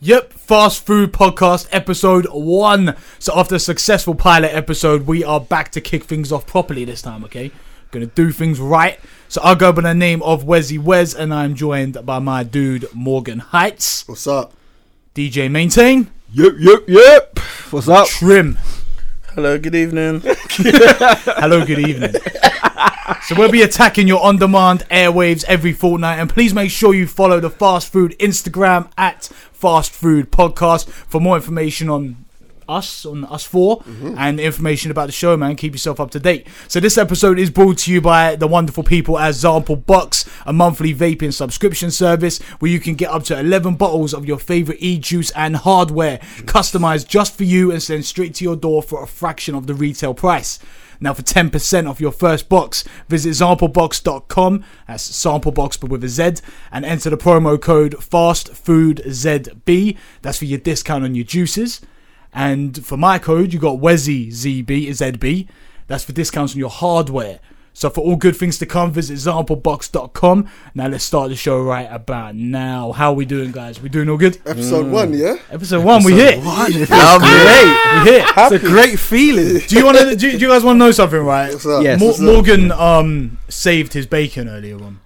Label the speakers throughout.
Speaker 1: Yep, fast food podcast episode one. So after a successful pilot episode, we are back to kick things off properly this time. Okay, gonna do things right. So I'll go by the name of Wesy Wes, and I'm joined by my dude Morgan Heights,
Speaker 2: What's up?
Speaker 1: DJ Maintain,
Speaker 2: Yep, yep, yep. What's up?
Speaker 1: Trim.
Speaker 3: Hello, good evening.
Speaker 1: Hello, good evening. so we'll be attacking your on-demand airwaves every fortnight, and please make sure you follow the fast food Instagram at Fast Food Podcast for more information on us, on us 4 and information about the show. Man, keep yourself up to date. So this episode is brought to you by the wonderful people at Zample Box, a monthly vaping subscription service where you can get up to 11 bottles of your favorite e-juice and hardware, customized just for you, and sent straight to your door for a fraction of the retail price. Now, for 10% off your first box, visit samplebox.com, that's samplebox but with a Z, and enter the promo code FASTFOODZB. That's for your discount on your juices. And for my code, you got WEZZB, ZB. That's for discounts on your hardware. So for all good things to come, visit samplebox.com. Now let's start the show right about now. How we doing, guys? We doing all good?
Speaker 4: Mm.
Speaker 2: Episode one, yeah.
Speaker 1: Episode one, we here.
Speaker 4: great.
Speaker 1: We here.
Speaker 4: It's a great feeling.
Speaker 1: Do you want to? Do, you- do you guys want to know something, right?
Speaker 2: What's up?
Speaker 4: Yes.
Speaker 1: Mor-
Speaker 2: What's up?
Speaker 1: Morgan um, saved his bacon earlier on.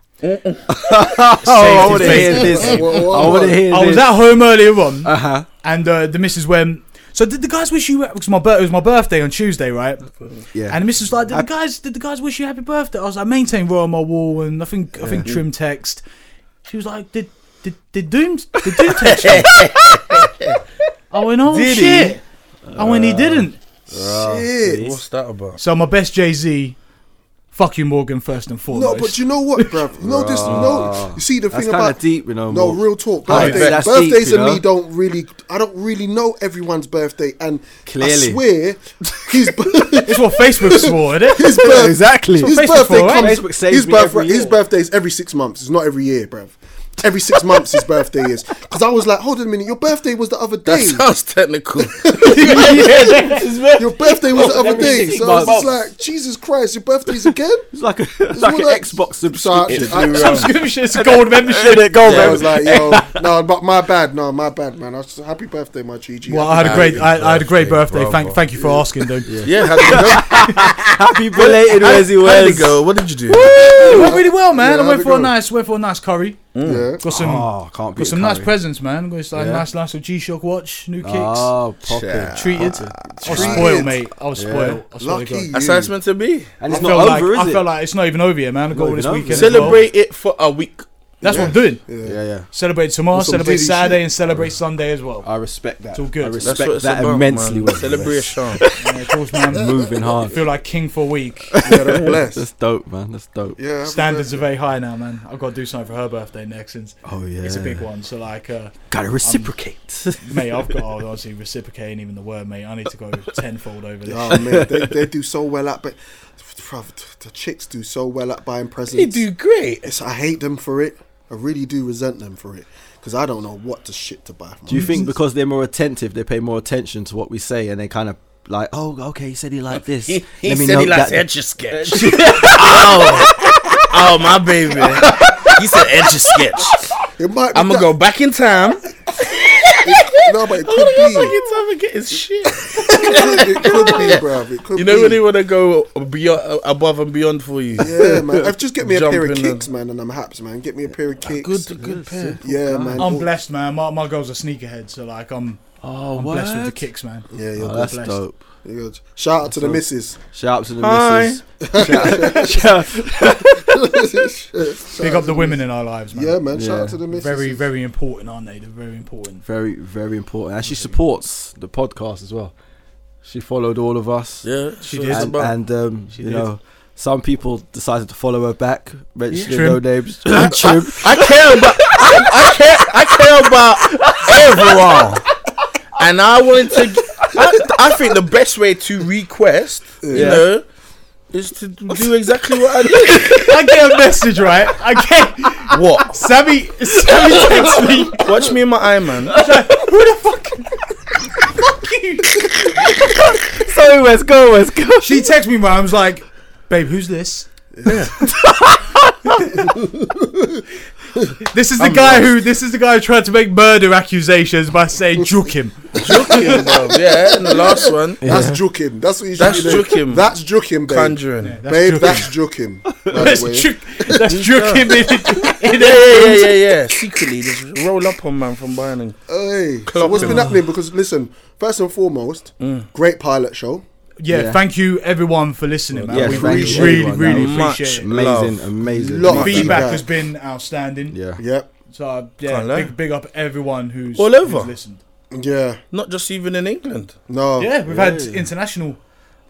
Speaker 4: Oh, I
Speaker 1: Saved
Speaker 4: want to
Speaker 1: his
Speaker 4: hear
Speaker 1: bacon.
Speaker 4: this. I
Speaker 2: Whoa, whoa, whoa.
Speaker 4: want to hear
Speaker 1: I was
Speaker 4: this.
Speaker 1: at home earlier on,
Speaker 4: Uh huh.
Speaker 1: and uh, the missus went. So did the guys wish you? Because my bir- it was my birthday on Tuesday, right?
Speaker 2: Yeah.
Speaker 1: And the missus was like, did the guys? Did the guys wish you happy birthday? I was like, maintain royal on my wall, and I think I think trim text. She was like, did did did doom did doom text you? I went, oh
Speaker 4: Did he? Uh.
Speaker 1: shit! I went, he didn't.
Speaker 2: Shit.
Speaker 3: What's that about?
Speaker 1: So my best Jay Z, fuck you, Morgan, first and foremost.
Speaker 2: No, but you know what, bruv? No, this, no. You see the
Speaker 4: Ah. That's
Speaker 2: thing
Speaker 4: kind
Speaker 2: about
Speaker 4: of deep, you know.
Speaker 2: no
Speaker 4: Mo.
Speaker 2: real talk.
Speaker 4: I
Speaker 2: Birthdays,
Speaker 4: think that's deep,
Speaker 2: birthdays
Speaker 4: you
Speaker 2: and
Speaker 4: know?
Speaker 2: me don't really. I don't really know everyone's birthday, and
Speaker 4: Clearly.
Speaker 2: I swear, his b-
Speaker 1: it's what Facebook swore, isn't it?
Speaker 2: his birth,
Speaker 4: exactly.
Speaker 2: his
Speaker 1: Facebook
Speaker 2: birthday
Speaker 1: for, right?
Speaker 2: comes.
Speaker 4: Facebook saves
Speaker 2: his
Speaker 4: me
Speaker 2: birth,
Speaker 4: every
Speaker 2: his
Speaker 4: year.
Speaker 2: birthday is every six months. It's not every year, bruv. Every six months, his birthday is. Because I was like, hold on a minute, your birthday was the other
Speaker 3: That
Speaker 2: day.
Speaker 3: sounds technical.
Speaker 2: Your birthday was the other
Speaker 4: Every
Speaker 2: day.
Speaker 4: six
Speaker 2: So I was just
Speaker 4: months.
Speaker 2: like, Jesus Christ, your birthday's again?
Speaker 4: It's like a it's
Speaker 2: It's
Speaker 4: like an
Speaker 2: all like-
Speaker 4: Xbox
Speaker 2: Sorry,
Speaker 4: subscription.
Speaker 2: I-
Speaker 1: Subscription, it's a gold membership.
Speaker 4: go,
Speaker 2: Yeah, I was like, yo, no, but my bad, no, my bad, man. I was just, happy birthday, my Gigi.
Speaker 1: Well, I had a great, I, I had a great
Speaker 3: Happy
Speaker 1: birthday. Thank,
Speaker 3: brother.
Speaker 1: thank you for asking, dude.
Speaker 3: yeah, how did you go?
Speaker 4: Happy belated Wesy
Speaker 3: How did
Speaker 4: Wes.
Speaker 3: it go? What did you do?
Speaker 1: It went really well, man.
Speaker 2: Yeah,
Speaker 1: I
Speaker 2: how'd
Speaker 1: went
Speaker 2: it
Speaker 1: for a
Speaker 2: go?
Speaker 1: nice, went for a nice curry.
Speaker 2: yeah.
Speaker 1: Got some,
Speaker 4: Oh, can't be.
Speaker 1: got some nice presents, man. Got this, like,
Speaker 4: Yeah.
Speaker 1: nice, nice little G-Shock watch, new kicks.
Speaker 4: Oh, popping.
Speaker 3: Shit.
Speaker 1: treated.
Speaker 4: Ah,
Speaker 1: I was
Speaker 2: Treated.
Speaker 1: spoiled, mate. I was spoiled. I was
Speaker 2: Lucky
Speaker 1: spoiled.
Speaker 2: you.
Speaker 3: That's how it's meant to be.
Speaker 4: And it's
Speaker 1: I felt
Speaker 4: not
Speaker 1: like,
Speaker 4: over, is
Speaker 1: I
Speaker 4: it?
Speaker 1: felt like it's not even over yet, man. I've got
Speaker 4: Not
Speaker 1: all this
Speaker 4: even over.
Speaker 1: weekend. as well.
Speaker 3: Celebrate it for a week.
Speaker 1: That's what I'm doing.
Speaker 4: yeah, yeah.
Speaker 1: Celebrate tomorrow,
Speaker 2: With some
Speaker 1: celebrate
Speaker 2: Diddy
Speaker 1: Saturday,
Speaker 2: shit.
Speaker 1: and celebrate Sunday as well.
Speaker 4: I respect that.
Speaker 1: all good.
Speaker 4: I
Speaker 1: That's
Speaker 3: That's
Speaker 4: respect
Speaker 3: what it's
Speaker 4: that
Speaker 3: about,
Speaker 4: immensely.
Speaker 3: man.
Speaker 4: Wes.
Speaker 3: Celebration.
Speaker 1: Yeah, of course, man.
Speaker 4: Moving
Speaker 1: I
Speaker 4: hard.
Speaker 1: feel like king for a week.
Speaker 2: Yeah, that's blessed.
Speaker 4: That's dope, man. That's dope.
Speaker 2: Yeah, happy
Speaker 1: Standards are very high now, man. I've got to do something for her birthday next, and
Speaker 4: Oh yeah.
Speaker 1: it's a big one. So, like, uh,
Speaker 4: Gotta reciprocate.
Speaker 1: mate, I've got to honestly reciprocate ain't even the word, mate. I need to go tenfold over
Speaker 2: birthday.
Speaker 1: this.
Speaker 2: Oh man, they, they do so well at, but bruv, the chicks do so well at buying presents.
Speaker 3: You do great.
Speaker 2: It's, I hate them for it. I really do resent them for it because I don't know what to shit to buy. For
Speaker 4: Do you think because they're more attentive, they pay more attention to what we say, and they kind of like, oh, okay, he said he liked this.
Speaker 3: He, he
Speaker 4: Let me
Speaker 3: said he
Speaker 4: note
Speaker 3: likes
Speaker 4: that-
Speaker 3: etch a sketch. oh, oh, my baby. He said etch a sketch.
Speaker 2: it might? Be
Speaker 3: I'm gonna go back in time.
Speaker 2: go. No,
Speaker 1: Oh
Speaker 2: but it could
Speaker 3: I'm gonna
Speaker 2: be.
Speaker 3: go back in time and get his shit.
Speaker 2: It could, it could be, bruv. It could
Speaker 3: You know
Speaker 2: be.
Speaker 3: when they wanna go beyond, above and beyond for you.
Speaker 2: Yeah, man. I've just get me a pair of
Speaker 3: Jumping and-
Speaker 2: kicks, man, and I'm haps, man. Get me a pair of kicks.
Speaker 3: Good, good pair.
Speaker 2: Yeah, man.
Speaker 1: I'm
Speaker 2: Oh,
Speaker 1: blessed, man. My, my girl's a sneakerhead, so like I'm,
Speaker 4: Oh,
Speaker 1: I'm
Speaker 4: what?
Speaker 1: blessed with the kicks, man.
Speaker 2: Yeah, you're
Speaker 4: Oh,
Speaker 2: good.
Speaker 4: that's
Speaker 1: blessed.
Speaker 4: dope.
Speaker 2: You're good. Shout out to the missus.
Speaker 4: Shout out to the
Speaker 3: Hi.
Speaker 4: missus. Shout- shout-
Speaker 1: Big up the women in our lives, man.
Speaker 2: Yeah, man. Shout
Speaker 4: Yeah.
Speaker 2: out to the missus.
Speaker 1: Very, very important, aren't they? They're very important.
Speaker 4: very, very important. And she supports the podcast as well. She followed all of us.
Speaker 3: Yeah,
Speaker 1: She
Speaker 3: so
Speaker 1: did.
Speaker 3: it's
Speaker 4: And,
Speaker 3: about-
Speaker 4: and um,
Speaker 1: She
Speaker 4: you
Speaker 1: did.
Speaker 4: know, some people decided to follow her back, mentioning
Speaker 1: Trim.
Speaker 4: no names. Trim.
Speaker 3: I care about I, I care I care about everyone, and I wanted to. I, I think the best way to request, you
Speaker 4: Yeah.
Speaker 3: know, is to do exactly what I did.
Speaker 1: I get a message, right? I get
Speaker 3: What?
Speaker 1: Sammy. Sammy texts me.
Speaker 3: Watch me in my eye, man.
Speaker 4: Sorry, Wes, go, Wes, go.
Speaker 1: She texts me, man. I was like, babe, who's this? This is the guy who. This is the guy who tried to make murder accusations by saying "juke him."
Speaker 3: Joking, bro. Yeah, and the last one,
Speaker 2: That's Jokim. That's what you should
Speaker 3: That's
Speaker 2: be doing.
Speaker 3: Joakim.
Speaker 2: That's Jokim, babe.
Speaker 3: conjuring.
Speaker 1: That's
Speaker 2: babe,
Speaker 1: juke
Speaker 2: that's Jokim.
Speaker 1: That's juke. That's juke him in, in
Speaker 3: Yeah,
Speaker 1: a-
Speaker 3: yeah, yeah, yeah, yeah. Secretly, just roll up on man from behind and
Speaker 2: Hey, so
Speaker 3: Clocked
Speaker 2: what's
Speaker 3: him. Mm.
Speaker 2: been happening? Because listen, first and foremost, great pilot show.
Speaker 1: Yeah,
Speaker 4: Yeah.
Speaker 1: thank you everyone for listening, man.
Speaker 4: Yeah,
Speaker 1: we
Speaker 4: thank
Speaker 1: really,
Speaker 4: you
Speaker 1: really,
Speaker 4: everyone,
Speaker 1: really
Speaker 3: man. Much.
Speaker 1: appreciate it.
Speaker 4: Amazing,
Speaker 3: Love.
Speaker 4: amazing.
Speaker 2: Lot
Speaker 1: The
Speaker 2: of
Speaker 4: amazing.
Speaker 1: feedback
Speaker 2: feedback.
Speaker 1: has been outstanding.
Speaker 4: Yeah.
Speaker 2: Yep.
Speaker 1: So uh, yeah,
Speaker 3: Can't lie.
Speaker 1: big, big up everyone who's,
Speaker 3: All over.
Speaker 1: who's listened.
Speaker 2: Yeah.
Speaker 3: not just even in England.
Speaker 2: No.
Speaker 1: yeah, we've had
Speaker 4: yeah.
Speaker 1: international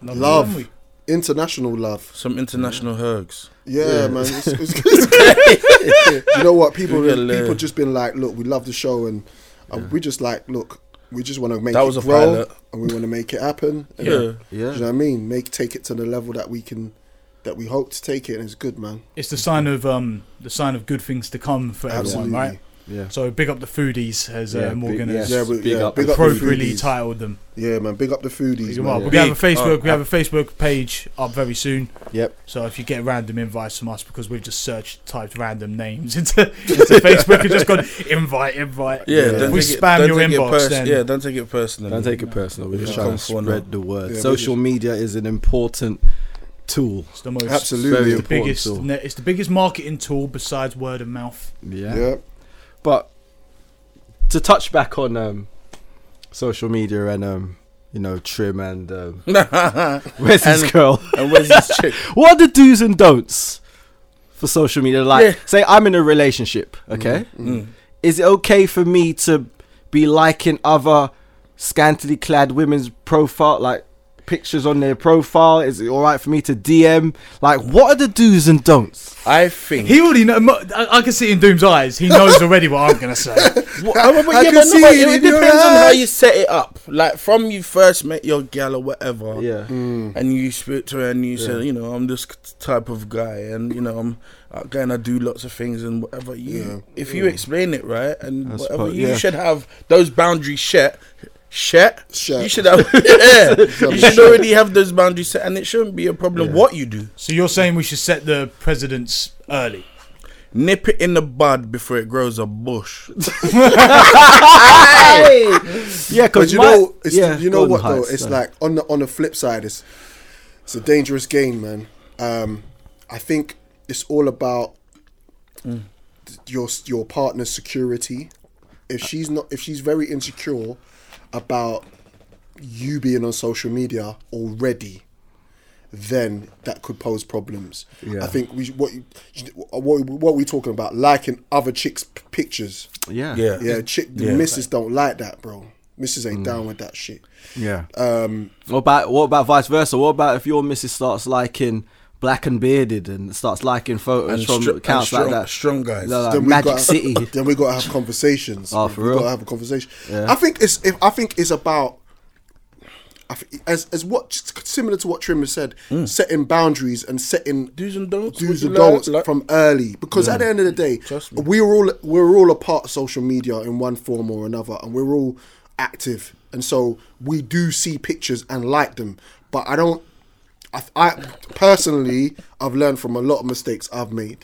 Speaker 1: love,
Speaker 2: Love.
Speaker 1: haven't we?
Speaker 2: International love.
Speaker 3: Some international hergs.
Speaker 2: Yeah, man. It's, it's, it's- you know what? People,
Speaker 3: We get lit.
Speaker 2: people just been like, look, we love the show, and uh, we just like, look, we just want to make
Speaker 3: That
Speaker 2: it
Speaker 3: was a
Speaker 2: grow,
Speaker 3: pilot.
Speaker 2: and we want to make it happen. And,
Speaker 3: Yeah.
Speaker 2: uh,
Speaker 4: Yeah.
Speaker 2: You know what I mean? Make take it to the level that we can, that we hope to take it, and it's good, man.
Speaker 1: It's the sign of um the sign of good things to come for
Speaker 2: Absolutely.
Speaker 1: everyone, right?
Speaker 4: Yeah.
Speaker 1: So big up the foodies as uh,
Speaker 4: Yeah,
Speaker 1: Morgan
Speaker 4: big-
Speaker 1: has
Speaker 2: Yeah, we,
Speaker 4: Big
Speaker 2: yeah,
Speaker 4: up
Speaker 2: big
Speaker 4: the
Speaker 2: up the
Speaker 1: appropriately
Speaker 2: foodies.
Speaker 1: titled them.
Speaker 2: Yeah, man. Big up the foodies.
Speaker 1: Big
Speaker 2: Man.
Speaker 1: them up.
Speaker 4: yeah.
Speaker 1: We have a
Speaker 3: Big
Speaker 1: Facebook.
Speaker 3: up.
Speaker 1: we have a Facebook page up very soon.
Speaker 4: Yep.
Speaker 1: So if you get random invites from us, because we've just searched, typed random names into, into Facebook and just gone invite, invite.
Speaker 3: Yeah,
Speaker 2: Yeah.
Speaker 3: Don't
Speaker 1: We
Speaker 3: take
Speaker 1: spam
Speaker 3: it,
Speaker 1: your
Speaker 3: don't take it
Speaker 1: inbox
Speaker 3: pers-
Speaker 1: then.
Speaker 3: Yeah, don't take it personally.
Speaker 4: Don't take it personal. We're just
Speaker 3: Yeah.
Speaker 4: trying to
Speaker 3: Come for now.
Speaker 4: spread the word.
Speaker 2: Yeah, we
Speaker 4: Social
Speaker 2: just-
Speaker 4: media is an important tool.
Speaker 1: It's the most
Speaker 2: Absolutely.
Speaker 4: Very
Speaker 1: the
Speaker 4: important
Speaker 1: biggest.
Speaker 4: tool.
Speaker 1: ne- It's the biggest marketing tool besides word of mouth.
Speaker 4: Yeah.
Speaker 2: Yeah.
Speaker 4: But to touch back on um, social media and um, you know trim and um, where's this
Speaker 3: And-
Speaker 4: girl?
Speaker 3: and where's this chick?
Speaker 4: What are the do's and don'ts for social media? Like,
Speaker 3: Yeah.
Speaker 4: say I'm in a relationship. Okay.
Speaker 2: Mm-hmm.
Speaker 3: Mm.
Speaker 4: Is it okay for me to be liking other scantily clad women's profile like? Pictures on their profile. Is it all right for me to DM? Like, what are the do's and don'ts?
Speaker 3: I think.
Speaker 1: He already know. mo- I, I can see in Doom's eyes. He knows already what I'm gonna say.
Speaker 3: Well, I, but
Speaker 2: I
Speaker 3: yeah,
Speaker 2: can
Speaker 3: but no,
Speaker 2: see
Speaker 3: but
Speaker 2: it
Speaker 3: it,
Speaker 2: in your
Speaker 3: depends on how
Speaker 2: eyes.
Speaker 3: you set it up. Like from you first met your gal or whatever,
Speaker 4: Yeah.
Speaker 3: and you spoke to her and you said, you know, I'm this c- type of guy, and you know, I'm out there and I do lots of things and whatever. You, if you explain it right, and
Speaker 4: That's
Speaker 3: whatever,
Speaker 4: part-
Speaker 3: you
Speaker 4: yeah.
Speaker 3: should have those boundaries set. Set.
Speaker 2: Set.
Speaker 3: You should have. Yeah. you should already have those boundaries set, and it shouldn't be a problem
Speaker 4: Yeah.
Speaker 3: what you do.
Speaker 1: So you're saying we should set the presidents early?
Speaker 3: Nip it in the bud before it grows a bush.
Speaker 4: Yeah,
Speaker 2: But
Speaker 4: because
Speaker 2: you know, it's, you know what though? It's like on the on the flip side, it's it's a dangerous game, man. Um, I think it's all about
Speaker 4: Mm.
Speaker 2: th- your your partner's security. If she's not, if she's very insecure about you being on social media already, then that could pose problems.
Speaker 4: Yeah.
Speaker 2: I think we what you- what what we talking about liking other chicks' p- pictures.
Speaker 4: yeah,
Speaker 3: Yeah.
Speaker 2: Yeah, chick, the
Speaker 3: Yeah.
Speaker 2: missus don't like that, bro. Missus ain't down with that shit.
Speaker 4: yeah.
Speaker 3: Um,
Speaker 4: what about what about vice versa? What about if your missus starts liking black and bearded and starts liking photos
Speaker 3: And
Speaker 4: from
Speaker 3: str- and
Speaker 4: accounts
Speaker 3: strong-
Speaker 4: like that?
Speaker 3: strong guys.
Speaker 4: No, like
Speaker 2: we
Speaker 4: Magic
Speaker 2: gotta-
Speaker 4: City.
Speaker 2: Then we gotta have conversations.
Speaker 4: Oh, for
Speaker 2: we
Speaker 4: real?
Speaker 2: gotta have a conversation.
Speaker 4: Yeah.
Speaker 2: I think it's. If, I think it's about. I think as as what just similar to what Trim has said,
Speaker 4: Mm.
Speaker 2: setting boundaries and setting
Speaker 3: Do's and don'ts, what
Speaker 2: do's
Speaker 3: you
Speaker 2: and
Speaker 3: like-
Speaker 2: don'ts
Speaker 3: like-
Speaker 2: from early. Because at the end of the day,
Speaker 3: Trust me.
Speaker 2: we're all we're all a part of social media in one form or another, and we're all active, and so we do see pictures and like them. But I don't. I, I personally, I've learned from a lot of mistakes I've made,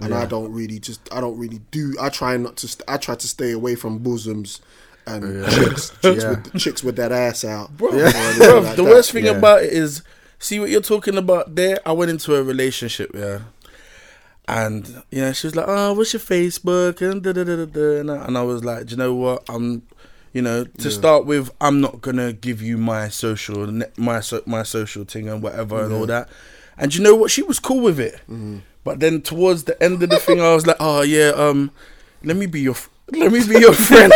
Speaker 2: and I don't really just. I don't really do. I try not to. St- I try to stay away from bosoms. And chicks, chicks, with, chicks with that ass out, bro.
Speaker 3: Bruv, the worst thing
Speaker 4: Yeah.
Speaker 3: about it is, see what you're talking about there. I went into a relationship, yeah, and you know she was like, "Oh, what's your Facebook?" and da, da, da, da, da. and I- and I was like, "Do you know what? I'm, you know, to start with, I'm not gonna give you my social, ne- my so, my social thing and whatever and all that." And do you know what? She was cool with it, but then towards the end of the thing, I was like, "Oh yeah, um, let me be your." f- Let me be your friend.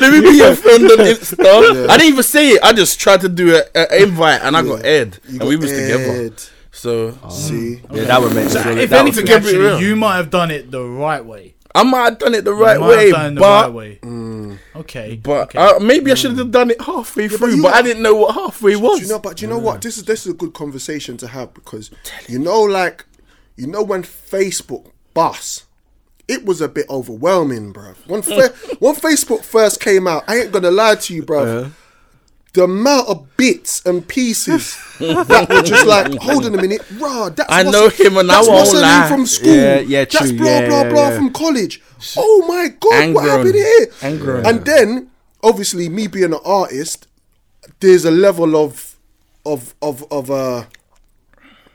Speaker 3: Let me be your friend on Insta. I didn't even say it. I just tried to do an invite, and I got aired, and we was together. So
Speaker 2: See,
Speaker 4: yeah, that would make
Speaker 1: So
Speaker 4: me feel-
Speaker 1: if
Speaker 4: that would-
Speaker 1: anything,
Speaker 3: make it real.
Speaker 1: actually, you might have done it the right way.
Speaker 3: I might have done it the right
Speaker 1: You might have
Speaker 3: way,
Speaker 1: done it the
Speaker 3: but Mm.
Speaker 1: right way. Okay,
Speaker 3: but
Speaker 1: okay.
Speaker 3: I, maybe I should have done it halfway
Speaker 2: but
Speaker 3: through,
Speaker 2: you-
Speaker 3: but, I didn't know what halfway was.
Speaker 2: Do you know, but do you know what? This is this is a good conversation to have because you know, like you know, when Facebook bus, it was a bit overwhelming, bruv. When fa- when Facebook first came out, I ain't gonna lie to you, bruv. the amount of bits and pieces that were just like, hold on a minute, rah, that's
Speaker 3: I
Speaker 2: what's-
Speaker 3: know him and I
Speaker 2: that's
Speaker 3: won't
Speaker 2: what's her
Speaker 3: lie.
Speaker 2: name from school.
Speaker 4: Yeah, yeah,
Speaker 2: that's
Speaker 4: true,
Speaker 2: blah
Speaker 4: yeah,
Speaker 2: blah
Speaker 4: yeah,
Speaker 2: blah
Speaker 4: yeah.
Speaker 2: from college. Oh my god, what
Speaker 3: Angron.
Speaker 2: happened here?
Speaker 3: Angron.
Speaker 2: And then, obviously, me being an artist, there's a level of, of, of, of, uh,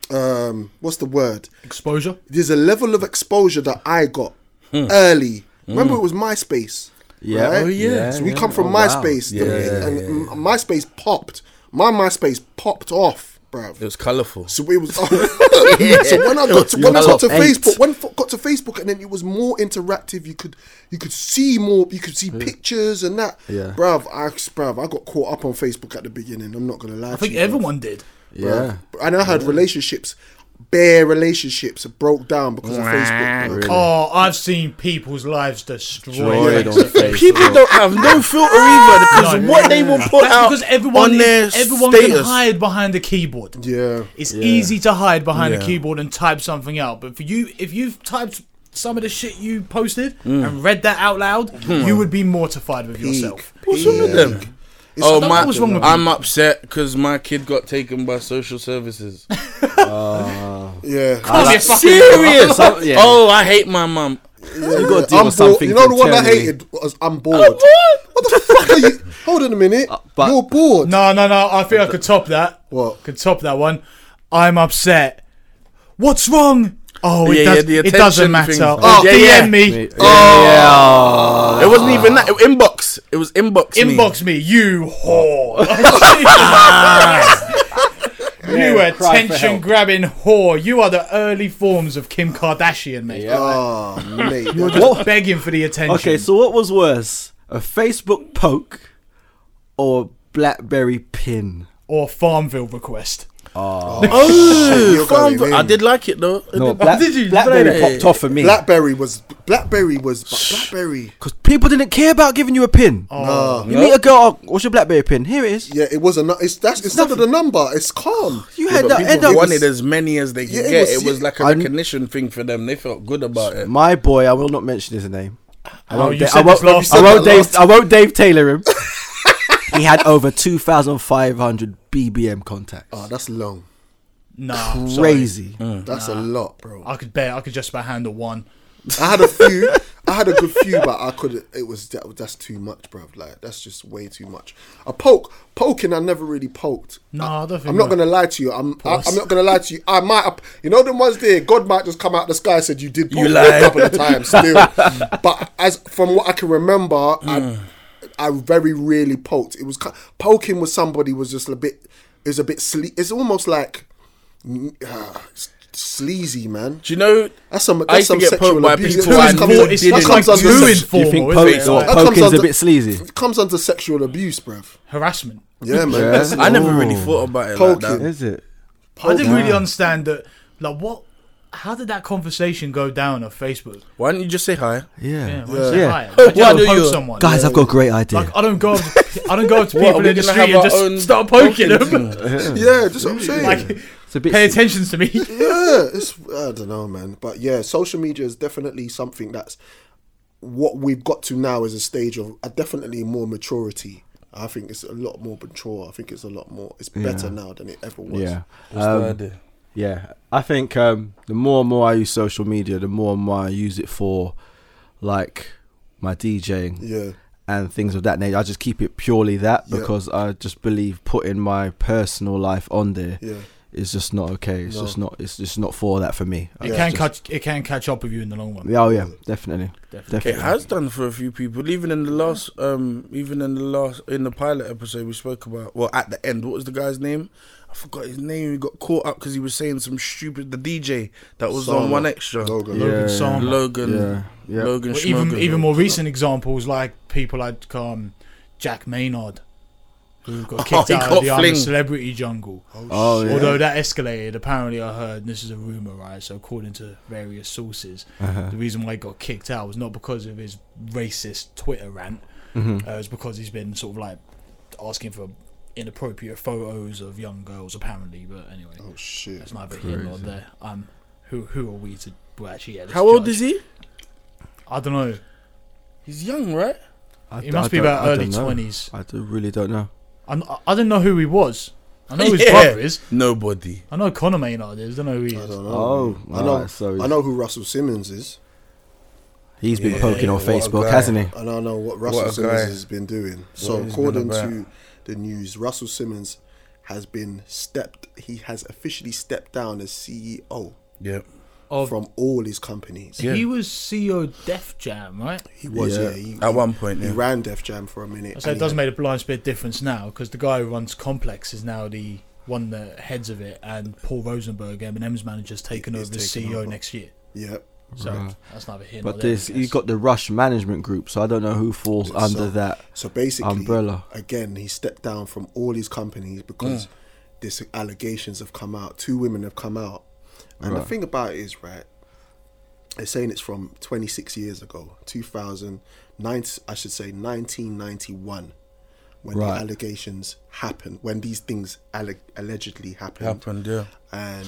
Speaker 2: um, what's the word?
Speaker 1: Exposure.
Speaker 2: there's a level of exposure that I got early. Remember, it was MySpace.
Speaker 4: Hmm. Yeah.
Speaker 2: right?
Speaker 4: Oh, yeah.
Speaker 2: So we
Speaker 4: Yeah,
Speaker 2: come from
Speaker 4: yeah. Oh, wow.
Speaker 2: MySpace,
Speaker 3: Yeah,
Speaker 2: the-
Speaker 3: yeah,
Speaker 2: and m- MySpace popped. My MySpace popped off, bruv.
Speaker 3: It was colourful.
Speaker 2: So it was. so when I got to, when I got to
Speaker 4: Top eight.
Speaker 2: Facebook, when I got to Facebook, and then it was more interactive. You could you could see more. You could see pictures and that.
Speaker 4: Yeah.
Speaker 2: Bruv, I bruv, I got caught up on Facebook at the beginning. I'm not gonna lie.
Speaker 1: I think
Speaker 2: to you, bruv.
Speaker 1: everyone did.
Speaker 3: Mm.
Speaker 4: Yeah.
Speaker 2: Bruv. And I had relationships, bare relationships, broke down because of Facebook. bruv.
Speaker 1: Oh, I've seen people's lives destroyed.
Speaker 4: Destroyed on Facebook.
Speaker 3: People don't have no filter either because
Speaker 1: No,
Speaker 3: what they will put
Speaker 1: That's
Speaker 3: out
Speaker 1: because everyone
Speaker 3: on their
Speaker 1: is, everyone can
Speaker 3: status.
Speaker 1: hide behind a keyboard.
Speaker 2: Yeah.
Speaker 1: It's easy to hide behind
Speaker 3: Yeah.
Speaker 1: a keyboard and type something out. But for you, if you've typed some of the shit you posted
Speaker 3: Mm.
Speaker 1: and read that out loud,
Speaker 3: Hmm.
Speaker 1: you would be mortified with yourself.
Speaker 3: What's wrong with them?
Speaker 2: It's
Speaker 3: Oh
Speaker 1: don't
Speaker 3: my!
Speaker 1: know what's wrong with
Speaker 3: I'm upset because my kid got taken by social services.
Speaker 2: Yeah.
Speaker 1: Can't be a fucking-
Speaker 3: Serious?
Speaker 4: So- yeah.
Speaker 3: Oh, I hate my mum.
Speaker 4: You got to deal
Speaker 2: I'm
Speaker 4: with
Speaker 2: bored.
Speaker 4: something.
Speaker 2: You know the one I
Speaker 4: internally.
Speaker 2: hated was I'm bored. What the fuck are you? Hold on a minute.
Speaker 4: Uh, but-
Speaker 2: You're bored.
Speaker 1: No, no, no. I think I could top that.
Speaker 2: What?
Speaker 1: Could top that one. I'm upset. What's wrong? Oh, it,
Speaker 3: Yeah, yeah,
Speaker 1: does,
Speaker 3: the
Speaker 1: it doesn't
Speaker 3: attention
Speaker 1: matter.
Speaker 3: thing.
Speaker 1: Oh,
Speaker 3: Oh, yeah,
Speaker 1: DM
Speaker 3: yeah.
Speaker 1: me.
Speaker 3: it wasn't even that. It, inbox. It was inbox. me.
Speaker 1: Inbox me, you whore. you
Speaker 4: Yeah, cry for
Speaker 1: attention
Speaker 4: help.
Speaker 1: grabbing whore. You are the early forms of Kim Kardashian, mate.
Speaker 4: Yeah.
Speaker 2: Oh, mate. that-
Speaker 4: What?
Speaker 1: Begging for the attention.
Speaker 4: Okay, so what was worse, a Facebook poke or BlackBerry pin?
Speaker 1: or Farmville request.
Speaker 2: shit,
Speaker 3: Oh,
Speaker 2: you're going
Speaker 3: Farmville.
Speaker 2: in.
Speaker 3: I did like it though. I
Speaker 4: No,
Speaker 3: did-
Speaker 4: Black-
Speaker 1: did you?
Speaker 4: BlackBerry
Speaker 3: Blackberry.
Speaker 4: popped off for me
Speaker 2: Blackberry was Blackberry was Blackberry.
Speaker 4: because people didn't care about giving you a pin.
Speaker 1: Oh.
Speaker 4: You meet a girl, oh, what's your BlackBerry pin? Here it is.
Speaker 2: Yeah, it was a. nu- It's that's it's not the number. It's calm.
Speaker 4: You
Speaker 3: Yeah,
Speaker 4: had
Speaker 3: but
Speaker 4: that. End
Speaker 3: people
Speaker 4: up,
Speaker 3: wanted as many as they could
Speaker 2: Yeah, it
Speaker 3: get.
Speaker 2: was-
Speaker 3: it was like a
Speaker 4: I'm-
Speaker 3: recognition thing for them. They felt good about it.
Speaker 4: my boy. I will not mention his name. I
Speaker 1: Oh,
Speaker 4: won't.
Speaker 1: you
Speaker 4: Da-
Speaker 1: said
Speaker 4: I won't.
Speaker 1: this last-
Speaker 4: I
Speaker 2: you
Speaker 4: won't
Speaker 2: said that
Speaker 4: Dave. I won't Dave Taylor him. he had over two thousand five hundred BBM contacts.
Speaker 2: Oh, that's long.
Speaker 1: Nah, I'm sorry. Mm.
Speaker 4: Crazy.
Speaker 2: That's a lot, bro.
Speaker 1: I could bear. I could just about handle one.
Speaker 2: I had a few. I had a good few, but I could. It was that, that's too much, bro. Like that's just way too much. A poke, poking. I never really poked.
Speaker 1: No, I don't think
Speaker 2: I'm not
Speaker 1: I-
Speaker 2: gonna lie to you. I'm. I,
Speaker 1: Pause.
Speaker 2: I'm not gonna lie to you. I might. have- You know, the ones there. God might just come out the sky and said you did. Poke
Speaker 3: You
Speaker 2: me
Speaker 3: lied.
Speaker 2: a couple of times still. but as from what I can remember, I,
Speaker 3: Mm.
Speaker 2: I very rarely poked. It was ki- poking with somebody was just a bit. It was a bit. Sle- it's almost like mm, uh, s- sleazy, man.
Speaker 3: Do you know?
Speaker 2: That's some. Ah, That's
Speaker 3: I used to
Speaker 2: some
Speaker 3: get
Speaker 2: sexual
Speaker 3: poked by
Speaker 2: abuse.
Speaker 3: people
Speaker 2: It always
Speaker 3: I
Speaker 2: comes
Speaker 3: knew
Speaker 2: under-
Speaker 1: it's
Speaker 3: didn't.
Speaker 2: that
Speaker 1: just like
Speaker 2: comes under
Speaker 1: too
Speaker 2: sex-
Speaker 4: Do you think
Speaker 1: informal,
Speaker 4: pokes
Speaker 1: isn't
Speaker 4: or
Speaker 1: it?
Speaker 2: That
Speaker 1: Like,
Speaker 2: comes
Speaker 4: poking's a
Speaker 2: under-
Speaker 4: bit sleazy?
Speaker 2: it comes under sexual abuse, bruv.
Speaker 1: harassment.
Speaker 2: Yeah, man.
Speaker 4: Yeah.
Speaker 2: That's-
Speaker 3: I never
Speaker 4: Ooh.
Speaker 3: really thought about it like
Speaker 2: Poking.
Speaker 3: that.
Speaker 4: Is it?
Speaker 1: I didn't really understand that. Like, what? How did that conversation go down on Facebook?
Speaker 3: Why don't you just say hi?
Speaker 1: Yeah,
Speaker 4: Yeah.
Speaker 1: when you say hi,
Speaker 4: Yeah.
Speaker 1: I just
Speaker 3: Why do
Speaker 1: poke
Speaker 3: you-
Speaker 1: someone.
Speaker 4: Guys, I've got a great idea.
Speaker 1: like, I don't go. Up to, I don't go up to
Speaker 3: What,
Speaker 1: people
Speaker 3: are we
Speaker 1: in the
Speaker 3: gonna
Speaker 1: street
Speaker 3: have
Speaker 1: and
Speaker 3: our own
Speaker 1: just start poking
Speaker 3: poking
Speaker 1: them.
Speaker 2: Yeah, that's what I'm saying.
Speaker 1: like,
Speaker 4: It's a bit
Speaker 1: pay
Speaker 4: se-
Speaker 1: attention to me.
Speaker 2: yeah, it's I don't know, man. But yeah, social media is definitely something that's what we've got to now is a stage of uh, definitely more maturity. I think it's a lot more mature. I think it's a lot more. It's better now than it ever was.
Speaker 4: Yeah.
Speaker 3: What's the
Speaker 4: Um,
Speaker 3: idea?
Speaker 4: Yeah, I think um, the more and more I use social media, the more and more I use it for like my DJing
Speaker 2: yeah,
Speaker 4: and things of that nature. I just keep it purely that
Speaker 2: Yeah.
Speaker 4: because I just believe putting my personal life on there is
Speaker 2: yeah.
Speaker 4: just not okay. It's
Speaker 2: No.
Speaker 4: just not. It's just not for that for me.
Speaker 1: It
Speaker 4: It's
Speaker 1: can
Speaker 4: just-
Speaker 1: catch. It can catch up with you in the long run.
Speaker 4: Yeah, Oh yeah, definitely.
Speaker 1: Definitely.
Speaker 4: Definitely.
Speaker 3: It has done for a few people. Even in the last, um, even in the last, in the pilot episode, we spoke about. Well, at the end, what was the guy's name? I forgot his name. He got caught up because he was saying some stupid. The DJ that was on
Speaker 2: Sama,
Speaker 3: One Extra,
Speaker 2: Logo.
Speaker 4: Yeah.
Speaker 1: Logan Sama.
Speaker 3: Logan,
Speaker 4: Yeah, yeah.
Speaker 3: Logan,
Speaker 1: Well, even
Speaker 3: Schmogan.
Speaker 1: even more recent examples like people like um, Jack Maynard, who got
Speaker 3: Oh,
Speaker 1: kicked
Speaker 3: he
Speaker 1: out
Speaker 3: got
Speaker 1: of the I'm a
Speaker 3: flinged.
Speaker 1: celebrity jungle.
Speaker 4: Oh yeah.
Speaker 1: Although that escalated, apparently I heard and this is a rumor, right? So according to various sources,
Speaker 3: Uh.
Speaker 4: Mm-hmm.
Speaker 1: the reason why he got kicked out was not because of his racist Twitter rant. Uh, it was because he's been sort of like asking for inappropriate photos of young girls, apparently. But anyway,
Speaker 2: Oh shit!
Speaker 1: that's neither here nor there. Um, who who are we to? Well, actually, yeah, let's
Speaker 3: How old
Speaker 1: judge.
Speaker 3: is he?
Speaker 1: I don't know.
Speaker 3: He's young, right?
Speaker 4: I
Speaker 1: It
Speaker 4: d- I
Speaker 1: must be
Speaker 4: don't-
Speaker 1: about
Speaker 4: I
Speaker 1: early
Speaker 4: don't know.
Speaker 1: twenties.
Speaker 4: I do, really don't know.
Speaker 1: I'm, I i did not know who he was. I know who his
Speaker 3: Yeah.
Speaker 1: brother is.
Speaker 3: Nobody.
Speaker 1: I know Conor Maynard is. I don't know who he
Speaker 2: I
Speaker 1: is.
Speaker 2: don't know.
Speaker 4: Oh,
Speaker 2: I know.
Speaker 4: alright, so he's-
Speaker 2: I know who Russell Simmons is,
Speaker 4: He's been
Speaker 3: Yeah,
Speaker 4: poking on
Speaker 3: what a
Speaker 4: Facebook,
Speaker 3: guy.
Speaker 4: hasn't he?
Speaker 2: and I know what Russell
Speaker 3: What a
Speaker 2: Simmons
Speaker 3: guy.
Speaker 2: has been doing. So,
Speaker 3: he's been
Speaker 2: according
Speaker 3: about.
Speaker 2: to the news, Russell Simmons has been stepped. He has officially stepped down as E CEO
Speaker 3: Yep.
Speaker 1: Of-
Speaker 2: from all his companies.
Speaker 3: Yeah.
Speaker 1: He was CEO of Def Jam, right?
Speaker 2: He was,
Speaker 4: Yeah.
Speaker 2: yeah. he,
Speaker 3: At one point,
Speaker 2: he
Speaker 3: yeah.
Speaker 2: ran Def Jam for a minute.
Speaker 1: So
Speaker 2: and
Speaker 1: it does
Speaker 2: he-
Speaker 1: make a blind bit difference now because the guy who runs Complex is now the one that heads of it, and Paul Rosenberg, Eminem's manager, has taken
Speaker 2: He's
Speaker 1: over as
Speaker 2: taken
Speaker 1: CEO
Speaker 2: over.
Speaker 1: next year.
Speaker 2: Yeah,
Speaker 1: So that's neither here nor
Speaker 4: But
Speaker 1: there.
Speaker 4: this
Speaker 1: I
Speaker 4: you
Speaker 1: guess.
Speaker 4: got the Rush Management Group, so I don't know who falls
Speaker 2: So-
Speaker 4: under that.
Speaker 2: So basically,
Speaker 4: Umbrella.
Speaker 2: Again, he stepped down from all his companies because these allegations have come out. Two women have come out, and the
Speaker 4: Right.
Speaker 2: thing about it is, right? They're saying it's from 26 years ago, 2009. I should say 1991, when the
Speaker 4: Right.
Speaker 2: allegations happened. When these things alle- allegedly happened,
Speaker 3: Happened, yeah.
Speaker 2: and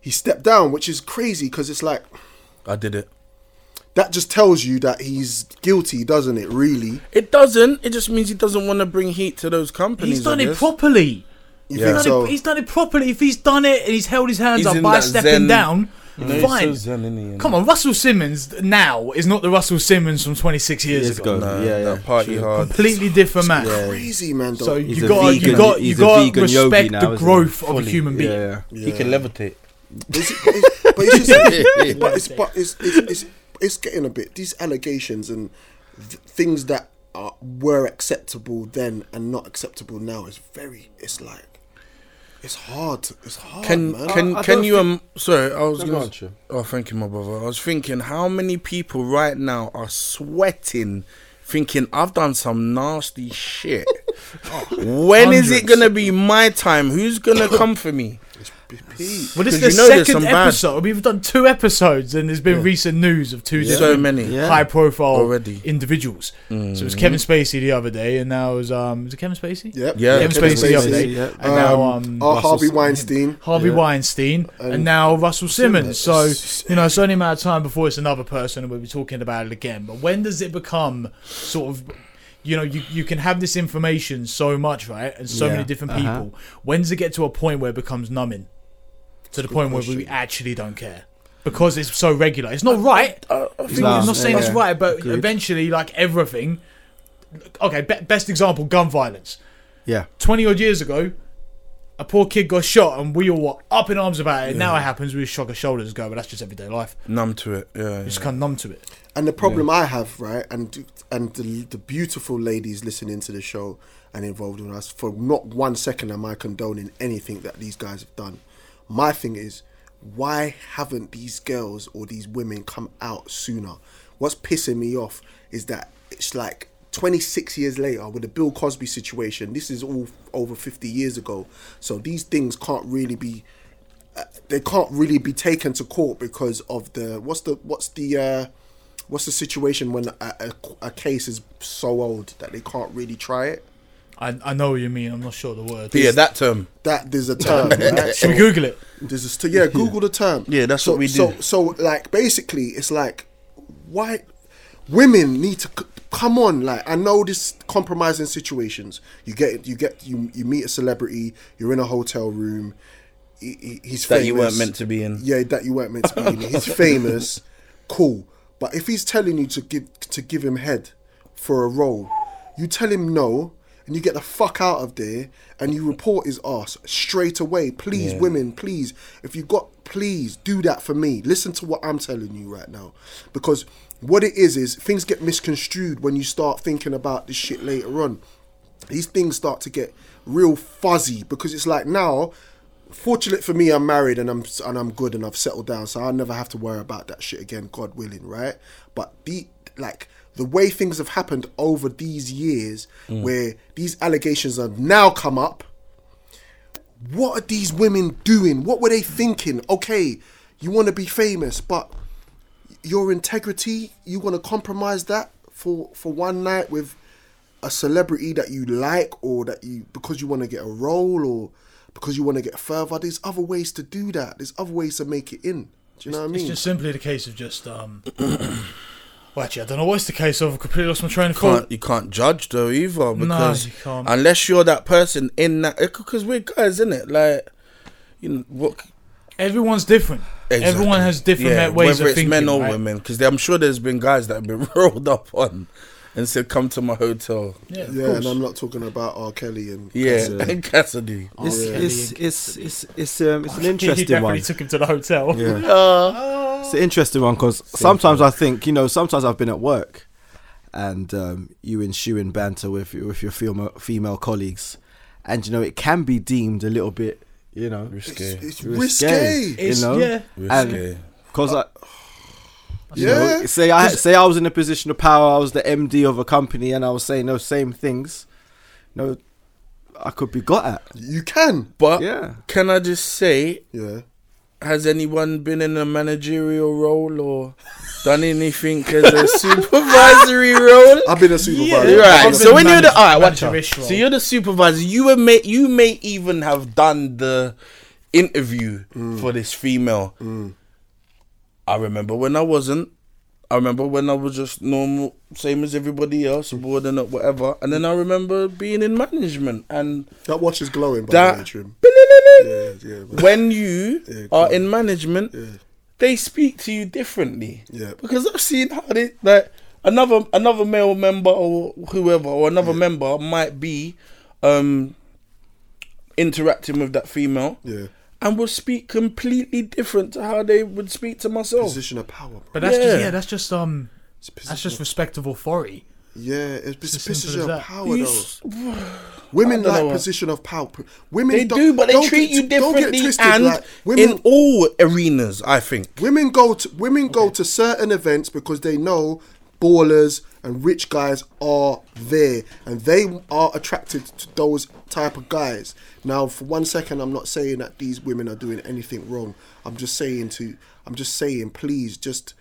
Speaker 2: he stepped down, which is crazy because it's like
Speaker 3: I did it.
Speaker 2: that just tells you that he's guilty, doesn't it? Really,
Speaker 3: It doesn't. It just means he doesn't want to bring heat to those companies.
Speaker 1: he's done
Speaker 3: I
Speaker 1: it
Speaker 3: guess.
Speaker 1: properly.
Speaker 2: you
Speaker 3: Yeah.
Speaker 2: think
Speaker 1: He's done,
Speaker 2: so?
Speaker 1: it, he's done it properly. If he's done it and he's held his hands
Speaker 3: He's
Speaker 1: up
Speaker 3: in
Speaker 1: by
Speaker 3: that
Speaker 1: stepping
Speaker 3: zen-
Speaker 1: down,
Speaker 3: You know, he's so
Speaker 1: fine.
Speaker 3: zen, isn't he, you know?
Speaker 1: Come on, Russell Simmons now is not the Russell Simmons from 26 years,
Speaker 4: Years
Speaker 1: ago.
Speaker 4: ago.
Speaker 3: No,
Speaker 4: Yeah,
Speaker 3: no,
Speaker 4: yeah,
Speaker 3: Party
Speaker 4: true.
Speaker 3: hard.
Speaker 1: Completely different man.
Speaker 2: crazy man. Though.
Speaker 1: So
Speaker 4: He's
Speaker 1: you
Speaker 4: a
Speaker 1: got you
Speaker 4: vegan-
Speaker 1: got you
Speaker 4: he's a
Speaker 1: got
Speaker 4: vegan yogi
Speaker 1: respect
Speaker 4: now,
Speaker 1: the
Speaker 4: isn't he?
Speaker 1: growth of a
Speaker 3: Fully.
Speaker 1: human being.
Speaker 4: Yeah,
Speaker 3: He can levitate.
Speaker 2: Is it- is- but it's just, but it's, but it's, it's, it's, it's getting a bit these allegations and th- things that are, were acceptable then and not acceptable now is very. It's like it's hard. to- It's hard,
Speaker 3: Can
Speaker 2: man.
Speaker 3: can
Speaker 4: Oh, I- I
Speaker 3: can
Speaker 4: don't
Speaker 3: you um? Sorry, I was
Speaker 4: No, go
Speaker 3: gonna.
Speaker 4: on, Chu.
Speaker 3: oh, thank you, my brother. I was thinking, how many people right now are sweating, thinking I've done some nasty shit. When is it
Speaker 1: hundreds.
Speaker 3: gonna be my time? Who's gonna come for me?
Speaker 2: It's b- peace.
Speaker 1: Well, this is
Speaker 3: 'Cause
Speaker 1: the
Speaker 3: you know there's
Speaker 1: second
Speaker 3: some bad-
Speaker 1: episode. We've done two episodes, and there's been recent news of two
Speaker 3: So
Speaker 1: different
Speaker 3: many.
Speaker 4: Yeah.
Speaker 1: high-profile
Speaker 3: Already.
Speaker 1: individuals. So it was Kevin Spacey the other day, and now it was um, is it Kevin Spacey?
Speaker 2: Yep.
Speaker 3: Yeah.
Speaker 1: Kevin Spacey the other day,
Speaker 4: yeah.
Speaker 1: and now um,
Speaker 2: uh,
Speaker 4: Russell
Speaker 2: Harvey
Speaker 4: Simmons.
Speaker 2: Weinstein.
Speaker 1: Harvey
Speaker 4: Yeah.
Speaker 1: Weinstein, and, now Russell Simmons.
Speaker 2: Simmons.
Speaker 1: So you know, it's only a matter of time before it's another person, and we'll be talking about it again. But when does it become sort of? You know, you, you can have this information so much, right? And so
Speaker 3: Yeah.
Speaker 1: many different
Speaker 4: Uh-huh.
Speaker 1: people. When does it get to a point where it becomes numbing? To the point where we
Speaker 2: question.
Speaker 1: actually don't care. Because it's so regular. It's not right.
Speaker 4: Nah,
Speaker 1: I'm not saying it's
Speaker 4: yeah.
Speaker 1: right, but
Speaker 4: Agreed.
Speaker 1: eventually, like everything. Okay, be- best example gun violence.
Speaker 4: yeah.
Speaker 1: 20 odd years ago, a poor kid got shot and we all were up in arms about it. Now it happens, we shrug our shoulders and go, but that's just everyday life.
Speaker 3: Numb to it. Yeah.
Speaker 1: Just
Speaker 3: yeah.
Speaker 1: kind of numb to it.
Speaker 2: And the problem I have, right, and and the, the beautiful ladies listening to the show and involved in us, for not one second am I condoning anything that these guys have done. My thing is, why haven't these girls or these women come out sooner? What's pissing me off is that it's like 26 years later with the Bill Cosby situation. This is all over 50 years ago, so these things can't really be uh, they can't really be taken to court because of the what's the what's the uh, what's the situation when a, a, a case is so old that they can't really try it.
Speaker 1: I, I know what you mean, I'm not sure the word.
Speaker 3: yeah, that term.
Speaker 2: That there's a term. right?
Speaker 1: Should we Google it?
Speaker 2: There's a st- yeah, Google the term.
Speaker 3: Yeah, that's
Speaker 2: so,
Speaker 3: what we
Speaker 2: So,
Speaker 3: do.
Speaker 2: so like basically, it's like why women need to c- come on. Like I know this compromising situations. You get you get you you meet a celebrity. You're in a hotel room. He, he- he's
Speaker 3: That
Speaker 2: famous.
Speaker 3: you weren't meant to be in.
Speaker 2: Yeah, that you weren't meant to be in. He's famous. Cool. But if he's telling you to give to give him head for a role, you tell him no and you get the fuck out of there and you report his ass straight away. Please, women, please. If you got please do that for me. Listen to what I'm telling you right now. Because what it is is things get misconstrued when you start thinking about this shit later on these things start to get real fuzzy because it's like now fortunate for me i'm married and i'm and i'm good and i've settled down so i'll never have to worry about that shit again god willing right but the like the way things have happened over these years where these allegations have now come up what are these women doing what were they thinking okay you want to be famous but your integrity you want to compromise that for for one night with a celebrity that you like or that you because you want to get a role or because you want to get further there's other ways to do that there's other ways to make it in do you know what i mean
Speaker 1: It's just simply the case of just, um, Well, actually, I don't know what's the case of. I've completely lost my train of
Speaker 3: Can't
Speaker 1: thought.
Speaker 3: you can't judge though either because
Speaker 1: you can't.
Speaker 3: unless you're that person in that because we're guys in it like you know what
Speaker 1: Everyone's different. Everyone has different
Speaker 3: Yeah,
Speaker 1: me- ways
Speaker 3: whether
Speaker 1: of
Speaker 3: it's
Speaker 1: thinking.
Speaker 3: men or
Speaker 1: right?
Speaker 3: women because I'm sure there's been guys that have been rolled up on and said come to my hotel
Speaker 1: Yeah, of
Speaker 2: Yeah,
Speaker 1: course.
Speaker 2: and I'm not talking about R. Kelly and
Speaker 3: yeah
Speaker 2: Cassidy.
Speaker 3: and Cassidy
Speaker 4: It's,
Speaker 2: yeah.
Speaker 4: it's, it's, it's, it's, um, it's an
Speaker 1: he
Speaker 4: interesting
Speaker 1: definitely
Speaker 4: one. Uh,
Speaker 1: took him to the hotel.
Speaker 4: Yeah. It's an interesting one because sometimes I think, you know, sometimes I've been at work and um, you ensuing banter with, your- with your female, female colleagues. And, you know, it can be deemed a little bit, you know,
Speaker 2: It's,
Speaker 3: risky
Speaker 2: it's risque.
Speaker 4: you
Speaker 1: It's,
Speaker 4: know?
Speaker 1: yeah.
Speaker 3: risky
Speaker 4: Because I, you
Speaker 2: Yeah.
Speaker 4: know, say I say I was in a position of power, I was the MD of a company, and I was saying those same things. You know, I could be got at.
Speaker 2: You can.
Speaker 3: but
Speaker 4: Yeah.
Speaker 3: can I just say
Speaker 2: Yeah.
Speaker 3: has anyone been in a managerial role or done anything as a supervisory role
Speaker 2: I've been a supervisor.
Speaker 1: Yeah.
Speaker 3: Right.
Speaker 1: I've
Speaker 3: So
Speaker 1: been
Speaker 3: when you're the
Speaker 1: manage-
Speaker 3: all right, watch out.
Speaker 1: managerish
Speaker 3: So
Speaker 1: role.
Speaker 3: you're the supervisor. You were may you may even have done the interview
Speaker 2: Mm.
Speaker 3: for this female. I remember when I wasn't. I remember when I was just normal, same as everybody else, subordinate, whatever. And then I remember being in management and
Speaker 2: That watch is glowing by
Speaker 3: That-
Speaker 2: the way, Trim. Yeah, yeah, but-
Speaker 3: when you
Speaker 2: Yeah,
Speaker 3: are
Speaker 2: cool.
Speaker 3: in management, they speak to you differently.
Speaker 2: Yeah.
Speaker 3: Because I've seen how they like another another male member or whoever or another member might be um interacting with that female
Speaker 2: yeah.
Speaker 3: and will speak completely different to how they would speak to myself.
Speaker 2: Position of power, bro.
Speaker 1: But that's just
Speaker 3: Yeah.
Speaker 1: yeah, that's just um,
Speaker 2: It's a
Speaker 1: that's
Speaker 2: position-
Speaker 1: just respect of authority.
Speaker 2: yeah, it's, it's a
Speaker 1: as simple
Speaker 2: position
Speaker 1: as
Speaker 2: of
Speaker 1: that.
Speaker 2: power,
Speaker 3: You
Speaker 2: though.
Speaker 3: s-
Speaker 2: Women
Speaker 3: I don't
Speaker 2: like
Speaker 3: know what-
Speaker 2: position of power. Women
Speaker 3: they
Speaker 2: don't-
Speaker 3: do, but they
Speaker 2: don't
Speaker 3: treat
Speaker 2: get-
Speaker 3: you
Speaker 2: don't get
Speaker 3: differently
Speaker 2: twisted,
Speaker 3: and
Speaker 2: like, women,
Speaker 3: in all arenas, I think.
Speaker 2: Women go to women go to certain events because they know ballers and rich guys are there, and they are attracted to those type of guys. Now, for one second, I'm not saying that these women are doing anything wrong. I'm just saying to I'm just saying, please just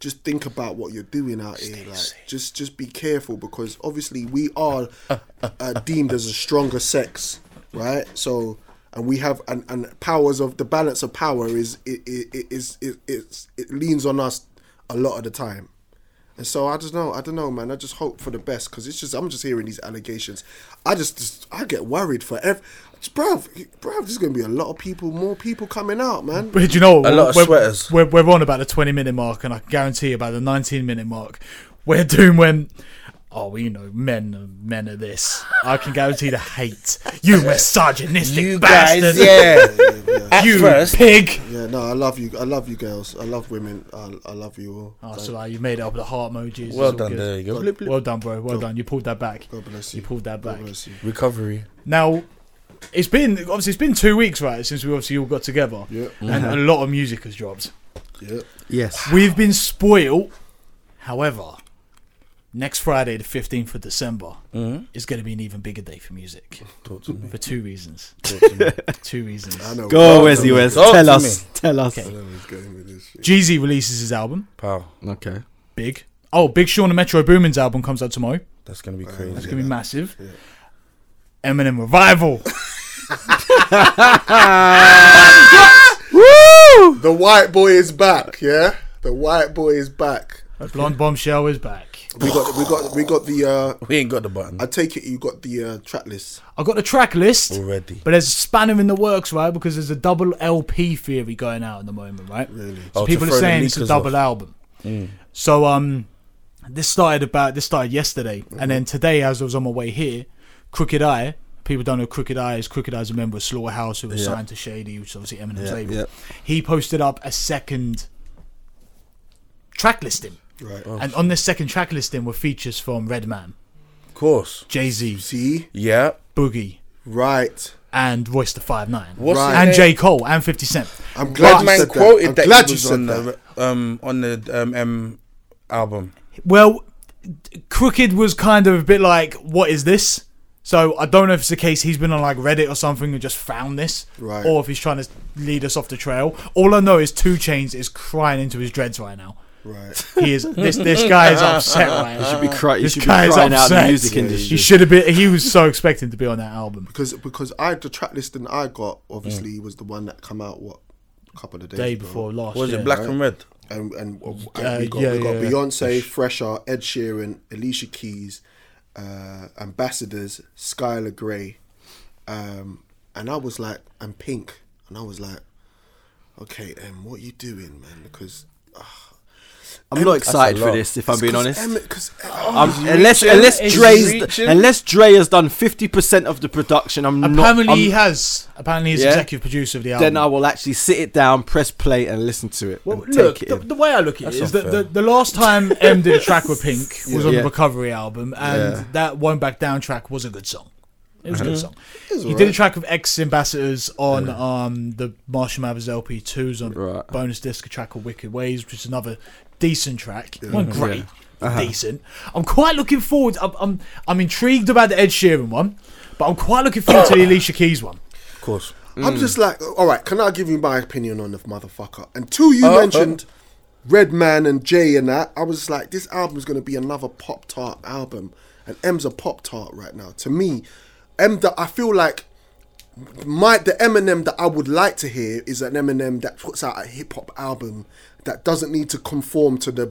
Speaker 2: just think about what you're doing out here. Like, just just be careful because obviously we are uh, deemed as a stronger sex, right? So, and we have and, and powers of the balance of power is it it is it, it's it leans on us a lot of the time. And so I just know, I don't know, man. I just hope for the best because it's just I'm just hearing these allegations. I just, just I get worried for ev, bruv, bruv. There's gonna be a lot of people, more people coming out, man.
Speaker 1: But you know,
Speaker 3: A lot of
Speaker 1: we're,
Speaker 3: sweaters.
Speaker 1: We're, we're on about the 20 minute mark, and I can guarantee you about the 19 minute mark, we're doing when. Oh, you know, men, are- men are this. I can guarantee the hate. You misogynistic
Speaker 3: You
Speaker 1: bastard.
Speaker 3: guys, yeah. At
Speaker 1: You
Speaker 3: first,
Speaker 1: pig.
Speaker 2: Yeah, no, I love you. I love you, girls. I love women. I, I love you all.
Speaker 1: Oh, so like, you made it up with the heart emojis.
Speaker 3: well
Speaker 1: It's all
Speaker 3: done.
Speaker 1: good.
Speaker 3: There you go. Blip, blip.
Speaker 1: Well done, bro. Well done. You pulled that back.
Speaker 2: God bless you.
Speaker 1: You pulled that back.
Speaker 2: God bless you.
Speaker 3: Recovery.
Speaker 1: Now, it's been obviously it's been two weeks, right, since we obviously all got together,
Speaker 2: Yeah,
Speaker 1: and
Speaker 3: Mm-hmm.
Speaker 1: a lot of music has dropped.
Speaker 2: yeah.
Speaker 4: Yes.
Speaker 1: We've been spoiled. However, next Friday, the 15th of December, is going to be an even bigger day for music.
Speaker 3: Mm-hmm. Talk to me.
Speaker 1: For two reasons. two reasons.
Speaker 2: I know.
Speaker 4: Go, Wesley
Speaker 2: Wes.
Speaker 4: Wes.
Speaker 3: Talk
Speaker 4: Tell
Speaker 3: to
Speaker 4: us. Tell us.
Speaker 1: Okay.
Speaker 2: going with this shit.
Speaker 1: Jeezy releases his album,
Speaker 3: Pow.
Speaker 4: Okay.
Speaker 1: Big. Oh, Big Sean and Metro Boomin's album comes out tomorrow.
Speaker 3: That's gonna be crazy.
Speaker 1: That's going to be massive. Eminem Revival.
Speaker 2: The white boy is back. Yeah, the white boy is back.
Speaker 1: Blonde Bombshell is back.
Speaker 2: We got, we got, we got the. uh
Speaker 3: We ain't got the button
Speaker 2: I take it you got the uh, track list.
Speaker 1: I got the track list.
Speaker 3: already.
Speaker 1: But there's a spanner in the works, right? Because there's a double LP theory going out at the moment, right? Really? So
Speaker 3: Oh, to
Speaker 1: people
Speaker 3: throw
Speaker 1: are
Speaker 3: the
Speaker 1: saying it's a
Speaker 3: leakers
Speaker 1: double
Speaker 3: off.
Speaker 1: album.
Speaker 4: Mm.
Speaker 1: So um, this started about this started yesterday, and then today, as I was on my way here, Crooked Eye. People don't know Crooked Eye is. Crooked Eye is a member of Slaughterhouse who was signed to Shady, which is obviously Eminem's label.
Speaker 4: yeah.
Speaker 1: He posted up a second track listing,
Speaker 2: Right.
Speaker 4: Oh,
Speaker 1: and on this second track listing were features from Redman,
Speaker 3: Of course.
Speaker 1: Jay Z,
Speaker 2: See,
Speaker 3: Yeah.
Speaker 1: Boogie,
Speaker 2: right.
Speaker 1: and Royce the Five Nine.
Speaker 3: What's
Speaker 2: Right.
Speaker 3: his
Speaker 1: and
Speaker 3: name?
Speaker 1: J. Cole and 50 Cent.
Speaker 2: I'm glad
Speaker 3: Glad
Speaker 2: you
Speaker 3: man
Speaker 2: said
Speaker 3: quoted
Speaker 2: that. I'm
Speaker 3: that.
Speaker 2: glad
Speaker 3: he
Speaker 2: you
Speaker 3: was
Speaker 2: said
Speaker 3: on
Speaker 2: that.
Speaker 3: the um on the um, um album.
Speaker 1: Well, Crooked was kind of a bit like, what is this? So I don't know if it's the case he's been on like Reddit or something and just found this,
Speaker 2: Right.
Speaker 1: or if he's trying to lead us off the trail. All I know is Two Chains is crying into his dreads right now.
Speaker 2: Right.
Speaker 1: He is this this guy is upset right now.
Speaker 4: Be cry- you
Speaker 1: This
Speaker 4: should be
Speaker 1: guy is
Speaker 4: crying out in
Speaker 1: upset.
Speaker 4: the music
Speaker 1: He
Speaker 4: industry.
Speaker 1: should have been. He was so expecting to be on that album.
Speaker 2: because because I the track listing
Speaker 3: Mm.
Speaker 2: I got obviously was the one that come out what a couple of days
Speaker 1: Day
Speaker 2: ago.
Speaker 1: before last.
Speaker 3: Was
Speaker 1: year.
Speaker 3: it black and red?
Speaker 2: and and, and
Speaker 1: Uh,
Speaker 2: we got,
Speaker 1: yeah,
Speaker 2: we got
Speaker 1: yeah.
Speaker 2: Beyonce, Fresher, Ed Sheeran, Alicia Keys, uh, Ambassadors, Skylar Grey, um, and I was like, and Pink, and I was like, okay, Em, what you doing, man? Because
Speaker 4: I'm not excited for
Speaker 3: lot.
Speaker 4: this, if I'm being honest.
Speaker 2: because
Speaker 4: I'm- unless unless
Speaker 1: he's
Speaker 4: Dre's
Speaker 3: reaching.
Speaker 4: unless Dre has done fifty percent of the production, I'm
Speaker 1: Apparently
Speaker 4: not. I'm-
Speaker 1: he has. Apparently he's
Speaker 4: Yeah?
Speaker 1: executive producer of the album.
Speaker 4: then I will actually sit it down, press play, and listen to it.
Speaker 1: Well,
Speaker 4: and
Speaker 1: look,
Speaker 4: take it
Speaker 1: the,
Speaker 4: in.
Speaker 1: the way I look at it
Speaker 3: That's
Speaker 1: is that the,
Speaker 3: unfair.
Speaker 1: the last time M did a track with Pink was on
Speaker 4: Yeah.
Speaker 1: the Recovery album, and
Speaker 4: Yeah.
Speaker 1: that One Back Down track was a good song. It was a
Speaker 4: Mm-hmm.
Speaker 1: good song.
Speaker 2: was
Speaker 1: He did a
Speaker 2: alright.
Speaker 1: track with Ex Ambassadors on um, the Marshall Mathers LP 2s on
Speaker 4: Right.
Speaker 1: bonus disc, a track called Wicked Ways, which is another decent track. One great,
Speaker 4: Uh-huh.
Speaker 1: decent. I'm quite looking forward. I'm, I'm I'm intrigued about the Ed Sheeran one, but I'm quite looking forward to the Alicia Keys one.
Speaker 3: Of course.
Speaker 2: I'm just like, all right, can I give you my opinion on the motherfucker? Until you
Speaker 3: Uh,
Speaker 2: mentioned Redman and Jay and that, I was like, this album is going to be another pop tart album, and M's a pop tart right now. To me, M that I feel like my the Eminem that I would like to hear is an Eminem that puts out a hip hop album that doesn't need to conform to the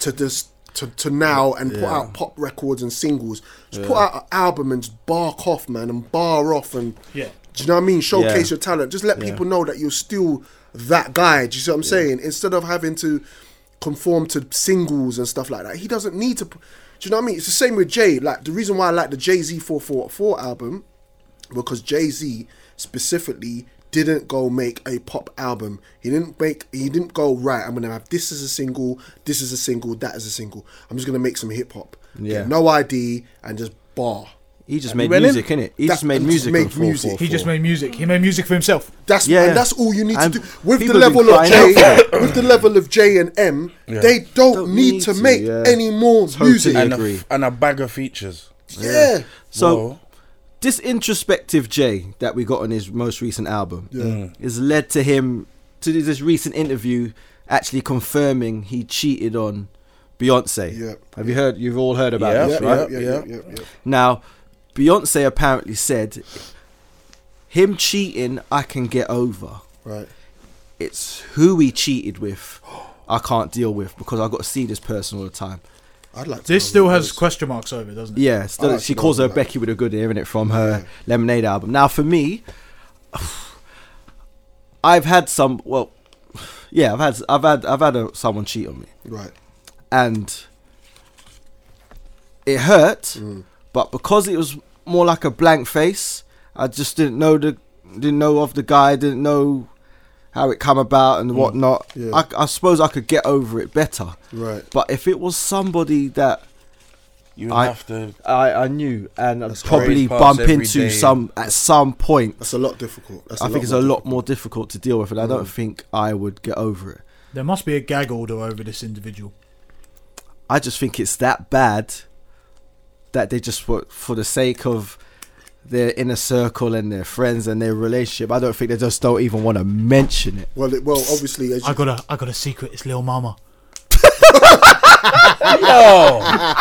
Speaker 2: to this to, to now and put out pop records and singles. Just put out an album and just bark off, man, and bar off and
Speaker 1: Yeah.
Speaker 2: Do you know what I mean? Showcase
Speaker 4: Yeah.
Speaker 2: your talent. Just let people know that you're still that guy. Do you see what I'm saying? Instead of having to conform to singles and stuff like that, he doesn't need to. p- Do you know what I mean? It's the same with Jay. Like the reason why I like the Jay Z 444 album because Jay Z specifically didn't go make a pop album. He didn't make. He didn't go right. I'm gonna have this as a single. This is a single. That is a single. I'm just gonna make some hip hop.
Speaker 4: Yeah.
Speaker 2: Get no ID and just bar.
Speaker 4: he just made
Speaker 3: Well, then-
Speaker 4: music, innit? He
Speaker 2: that-
Speaker 4: just made
Speaker 2: just
Speaker 4: music.
Speaker 2: made
Speaker 4: on
Speaker 2: music.
Speaker 4: 444.
Speaker 1: He just made music. He made music for himself.
Speaker 2: That's
Speaker 4: Yeah.
Speaker 2: and that's all you need
Speaker 4: And
Speaker 2: to do with the
Speaker 4: people have been
Speaker 2: level of
Speaker 4: crying
Speaker 2: J,
Speaker 4: out
Speaker 2: with the level of J and M. They don't,
Speaker 4: Don't
Speaker 2: need,
Speaker 4: need
Speaker 2: to
Speaker 4: to,
Speaker 2: make
Speaker 4: yeah.
Speaker 2: any more
Speaker 4: Totally.
Speaker 2: music.
Speaker 4: I
Speaker 3: And uh,
Speaker 4: agree.
Speaker 3: a, and a bag of features.
Speaker 2: yeah.
Speaker 4: So
Speaker 3: Whoa.
Speaker 4: this introspective Jay that we got on his most recent album is led to him to do this recent interview actually confirming he cheated on Beyonce.
Speaker 2: Yeah.
Speaker 4: Have you heard? You've all heard about
Speaker 3: Yeah.
Speaker 4: this,
Speaker 2: Yeah,
Speaker 4: right?
Speaker 2: yeah,
Speaker 3: right,
Speaker 2: yeah, yeah,
Speaker 3: yeah.
Speaker 2: yeah, yeah.
Speaker 4: Now, Beyonce apparently said, "Him cheating, I can get over.
Speaker 2: Right.
Speaker 4: It's who he cheated with." I can't deal with because I've got to see this person all the time.
Speaker 2: I'd like to
Speaker 1: This
Speaker 4: Oh,
Speaker 2: know
Speaker 1: still
Speaker 2: who
Speaker 1: has
Speaker 2: it
Speaker 1: question marks over it, doesn't it?
Speaker 4: Yeah, still,
Speaker 2: like
Speaker 4: she
Speaker 2: to know
Speaker 4: calls her
Speaker 2: that.
Speaker 4: Becky with a good ear, innit, from her Lemonade album. Now, for me, I've had some. Well, yeah, I've had, I've had, I've had a, someone cheat on me,
Speaker 2: is. Right.
Speaker 4: and it hurt. But because it was more like a blank face, I just didn't know the, didn't know of the guy, didn't know how it come about and whatnot.
Speaker 2: Yeah.
Speaker 4: I, I suppose I could get over it better.
Speaker 2: Right.
Speaker 4: But if it was somebody that
Speaker 3: You
Speaker 4: I-
Speaker 3: have to.
Speaker 4: I, I knew, and I'd
Speaker 2: That's
Speaker 4: probably
Speaker 3: crazy. Pass
Speaker 4: bump
Speaker 3: every
Speaker 4: into
Speaker 3: day.
Speaker 4: some at some point.
Speaker 2: That's a lot difficult. That's
Speaker 4: I think it's a
Speaker 2: more
Speaker 4: lot more difficult to deal with, and I don't think I would get over it.
Speaker 1: There must be a gag order over this individual.
Speaker 4: I just think it's that bad that they just for for the sake of their inner circle and their friends and their relationship. I don't think they just don't even want to mention it.
Speaker 2: Well, it, well, obviously, as you,
Speaker 1: I got a I got a secret. It's Lil Mama.
Speaker 3: No!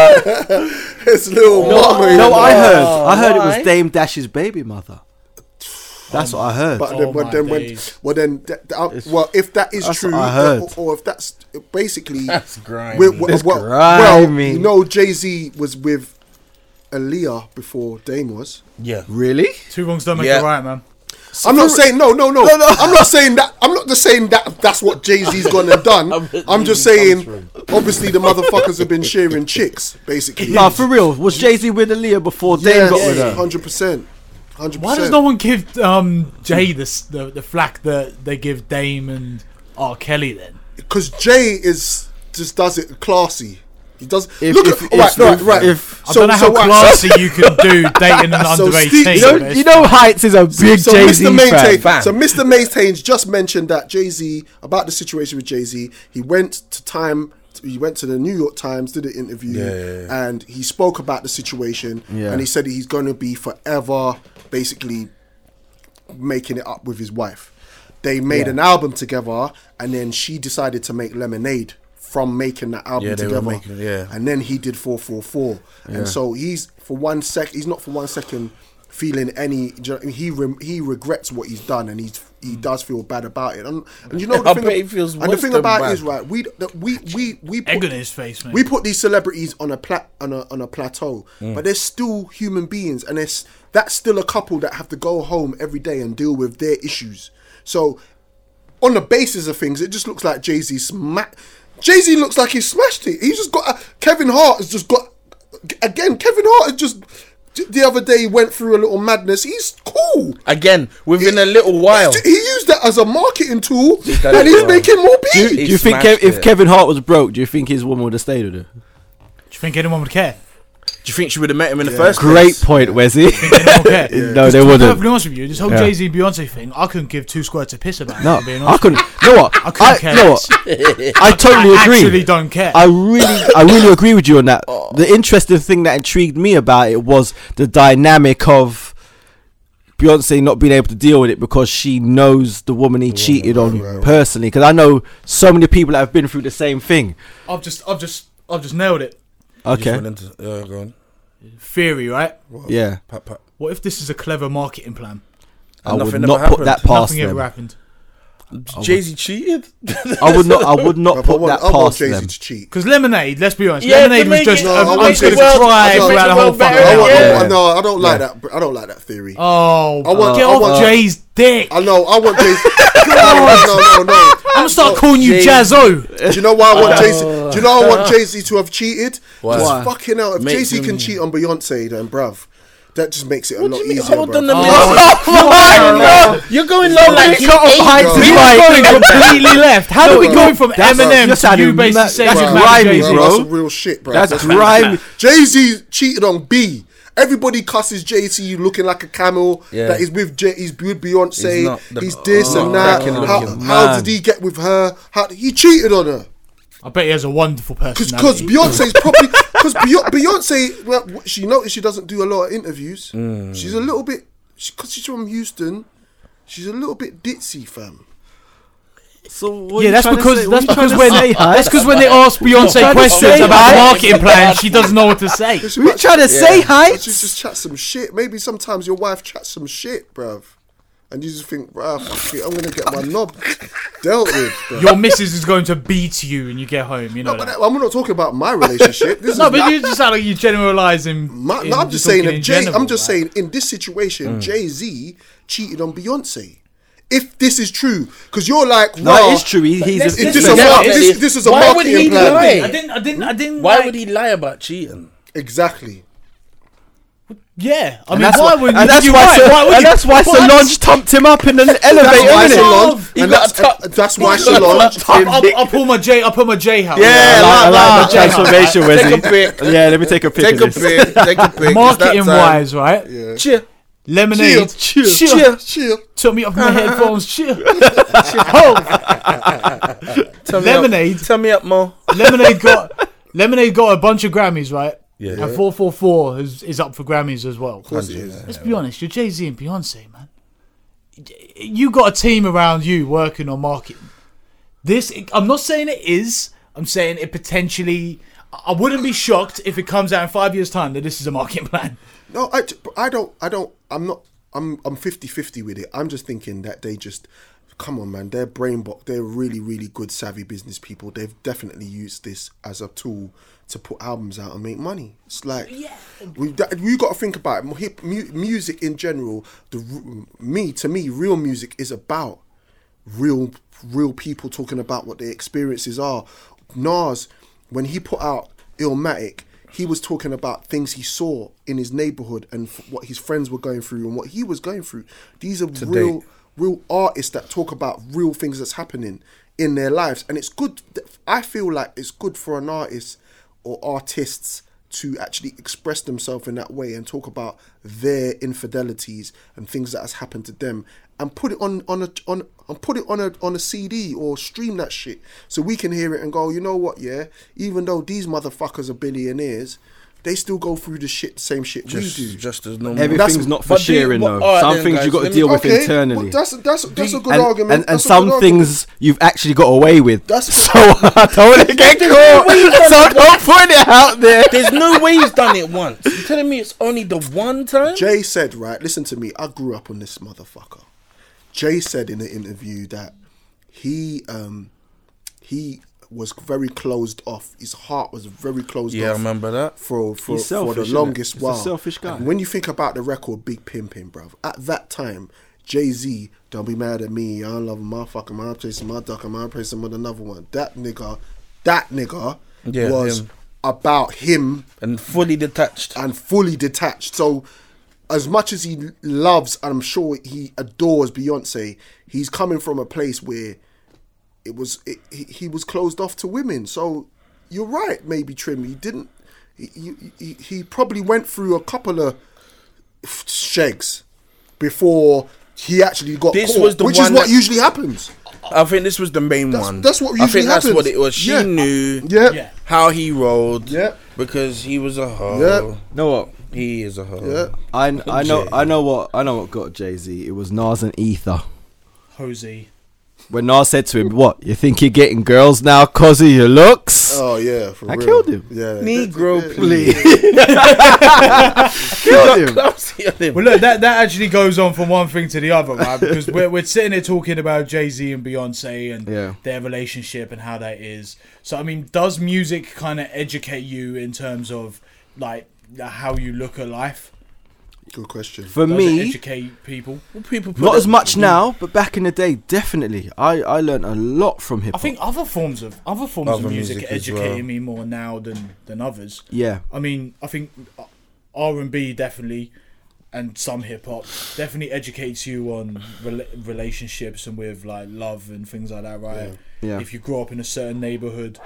Speaker 2: it's little mama. you
Speaker 4: No,
Speaker 2: know.
Speaker 4: I heard, I heard it was
Speaker 3: why?
Speaker 4: Dame Dash's baby mother. That's what I heard.
Speaker 2: But
Speaker 1: Oh
Speaker 2: then, but
Speaker 1: my
Speaker 2: then when,
Speaker 1: days.
Speaker 2: well, then, th- th- uh, well, if that is
Speaker 4: That's
Speaker 2: true,
Speaker 4: what I heard.
Speaker 2: Or, or if that's basically,
Speaker 3: That's grimy.
Speaker 2: we're- we're-
Speaker 4: That's
Speaker 2: well, well,
Speaker 4: grimy.
Speaker 2: you know, Jay Z was with Aaliyah before Dame was.
Speaker 3: yeah.
Speaker 4: really?
Speaker 1: Two wrongs don't make
Speaker 3: Yeah.
Speaker 1: a right, man.
Speaker 2: I'm not saying no, no, no, I'm not saying that. I'm not just saying that. That's what Jay Z's gone and done. I'm just saying, obviously, the motherfuckers have been sharing chicks, basically.
Speaker 4: Nah, for real. Was Jay Z with Aaliyah before Dame got with her?
Speaker 2: hundred percent, hundred percent.
Speaker 1: Why does no one give um, Jay this, the the flack that they give Dame and R. Kelly? Then
Speaker 2: because Jay is just does it classy. He does.
Speaker 4: If-
Speaker 2: look,
Speaker 4: if-
Speaker 2: at, all right,
Speaker 4: if-
Speaker 2: all right,
Speaker 4: if-
Speaker 2: right.
Speaker 4: if-
Speaker 1: I don't know how
Speaker 2: what-
Speaker 1: classy you can do dating an
Speaker 2: So
Speaker 1: under
Speaker 2: Steve-
Speaker 1: eighteen.
Speaker 4: You know,
Speaker 1: man.
Speaker 4: you know Heights is a big
Speaker 2: so
Speaker 4: Jay Z
Speaker 2: Mr. Maintain,
Speaker 4: fan.
Speaker 3: fan.
Speaker 2: so Mr. Maintain's just mentioned that Jay Z about the situation with Jay Z. He went to Time. He went to the New York Times, did an interview,
Speaker 3: Yeah, yeah,
Speaker 2: and he spoke about the situation.
Speaker 4: Yeah.
Speaker 2: And he said he's going to be forever, basically making it up with his wife. They made an album together, and then she decided to make Lemonade from making that album
Speaker 3: Yeah, they were
Speaker 2: together.
Speaker 3: making- yeah.
Speaker 2: And then he did 444. And so he's for one sec, he's not for one second feeling any. do you know what I mean? He re, he regrets what he's done, and he's he does feel bad about it. And, and you know the
Speaker 3: Mm. I
Speaker 2: thing.
Speaker 3: bet he feels
Speaker 2: and the
Speaker 3: worse
Speaker 2: thing
Speaker 3: than
Speaker 2: about it
Speaker 3: bad.
Speaker 2: is right. We that we we we
Speaker 1: Egg on
Speaker 2: put,
Speaker 1: his face, mate.
Speaker 2: we put these celebrities on a plat on a on a plateau,
Speaker 4: Mm.
Speaker 2: but they're still human beings, and it's that's still a couple that have to go home every day and deal with their issues. So, on the basis of things, it just looks like Jay Z smack. Jay Z looks like he smashed it. He's just got a, Kevin Hart has just got again. Kevin Hart has just the other day went through a little madness. He's cool.
Speaker 3: Again, within
Speaker 2: He-
Speaker 3: a little while.
Speaker 2: He used that as a marketing tool,
Speaker 3: done
Speaker 2: and
Speaker 3: it
Speaker 2: he's
Speaker 3: well.
Speaker 2: making more
Speaker 4: Do,
Speaker 2: beats.
Speaker 4: do
Speaker 3: He
Speaker 4: you think
Speaker 3: smashed
Speaker 4: Kev- if
Speaker 3: it.
Speaker 4: Kevin Hart was broke, do you think his woman would have stayed with him?
Speaker 1: Do you think anyone would care?
Speaker 3: Do you think she would have met him in the first
Speaker 4: Great
Speaker 3: place?
Speaker 4: point, Wesley.
Speaker 1: Anyone would care?
Speaker 4: No, they
Speaker 1: To be
Speaker 4: wouldn't.
Speaker 1: perfectly honest with you, this whole
Speaker 4: Yeah.
Speaker 1: Jay Z Beyonce thing, I couldn't give two squares a piss about.
Speaker 4: No,
Speaker 1: it, being
Speaker 4: I
Speaker 1: honest.
Speaker 4: couldn't. You know what? I,
Speaker 1: couldn't care
Speaker 4: know
Speaker 1: less.
Speaker 4: what? I totally
Speaker 1: I
Speaker 4: agree.
Speaker 1: actually don't care.
Speaker 4: I really, I really agree with you on that. The interesting thing that intrigued me about it was the dynamic of Beyonce not being able to deal with it because she knows the woman he cheated on personally. Because I know so many people that have been through the same thing.
Speaker 1: I've just, I've just, I've just nailed it.
Speaker 3: You just
Speaker 4: Okay,
Speaker 3: went into- uh, go on.
Speaker 1: Theory, right?
Speaker 4: yeah,
Speaker 3: Pat, pat.
Speaker 1: What if this is a clever marketing plan?
Speaker 4: I
Speaker 3: And
Speaker 4: would
Speaker 3: nothing
Speaker 4: not
Speaker 3: ever
Speaker 4: put that
Speaker 3: happened.
Speaker 4: past
Speaker 1: Nothing
Speaker 4: them.
Speaker 1: ever happened.
Speaker 2: Oh
Speaker 3: Jay Z cheated.
Speaker 4: I would not, I would not
Speaker 2: But I
Speaker 4: put
Speaker 2: want,
Speaker 4: that
Speaker 2: I want
Speaker 4: past
Speaker 2: Jay Z
Speaker 4: them.
Speaker 2: to cheat.
Speaker 1: Because lemonade, let's be honest,
Speaker 3: Yeah,
Speaker 1: lemonade
Speaker 3: to
Speaker 1: was
Speaker 3: make
Speaker 1: just
Speaker 3: it-
Speaker 1: a,
Speaker 2: No, I
Speaker 1: I'm
Speaker 2: want
Speaker 1: just going
Speaker 2: to
Speaker 1: to
Speaker 2: make
Speaker 1: cry
Speaker 2: the world-
Speaker 1: throughout
Speaker 2: make
Speaker 1: the
Speaker 3: the
Speaker 1: whole
Speaker 3: world
Speaker 1: fucking
Speaker 3: better.
Speaker 2: I
Speaker 1: album.
Speaker 2: want,
Speaker 3: Yeah.
Speaker 2: I want- no, I don't like that. I don't like that theory.
Speaker 1: Oh,
Speaker 2: I want-
Speaker 1: get
Speaker 2: I
Speaker 1: off
Speaker 2: want-
Speaker 1: Jay's dick!
Speaker 2: I know. I want Jay. no, no, no, no.
Speaker 1: I'm gonna start calling you
Speaker 3: Jay-
Speaker 1: Jazzo.
Speaker 2: Do you know why I want Jay Z? Do you know I want Jay Z to have cheated?
Speaker 3: Why?
Speaker 2: Just
Speaker 3: Why?
Speaker 2: fucking hell. If
Speaker 3: Makes
Speaker 2: Jay Z can
Speaker 3: him-
Speaker 2: cheat on Beyonce, then bruv, that just makes it a
Speaker 3: What
Speaker 2: lot
Speaker 3: do you mean?
Speaker 2: easier.
Speaker 3: Hold
Speaker 2: bruv. Oh,
Speaker 3: on a minute.
Speaker 2: God.
Speaker 3: You're going low like you ate
Speaker 4: Heights
Speaker 1: We
Speaker 4: is
Speaker 1: were
Speaker 4: like-
Speaker 1: going completely left. How do we go from
Speaker 4: That's-
Speaker 1: Eminem
Speaker 4: that's
Speaker 1: to you
Speaker 4: how
Speaker 1: basically
Speaker 4: you-
Speaker 1: saying
Speaker 4: that's
Speaker 1: you're
Speaker 2: Bruv,
Speaker 1: mad at
Speaker 4: grimy,
Speaker 1: Jay-Z?
Speaker 4: bro.
Speaker 2: That's some real shit, bro.
Speaker 4: That's grimy.
Speaker 2: Jay Z cheated on B. Everybody cusses Jay Z looking like a camel.
Speaker 3: Yeah.
Speaker 2: That he's with Jay, he's with
Speaker 3: He's
Speaker 2: Beyonce.
Speaker 3: not
Speaker 2: He's,
Speaker 3: the-
Speaker 2: this
Speaker 3: oh,
Speaker 2: and that.
Speaker 3: cracking
Speaker 2: How,
Speaker 3: looking
Speaker 2: how
Speaker 4: man.
Speaker 2: did he get with her? How he cheated on her?
Speaker 1: I bet he has a wonderful
Speaker 2: Because
Speaker 1: personality.
Speaker 2: Beyonce's probably because Beyonce, well, she noticed she doesn't do a lot of interviews. She's a little bit because she's from Houston. She's a little bit ditzy, fam.
Speaker 4: So what
Speaker 1: Yeah,
Speaker 4: you
Speaker 1: that's
Speaker 4: trying to
Speaker 1: because
Speaker 4: say? What
Speaker 1: that's
Speaker 4: you trying
Speaker 1: because
Speaker 4: to
Speaker 1: when
Speaker 4: say, Heights?
Speaker 1: that's because when they ask Beyonce
Speaker 4: trying to
Speaker 1: questions
Speaker 4: say,
Speaker 1: about the
Speaker 4: Hyde?
Speaker 1: marketing plan, she doesn't know what to say.
Speaker 2: It's
Speaker 4: we
Speaker 2: about-
Speaker 4: trying to say
Speaker 2: But you
Speaker 4: heights.
Speaker 2: just chat some shit. Maybe sometimes your wife chats some shit, bruv. And you just think, bruh, fuck it, I'm gonna get my knob dealt with, bruv.
Speaker 1: Your missus is going to beat you when you get home. You know.
Speaker 2: No, but
Speaker 1: that.
Speaker 2: that- I'm not talking about my relationship. This
Speaker 1: No,
Speaker 2: is
Speaker 1: but you just sound like you're generalising.
Speaker 2: my,
Speaker 1: in-
Speaker 2: no, I'm just saying
Speaker 1: talking in
Speaker 2: that Jay.
Speaker 1: general,
Speaker 2: I'm just
Speaker 1: right?
Speaker 2: saying in this situation, Jay Z cheated on Beyonce. If this is true, because you're like,
Speaker 4: No,
Speaker 2: "Rah,
Speaker 4: it is true. He, he's
Speaker 2: Is
Speaker 4: a,
Speaker 2: this a
Speaker 3: Yeah,
Speaker 2: mark-
Speaker 3: yeah,
Speaker 2: this,
Speaker 3: yeah.
Speaker 2: this is a
Speaker 3: Why would
Speaker 2: marketing
Speaker 3: he
Speaker 2: plan.
Speaker 3: lie?
Speaker 1: I didn't. I didn't. I didn't.
Speaker 3: Why
Speaker 1: like-
Speaker 3: would he lie about cheating?
Speaker 2: Exactly.
Speaker 1: Yeah, I mean,
Speaker 4: And that's
Speaker 1: why
Speaker 4: why,
Speaker 1: would?
Speaker 4: and that's
Speaker 1: you
Speaker 4: why,
Speaker 1: right,
Speaker 4: Sol-
Speaker 1: why would
Speaker 4: and
Speaker 1: you-
Speaker 4: that's why
Speaker 1: but I'm
Speaker 4: Solange thumped him up in the
Speaker 2: That's
Speaker 4: elevator,
Speaker 2: why
Speaker 4: innit?
Speaker 1: Solange-
Speaker 2: Solange,
Speaker 3: He
Speaker 2: and
Speaker 3: got
Speaker 2: that's,
Speaker 3: attacked.
Speaker 2: and that's why
Speaker 3: He got
Speaker 2: Solange.
Speaker 3: attacked.
Speaker 1: I'll, I'll, I'll pull my J. I'll pull my J out.
Speaker 4: I
Speaker 3: Yeah,
Speaker 4: like, I like
Speaker 1: like
Speaker 4: the
Speaker 1: that.
Speaker 4: transformation,
Speaker 3: Take a
Speaker 4: Wesley.
Speaker 3: pic.
Speaker 4: Yeah, let me take a picture.
Speaker 3: Take a
Speaker 4: of this.
Speaker 3: pic. Take a pic.
Speaker 1: Marketing wise,
Speaker 4: um,
Speaker 1: right?
Speaker 3: Cheer.
Speaker 1: Lemonade.
Speaker 4: Chill, chill,
Speaker 1: Chill.
Speaker 3: chill.
Speaker 2: Chill.
Speaker 1: Took me off my headphones. Chill. oh,
Speaker 3: Tell me
Speaker 1: Lemonade.
Speaker 3: Up. Tell me up, Mo.
Speaker 1: lemonade got lemonade got a bunch of Grammys, right?
Speaker 3: Yeah.
Speaker 1: And four four four is is up for Grammys as well.
Speaker 2: course it is.
Speaker 1: Let's be honest, you're Jay Z and Beyonce, man. You got a team around you working on marketing. This, I'm not saying it is. I'm saying it potentially. I wouldn't be shocked if it comes out in five years' time that this is a marketing plan.
Speaker 2: No, I, but I don't. I don't. I'm not. I'm. I'm 50-50 with it. I'm just thinking that they just. Come on, man. They're brain box. They're really, really good, savvy business people. They've definitely used this as a tool to put albums out and make money. It's like we that, we got to think about it. Hip, mu- music in general. The r- me to me, real music is about real real people talking about what their experiences are. Nas, when he put out Illmatic, he was talking about things he saw in his neighborhood and f- what his friends were going through and what he was going through. These are real
Speaker 3: date.
Speaker 2: real artists that talk about real things that's happening in their lives, and it's good. th- I feel like it's good for an artist or artists to actually express themselves in that way and talk about their infidelities and things that has happened to them and put it on on a on and put it on a on a CD or stream that shit so we can hear it and go you know what yeah even though these motherfuckers are billionaires they still go through the shit same shit
Speaker 3: Just,
Speaker 2: we do
Speaker 3: just as normal.
Speaker 4: Everything's not for
Speaker 3: But do you-
Speaker 4: sharing,
Speaker 3: what-
Speaker 4: though.
Speaker 3: all right
Speaker 4: some
Speaker 3: then,
Speaker 4: things
Speaker 3: guys,
Speaker 4: you got to
Speaker 3: let me-
Speaker 4: deal with
Speaker 2: okay well,
Speaker 4: internally.
Speaker 2: that's that's that's a good
Speaker 4: and,
Speaker 2: argument
Speaker 4: and, and
Speaker 2: That's a
Speaker 4: some
Speaker 2: good argument.
Speaker 4: things you've actually got away with.
Speaker 2: That's-
Speaker 4: so I don't want to get caught. So don't put it out there.
Speaker 3: There's no way he's done it once. You telling me it's only the one time?
Speaker 2: Jay said, right, listen to me, I grew up on this motherfucker. Jay said in the interview that he um he was very closed off. His heart was very closed
Speaker 3: Yeah, I
Speaker 2: off.
Speaker 3: remember that.
Speaker 2: For for,
Speaker 4: He's
Speaker 2: for
Speaker 4: selfish,
Speaker 2: the
Speaker 4: innit?
Speaker 2: longest
Speaker 4: He's a
Speaker 2: while.
Speaker 4: selfish guy.
Speaker 2: And when you think about the record Big Pimpin', bruv, at that time, Jay Z, don't be mad at me, I love my fucking my place, my duck, and my place, and with another one. That nigga, that nigga
Speaker 3: Yeah,
Speaker 2: was
Speaker 3: him.
Speaker 2: about him
Speaker 3: And fully detached.
Speaker 2: and fully detached. So, as much as he loves and I'm sure he adores Beyonce, he's coming from a place where it was it, he, he was closed off to women. So, you're right, maybe Trim. He didn't. He, he- he, he probably went through a couple of f- shags before he actually got
Speaker 3: This
Speaker 2: caught,
Speaker 3: was the
Speaker 2: which is
Speaker 3: one
Speaker 2: what
Speaker 3: that-
Speaker 2: usually happens.
Speaker 3: I think this was the main one.
Speaker 2: that's what
Speaker 3: I
Speaker 2: usually
Speaker 3: think that's
Speaker 2: happens.
Speaker 3: what it was. She
Speaker 2: Yeah.
Speaker 3: knew
Speaker 2: Yeah,
Speaker 1: Yeah.
Speaker 2: yeah,
Speaker 3: how he rolled.
Speaker 2: Yeah.
Speaker 3: Because he was a
Speaker 2: yeah.
Speaker 3: hoe.
Speaker 4: know what?
Speaker 3: He is a hoe.
Speaker 4: I, I know
Speaker 3: Jay.
Speaker 4: I know what I know what got Jay Z. It was Nas and Ether.
Speaker 1: Hosey.
Speaker 4: When Nas said to him, "What you think you're getting girls now, cause of your looks?"
Speaker 2: Oh yeah, for
Speaker 4: I
Speaker 2: real.
Speaker 4: killed him.
Speaker 2: Yeah,
Speaker 3: Negro, please.
Speaker 4: Killed him.
Speaker 1: Well, look, that, that actually goes on from one thing to the other, right? Because we're, we're sitting here talking about Jay Z and Beyonce and
Speaker 4: Yeah.
Speaker 1: their relationship and how that is. So, I mean, does music kind of educate you in terms of like how you look at life?
Speaker 2: Good question.
Speaker 4: For
Speaker 1: Does
Speaker 4: me,
Speaker 1: it educate people?
Speaker 3: people put
Speaker 4: not
Speaker 3: it-
Speaker 4: as much now, but back in the day, definitely. I I learned a lot from hip
Speaker 1: I
Speaker 4: hop.
Speaker 1: think other forms of other forms
Speaker 3: Other
Speaker 1: of music,
Speaker 3: music
Speaker 1: are
Speaker 3: as well.
Speaker 1: educating me more now than than others.
Speaker 4: yeah,
Speaker 1: I mean, I think uh, R and B definitely, and some hip hop definitely educates you on rela- relationships and with like love and things like that, right?
Speaker 4: Yeah.
Speaker 1: If you grow up in a certain neighborhood,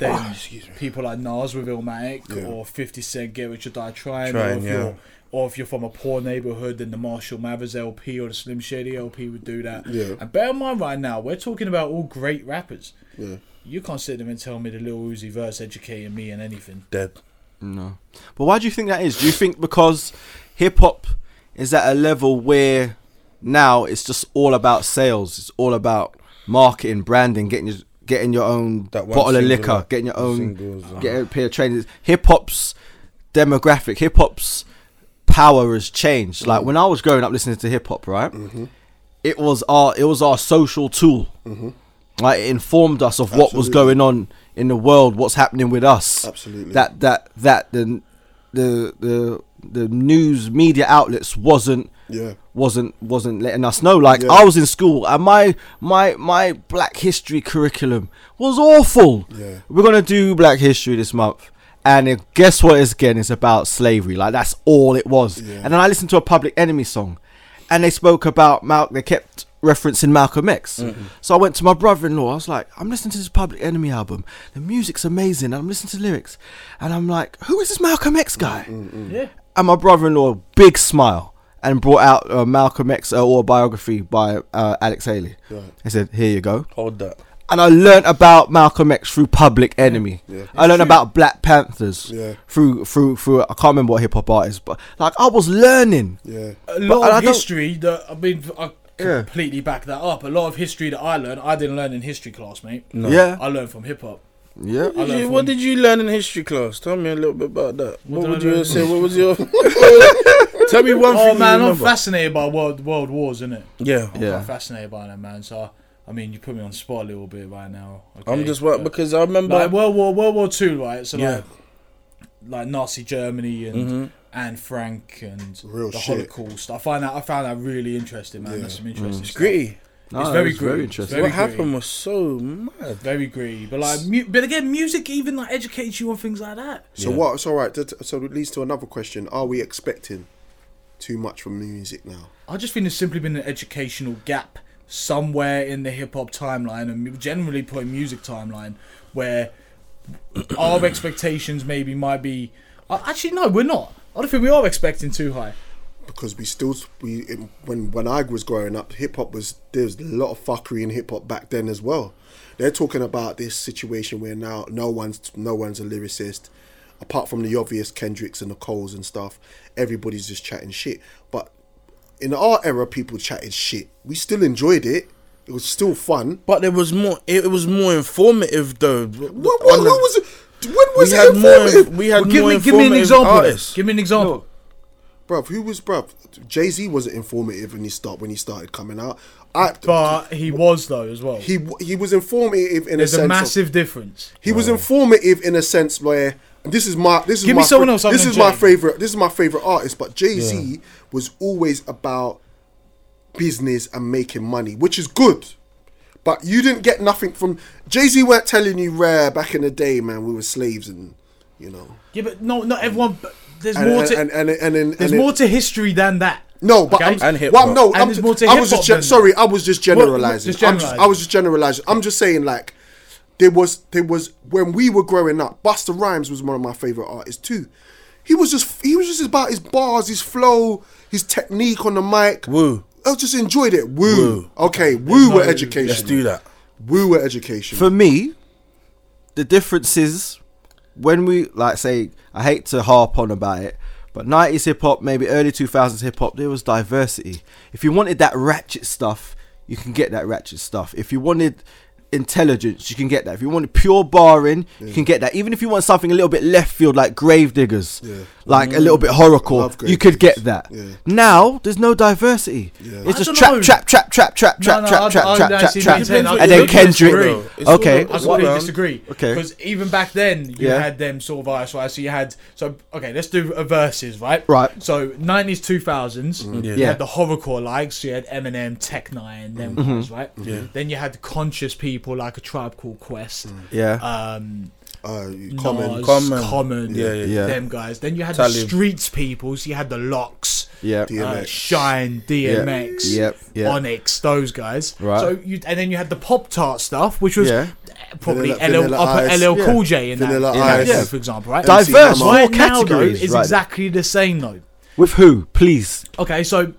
Speaker 1: then people like Nas with Illmatic or Fifty Cent Get Rich or Die Trying, or
Speaker 3: Trying,
Speaker 1: if
Speaker 3: yeah.
Speaker 1: you're or if you're from a poor neighborhood, then the Marshall Mathers LP or the Slim Shady LP would do that.
Speaker 2: Yeah.
Speaker 1: And bear in mind, right now we're talking about all great rappers.
Speaker 2: Yeah.
Speaker 1: You can't sit there and tell me the Lil Uzi verse educating me in anything.
Speaker 3: dead.
Speaker 4: no. But why do you think that is? Do you think because hip hop is at a level where now it's just all about sales, it's all about marketing, branding, getting your getting your own
Speaker 3: That one
Speaker 4: bottle of
Speaker 3: single,
Speaker 4: liquor, getting your own
Speaker 3: singles, uh,
Speaker 4: get a pair of trainers. Hip hop's demographic, hip hop's power has changed.
Speaker 3: Mm-hmm.
Speaker 4: Like when I was growing up listening to hip hop, right? It was our it was our social tool.
Speaker 3: Mm-hmm.
Speaker 4: Like it informed us of what was
Speaker 2: Absolutely.
Speaker 4: going on in the world, what's happening with us.
Speaker 2: Absolutely.
Speaker 4: That that that the the the the news media outlets wasn't
Speaker 2: Yeah.
Speaker 4: wasn't wasn't letting us know. Like
Speaker 2: Yeah.
Speaker 4: I was in school and my my my Black History curriculum was awful.
Speaker 2: Yeah.
Speaker 4: We're gonna do Black History this month, and it, guess what? It's again, it's about slavery. Like that's all it was.
Speaker 2: Yeah.
Speaker 4: And then I listened to a Public Enemy song, and they spoke about Mal. They kept referencing Malcolm X. So I went to my brother-in-law. I was like, I'm listening to this Public Enemy album. The music's amazing, and I'm listening to the lyrics, and I'm like, who is this Malcolm X guy?
Speaker 1: Yeah.
Speaker 4: and my brother-in-law big smile and brought out uh, Malcolm X uh, autobiography by uh, Alex Haley. I said, "Here you go."
Speaker 3: Hold that.
Speaker 4: And I learned about Malcolm X through Public Enemy. I learned about Black Panthers
Speaker 2: Yeah.
Speaker 4: through through through. I can't remember what hip hop artist, but like I was learning.
Speaker 2: Yeah.
Speaker 1: a
Speaker 4: But
Speaker 1: lot
Speaker 4: I
Speaker 1: of
Speaker 4: don't-
Speaker 1: history that I mean, I
Speaker 4: Yeah.
Speaker 1: completely back that up. A lot of history that I learned, I didn't learn in history class, mate.
Speaker 4: Yeah,
Speaker 1: I learned from hip hop.
Speaker 4: yeah.
Speaker 1: I learned
Speaker 3: Did you-
Speaker 1: from-
Speaker 3: what did you learn in history class? Tell me a little bit about that. What,
Speaker 1: did I
Speaker 3: would you
Speaker 1: learn?
Speaker 3: say? What was your? Tell me one thing.
Speaker 1: Oh
Speaker 3: you
Speaker 1: man, I'm
Speaker 3: remember.
Speaker 1: fascinated by world world wars, isn't it?
Speaker 3: yeah.
Speaker 1: I'm
Speaker 4: Yeah.
Speaker 1: quite fascinated by that, man. So I mean, you put me on the spot a little bit right now. okay?
Speaker 3: I'm just what
Speaker 1: But-
Speaker 3: because I remember.
Speaker 1: like World War World War Two, right? So
Speaker 3: Yeah.
Speaker 1: like like Nazi Germany and Anne Frank and
Speaker 2: Real
Speaker 1: the
Speaker 2: shit.
Speaker 1: Holocaust. I find that I found that really interesting, man. That's some interesting.
Speaker 3: it's
Speaker 1: stuff.
Speaker 3: gritty.
Speaker 4: No,
Speaker 1: it's
Speaker 4: it
Speaker 1: very
Speaker 4: was
Speaker 1: gritty. It's
Speaker 4: interesting.
Speaker 1: very
Speaker 3: what
Speaker 1: gritty.
Speaker 3: happened was so mad.
Speaker 1: Very greedy, but like, mu- but again, music even like educates you on things like that.
Speaker 2: So what? So all right. that- So it leads to another question: Are we expecting too much from music now?
Speaker 1: I just think there's simply been an educational gap somewhere in the hip hop timeline and mu- generally putting music timeline where our expectations maybe might be. Uh, actually, no, we're not. I don't think we are expecting too high.
Speaker 2: Because we still we in- when when I was growing up, hip hop was there's a lot of fuckery in hip hop back then as well. They're talking about this situation where now no one's no one's a lyricist, apart from the obvious Kendricks and the Coles and stuff. Everybody's just chatting shit. But in our era, people chatted shit. We still enjoyed it. It was still fun.
Speaker 3: But there was more. It was more informative though.
Speaker 2: What, what,
Speaker 3: On
Speaker 2: who
Speaker 3: the-
Speaker 2: was it? When was
Speaker 3: we
Speaker 2: it
Speaker 3: had more.
Speaker 2: informative?
Speaker 3: We had
Speaker 1: Well, give
Speaker 3: more
Speaker 1: me give me an
Speaker 3: informative
Speaker 1: example.
Speaker 3: artists.
Speaker 1: Give me an example.
Speaker 2: Bruv, who was bruv? Jay Z wasn't informative when he start when he started coming out. I
Speaker 1: But he was though as well.
Speaker 2: he he was informative in
Speaker 1: There's
Speaker 2: a
Speaker 1: a
Speaker 2: sense.
Speaker 1: massive difference.
Speaker 2: of, he was informative in a sense where and this is my this is
Speaker 1: Give me
Speaker 2: my
Speaker 1: someone else other
Speaker 2: This
Speaker 1: than
Speaker 2: is my
Speaker 1: Jay.
Speaker 2: favorite. This is my favorite artist. But Jay Z was always about business and making money, which is good. But you didn't get nothing from Jay Z. weren't telling you rare back in the day, man. We were slaves and you know.
Speaker 1: Yeah, but no, not everyone. but There's
Speaker 2: And
Speaker 1: more
Speaker 2: and
Speaker 1: to
Speaker 2: and and, and, and,
Speaker 1: there's
Speaker 2: and
Speaker 1: more to history than that.
Speaker 2: No, but
Speaker 1: Okay?
Speaker 2: I'm,
Speaker 3: And hip
Speaker 2: well,
Speaker 3: hop.
Speaker 2: no,
Speaker 1: And
Speaker 2: I'm
Speaker 1: there's
Speaker 2: just,
Speaker 1: more to
Speaker 2: I
Speaker 1: hip
Speaker 2: was
Speaker 1: hop
Speaker 2: just gen-
Speaker 1: than-
Speaker 2: sorry, I was just generalizing.
Speaker 1: just
Speaker 2: I'm just, I
Speaker 1: generalising.
Speaker 2: was just generalizing. I'm just saying like there was there was when we were growing up, Buster Rhymes was one of my favorite artists too. He was just he was just about his bars, his flow, his technique on the mic.
Speaker 3: Woo.
Speaker 2: I just enjoyed it. Woo. Okay, woo were education.
Speaker 3: Let's do that.
Speaker 2: Woo were education.
Speaker 4: For me, the difference is when we like say I hate to harp on about it, but nineties hip hop, maybe early two thousands hip hop, there was diversity. If you wanted that ratchet stuff, you can get that ratchet stuff. If you wanted intelligence, you can get that. If you wanted pure barring, you can get that. Even if you want something a little bit left field like Gravediggers, like a little bit horrorcore,
Speaker 2: Mm. love
Speaker 4: you could get
Speaker 2: Gravediggers.
Speaker 4: that.
Speaker 2: Yeah.
Speaker 4: Now there's no diversity. It's
Speaker 1: I
Speaker 4: just
Speaker 1: don't
Speaker 4: trap,
Speaker 1: know.
Speaker 4: trap, trap, trap, trap,
Speaker 1: No,
Speaker 4: trap,
Speaker 1: no, I-
Speaker 4: trap,
Speaker 1: I-
Speaker 4: trap,
Speaker 1: I
Speaker 4: trap, trap,
Speaker 1: see what
Speaker 4: trap,
Speaker 1: you're saying.
Speaker 4: trap,
Speaker 1: It
Speaker 4: and then
Speaker 1: depends what you're
Speaker 4: Kendrick.
Speaker 1: doing.
Speaker 3: It's all
Speaker 4: Okay,
Speaker 3: about-
Speaker 1: I
Speaker 3: That's
Speaker 1: sort
Speaker 3: what,
Speaker 1: of
Speaker 3: um,
Speaker 1: disagree.
Speaker 4: okay.
Speaker 1: Because even back then, you
Speaker 4: Yeah.
Speaker 1: had them sort of artists. Right? So you had so okay. Let's do a verses, right?
Speaker 4: Right.
Speaker 1: So nineties, two thousands.
Speaker 3: Mm-hmm.
Speaker 1: You
Speaker 4: Yeah.
Speaker 1: had the horrorcore likes. So you had Eminem, Tech Nine, them guys, right?
Speaker 3: Mm-hmm.
Speaker 1: Yeah. Then you had the conscious people like a tribe called Quest.
Speaker 4: Yeah.
Speaker 1: Um,
Speaker 2: uh,
Speaker 1: common,
Speaker 2: comment.
Speaker 3: Mm. Common.
Speaker 1: common,
Speaker 3: Yeah, yeah,
Speaker 4: yeah.
Speaker 1: them guys. Then you had the
Speaker 3: Talib.
Speaker 1: streets people. So you had the locks.
Speaker 4: Yeah.
Speaker 2: Yeah.
Speaker 1: Uh,
Speaker 2: DMX.
Speaker 1: Shine, DMX,
Speaker 4: Yep, yep.
Speaker 1: Onyx, those guys.
Speaker 4: Right.
Speaker 1: So you and then you had the Pop Tart stuff, which was
Speaker 4: Yeah.
Speaker 1: probably
Speaker 2: Vanilla-
Speaker 1: LL,
Speaker 2: Vanilla
Speaker 1: upper
Speaker 2: Ice.
Speaker 1: LL
Speaker 4: Yeah.
Speaker 1: Cool J in
Speaker 2: Vanilla
Speaker 1: that, in that
Speaker 2: Ice.
Speaker 1: group,
Speaker 2: Yeah.
Speaker 1: for example, right?
Speaker 2: Di-
Speaker 4: Diverse,
Speaker 2: Hammer.
Speaker 4: all
Speaker 1: right now though
Speaker 4: categories.
Speaker 1: is
Speaker 4: right.
Speaker 1: exactly the same though.
Speaker 4: With who, please?
Speaker 1: Okay, so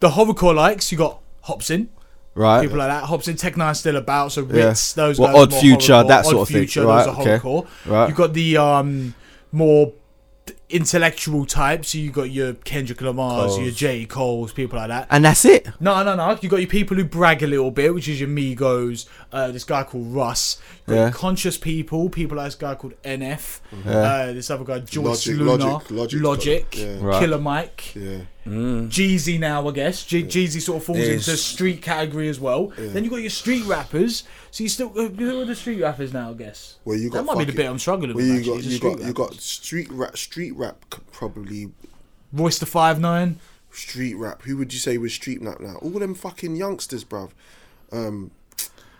Speaker 1: the horrorcore likes you got Hobson.
Speaker 4: Right.
Speaker 1: People like that. Hobson, Tech Nine's still about, so
Speaker 4: Yeah.
Speaker 1: Ritz, those
Speaker 4: Well,
Speaker 1: guys are
Speaker 4: Odd
Speaker 1: more
Speaker 4: Future,
Speaker 1: horrorcore.
Speaker 4: that
Speaker 1: Odd
Speaker 4: sort of thing.
Speaker 1: Future,
Speaker 4: Right,
Speaker 1: those are
Speaker 4: okay.
Speaker 1: horrorcore.
Speaker 4: Right.
Speaker 1: You've got the um, more intellectual types, so you got your Kendrick Lamar's, your J. Cole's, people like that.
Speaker 4: and that's it.
Speaker 1: No, no, no. You got your people who brag a little bit, which is your Migos. Uh, this guy called Russ. You got
Speaker 4: Yeah.
Speaker 1: your conscious people. People like this guy called NF. Uh, this other guy, Joyce
Speaker 2: Logic,
Speaker 1: Luna.
Speaker 2: Logic, Logic's
Speaker 1: Logic,
Speaker 2: got it. Yeah.
Speaker 4: Right.
Speaker 1: Killer Mike.
Speaker 2: Yeah.
Speaker 1: Jeezy now, I guess. Je- Jeezy sort of falls
Speaker 3: Yeah,
Speaker 1: into
Speaker 3: it's-
Speaker 1: street category as well. Then you got your street rappers. So you still uh, who are the street rappers now? I guess.
Speaker 2: Well, you
Speaker 1: that
Speaker 2: got
Speaker 1: might be the
Speaker 2: fucking-
Speaker 1: bit I'm struggling
Speaker 2: Well,
Speaker 1: with.
Speaker 2: you
Speaker 1: actually,
Speaker 2: got
Speaker 1: is the
Speaker 2: you
Speaker 1: street
Speaker 2: got you
Speaker 1: rappers.
Speaker 2: got street rap. Street rap could probably
Speaker 1: Royce the Five Nine.
Speaker 2: street rap. Who would you say was street rap now? All them fucking youngsters, bruv. Um,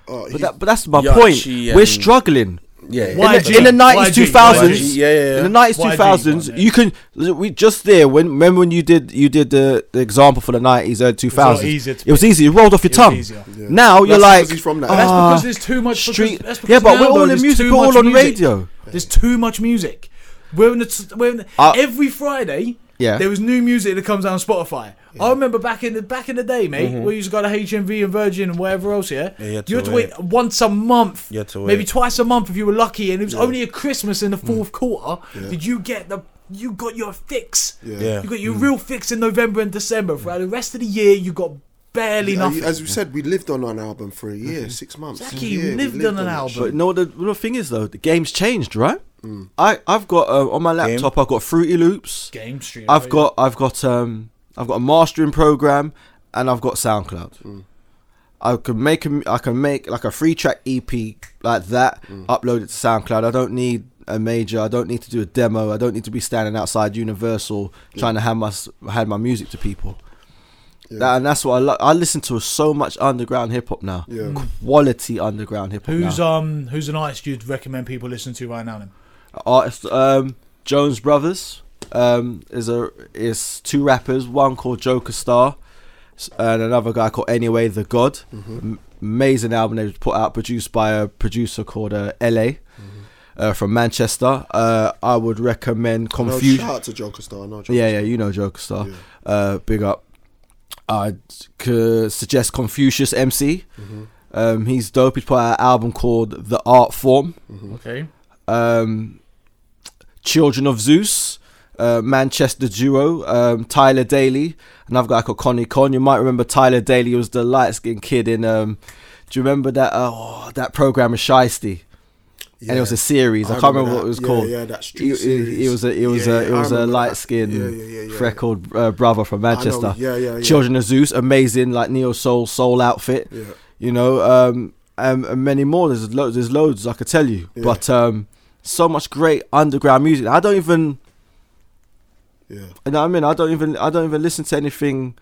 Speaker 2: uh, he-
Speaker 4: But, that, but that's my
Speaker 3: Yachi
Speaker 4: point.
Speaker 3: and-
Speaker 4: We're struggling.
Speaker 3: Yeah.
Speaker 1: Why-
Speaker 4: In
Speaker 1: YG,
Speaker 4: the, in the 90s,
Speaker 1: YG,
Speaker 4: 2000s,
Speaker 3: yeah, yeah, yeah.
Speaker 4: in the 90s,
Speaker 1: YG,
Speaker 4: 2000s,
Speaker 1: yeah.
Speaker 4: you can we just there when remember when you did you did the, the example for the 90s, early 2000s.
Speaker 1: easier to
Speaker 4: it was
Speaker 1: pick.
Speaker 4: easy. It rolled off your
Speaker 1: It was
Speaker 4: tongue.
Speaker 1: easier.
Speaker 4: Now you're
Speaker 2: That's
Speaker 4: like,
Speaker 2: because he's from that.
Speaker 4: ah,
Speaker 1: That's because there's too much because-
Speaker 4: street.
Speaker 1: that's because
Speaker 4: yeah, but
Speaker 1: now,
Speaker 4: we're
Speaker 1: though,
Speaker 4: all in
Speaker 1: there's
Speaker 4: music.
Speaker 1: too
Speaker 4: We're
Speaker 1: much
Speaker 4: all on
Speaker 1: music.
Speaker 4: radio.
Speaker 1: There's too much music. We're in the, t- we're in the
Speaker 4: Uh,
Speaker 1: every Friday.
Speaker 4: Yeah.
Speaker 1: There was new music that comes out on Spotify. I remember back in the back in the day, mate, we used to go to HMV and Virgin and wherever else. Yeah,
Speaker 3: Mm-hmm. Yeah, you had
Speaker 1: you
Speaker 3: to
Speaker 1: had to wait.
Speaker 3: wait.
Speaker 1: once a month,
Speaker 3: You had to
Speaker 1: maybe
Speaker 3: wait. Mm.
Speaker 1: twice a month if you were lucky, and it was only at Christmas in the fourth quarter. Did you get the? You got your fix.
Speaker 3: Yeah. Mm.
Speaker 1: You got your real fix in November and December. Throughout the rest of the year, you got barely
Speaker 2: Yeah,
Speaker 1: nothing.
Speaker 2: As we said, we lived on an album for a year, six months.
Speaker 1: Exactly,
Speaker 2: Yeah,
Speaker 1: you
Speaker 2: we
Speaker 1: lived on an
Speaker 2: that
Speaker 1: album.
Speaker 4: But no, the, the thing is though, the game's changed, right? I I've got uh, on my laptop. I've got Fruity Loops.
Speaker 1: Game oh, Street.
Speaker 4: I've
Speaker 1: right?
Speaker 4: got I've got um I've got a mastering program and I've got SoundCloud. I can make a m- I can make like a free track EP like that. Upload it to SoundCloud. I don't need a major. I don't need to do a demo. I don't need to be standing outside Universal trying to hand my s- hand my music to people. That, and that's what I like. I listen to so much underground hip hop now.
Speaker 2: Yeah.
Speaker 4: Quality underground hip hop.
Speaker 1: Who's
Speaker 4: now.
Speaker 1: um who's an artist you'd recommend people listen to right now? Then?
Speaker 4: artist um Jones Brothers um is a is two rappers one called Joker Star s- and another guy called Anyway the God M- amazing album they put out produced by a producer called uh, LA uh, from Manchester uh I would recommend
Speaker 2: No,
Speaker 4: Confusion
Speaker 2: shout out to Joker Star. No, Joker
Speaker 4: yeah, yeah,
Speaker 2: Star.
Speaker 4: you know Joker Star.
Speaker 2: Yeah.
Speaker 4: Uh, big up. I'd c- suggest Confucius MC.
Speaker 2: Mm-hmm.
Speaker 4: Um, he's dope. He's put out an album called The Art Form
Speaker 2: Mm-hmm.
Speaker 1: Okay.
Speaker 4: um, Children of Zeus, uh, Manchester duo, um, Tyler Daly, another guy called Connie Con. You might remember Tyler Daly was the light skinned kid in. Um, do you remember that? Uh, oh, that program is Shiesty. and it was a series. I,
Speaker 2: I
Speaker 4: can't
Speaker 2: remember
Speaker 4: remember what
Speaker 2: that.
Speaker 4: it was
Speaker 2: Yeah,
Speaker 4: called.
Speaker 2: yeah, that street
Speaker 4: It- it- It,
Speaker 2: series.
Speaker 4: was a it was
Speaker 2: Yeah,
Speaker 4: a it
Speaker 2: I
Speaker 4: was a
Speaker 2: remember that.
Speaker 4: light skinned
Speaker 2: Yeah, yeah, yeah, yeah.
Speaker 4: freckled uh, brother from Manchester.
Speaker 2: Yeah, yeah, yeah.
Speaker 4: Children of Zeus, amazing like neo soul soul outfit.
Speaker 2: Yeah.
Speaker 4: You know, um, and, and many more. There's loads. There's loads I could tell you,
Speaker 2: Yeah.
Speaker 4: but um, so much great underground music. I don't even.
Speaker 2: Yeah.
Speaker 4: You know what I mean? I don't even I don't even listen to anything.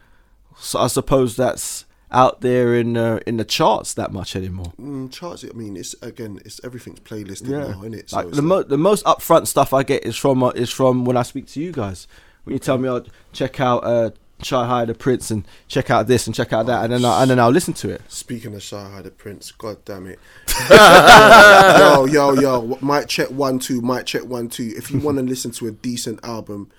Speaker 4: So I suppose that's out there in uh, in the charts that much anymore.
Speaker 2: Mm, charts. I mean, it's again, it's everything's playlisted now, isn't it?
Speaker 4: like the mo- the most upfront stuff I get is from uh, is from when I speak to you guys. When you tell me, oh, check out uh, Shy High the Prince and check out this and check out that, and then I, and then I'll listen to it.
Speaker 2: Speaking of Shanghai the Prince, god damn it. yo, yo, yo. w- Mic check one, two, mic check one, two. If you want to listen to a decent album,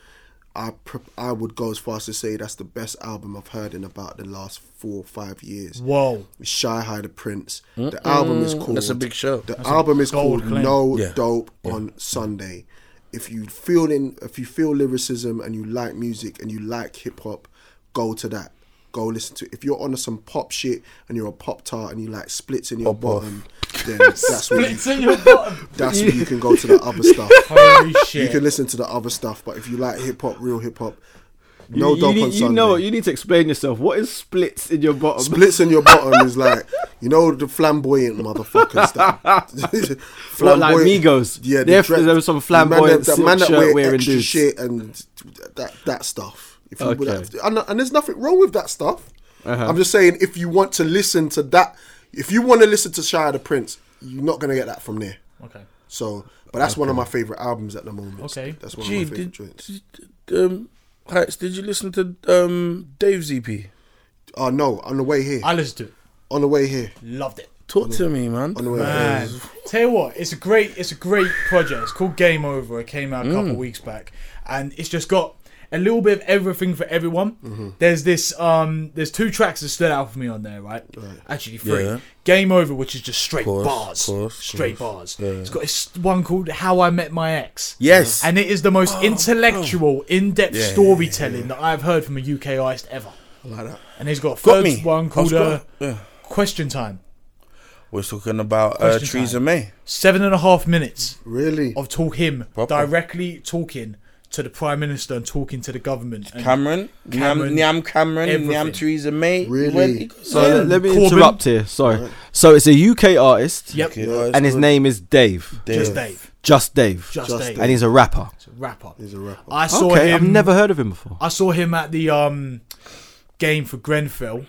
Speaker 2: I pr- I would go as far as to say that's the best album I've heard in about the last four or five years.
Speaker 1: Whoa.
Speaker 2: Shy High the Prince. The album is called
Speaker 3: That's a big show.
Speaker 2: The album is
Speaker 1: gold
Speaker 2: called
Speaker 1: claim.
Speaker 2: No
Speaker 3: Yeah.
Speaker 2: Dope on Sunday. If you feel in if you feel lyricism and you like music and you like hip hop, go to that. Go listen to it. If you're on some pop shit and you're a pop tart and you like splits in your
Speaker 3: off.
Speaker 2: bottom, then that's where you,
Speaker 1: your bottom.
Speaker 2: that's where you can go to the other stuff.
Speaker 1: Holy
Speaker 2: You
Speaker 1: shit.
Speaker 2: can listen to the other stuff, but if you like hip hop, real hip hop, no dope on Sunday.
Speaker 4: need to explain yourself. What is splits in your bottom?
Speaker 2: Splits in your bottom is like, you know, the flamboyant motherfuckers. That, flamboyant,
Speaker 4: What, like Migos?
Speaker 2: Yeah,
Speaker 4: There- there was some flamboyant
Speaker 2: the
Speaker 4: silk
Speaker 2: man that, the man that wear
Speaker 4: shirt wearing
Speaker 2: extra
Speaker 4: dudes.
Speaker 2: shit and that that stuff. If you would
Speaker 4: Okay. Uh-huh.
Speaker 2: have- and, and there's nothing wrong with that stuff. I'm just saying, if you want to listen to that, if you want to listen to Shia the Prince, you're not gonna get that from there.
Speaker 1: Okay.
Speaker 2: So, but that's one of my favorite albums at the moment.
Speaker 1: Okay.
Speaker 2: that's one
Speaker 3: Gee,
Speaker 2: of my favorite
Speaker 3: did,
Speaker 2: joints.
Speaker 3: did- um, Heights, did you listen to um, Dave's EP?
Speaker 2: Oh no, on the way here,
Speaker 1: I listened to it.
Speaker 2: on the way here,
Speaker 1: Loved it.
Speaker 3: Talk to me, man.
Speaker 2: on the way.
Speaker 1: Man,
Speaker 2: here.
Speaker 1: tell you what, it's a great, it's a great project. It's called Game Over. It came out a
Speaker 3: Mm.
Speaker 1: couple weeks back, and it's just got a little bit of everything for everyone.
Speaker 3: Mm-hmm.
Speaker 1: There's this, um, there's two tracks that stood out for me on there, right? Actually, three.
Speaker 3: Yeah.
Speaker 1: Game Over, which is just straight
Speaker 3: Course,
Speaker 1: bars,
Speaker 3: course,
Speaker 1: straight bars. It's got this one called How I Met My Ex.
Speaker 3: Yes. Oh,
Speaker 1: and it is the most intellectual, in-depth
Speaker 3: Yeah, yeah, yeah,
Speaker 1: storytelling that I've heard from a UK artist ever.
Speaker 2: I like that.
Speaker 1: And he's got a
Speaker 3: Got
Speaker 1: third
Speaker 3: me.
Speaker 1: one called
Speaker 3: I was
Speaker 1: uh,
Speaker 3: got- yeah.
Speaker 1: Question Time.
Speaker 3: We're talking about uh,
Speaker 1: Question
Speaker 3: Theresa
Speaker 1: time.
Speaker 3: May.
Speaker 1: Seven and a half minutes
Speaker 2: Really?
Speaker 1: of talk him
Speaker 3: Proper.
Speaker 1: directly talking to the prime minister and talking to the government. And
Speaker 3: Cameron,
Speaker 1: Cameron,
Speaker 3: Nyam, Nyam Cameron,
Speaker 1: everything.
Speaker 3: Nyam Theresa May.
Speaker 2: Really?
Speaker 4: So
Speaker 1: Yeah.
Speaker 4: let, let me
Speaker 1: Corbin.
Speaker 4: interrupt here. Sorry. So it's a UK artist,
Speaker 1: Yep,
Speaker 3: Okay, well,
Speaker 4: and his
Speaker 3: good.
Speaker 4: name is Dave.
Speaker 1: just
Speaker 3: Dave.
Speaker 1: Dave,
Speaker 4: Just Dave.
Speaker 1: just,
Speaker 2: Just
Speaker 1: Dave,
Speaker 4: and he's a rapper.
Speaker 1: He's a rapper.
Speaker 2: He's a rapper.
Speaker 1: I saw
Speaker 4: Okay,
Speaker 1: him.
Speaker 4: I've never heard of him before.
Speaker 1: I saw him at the um game for Grenfell.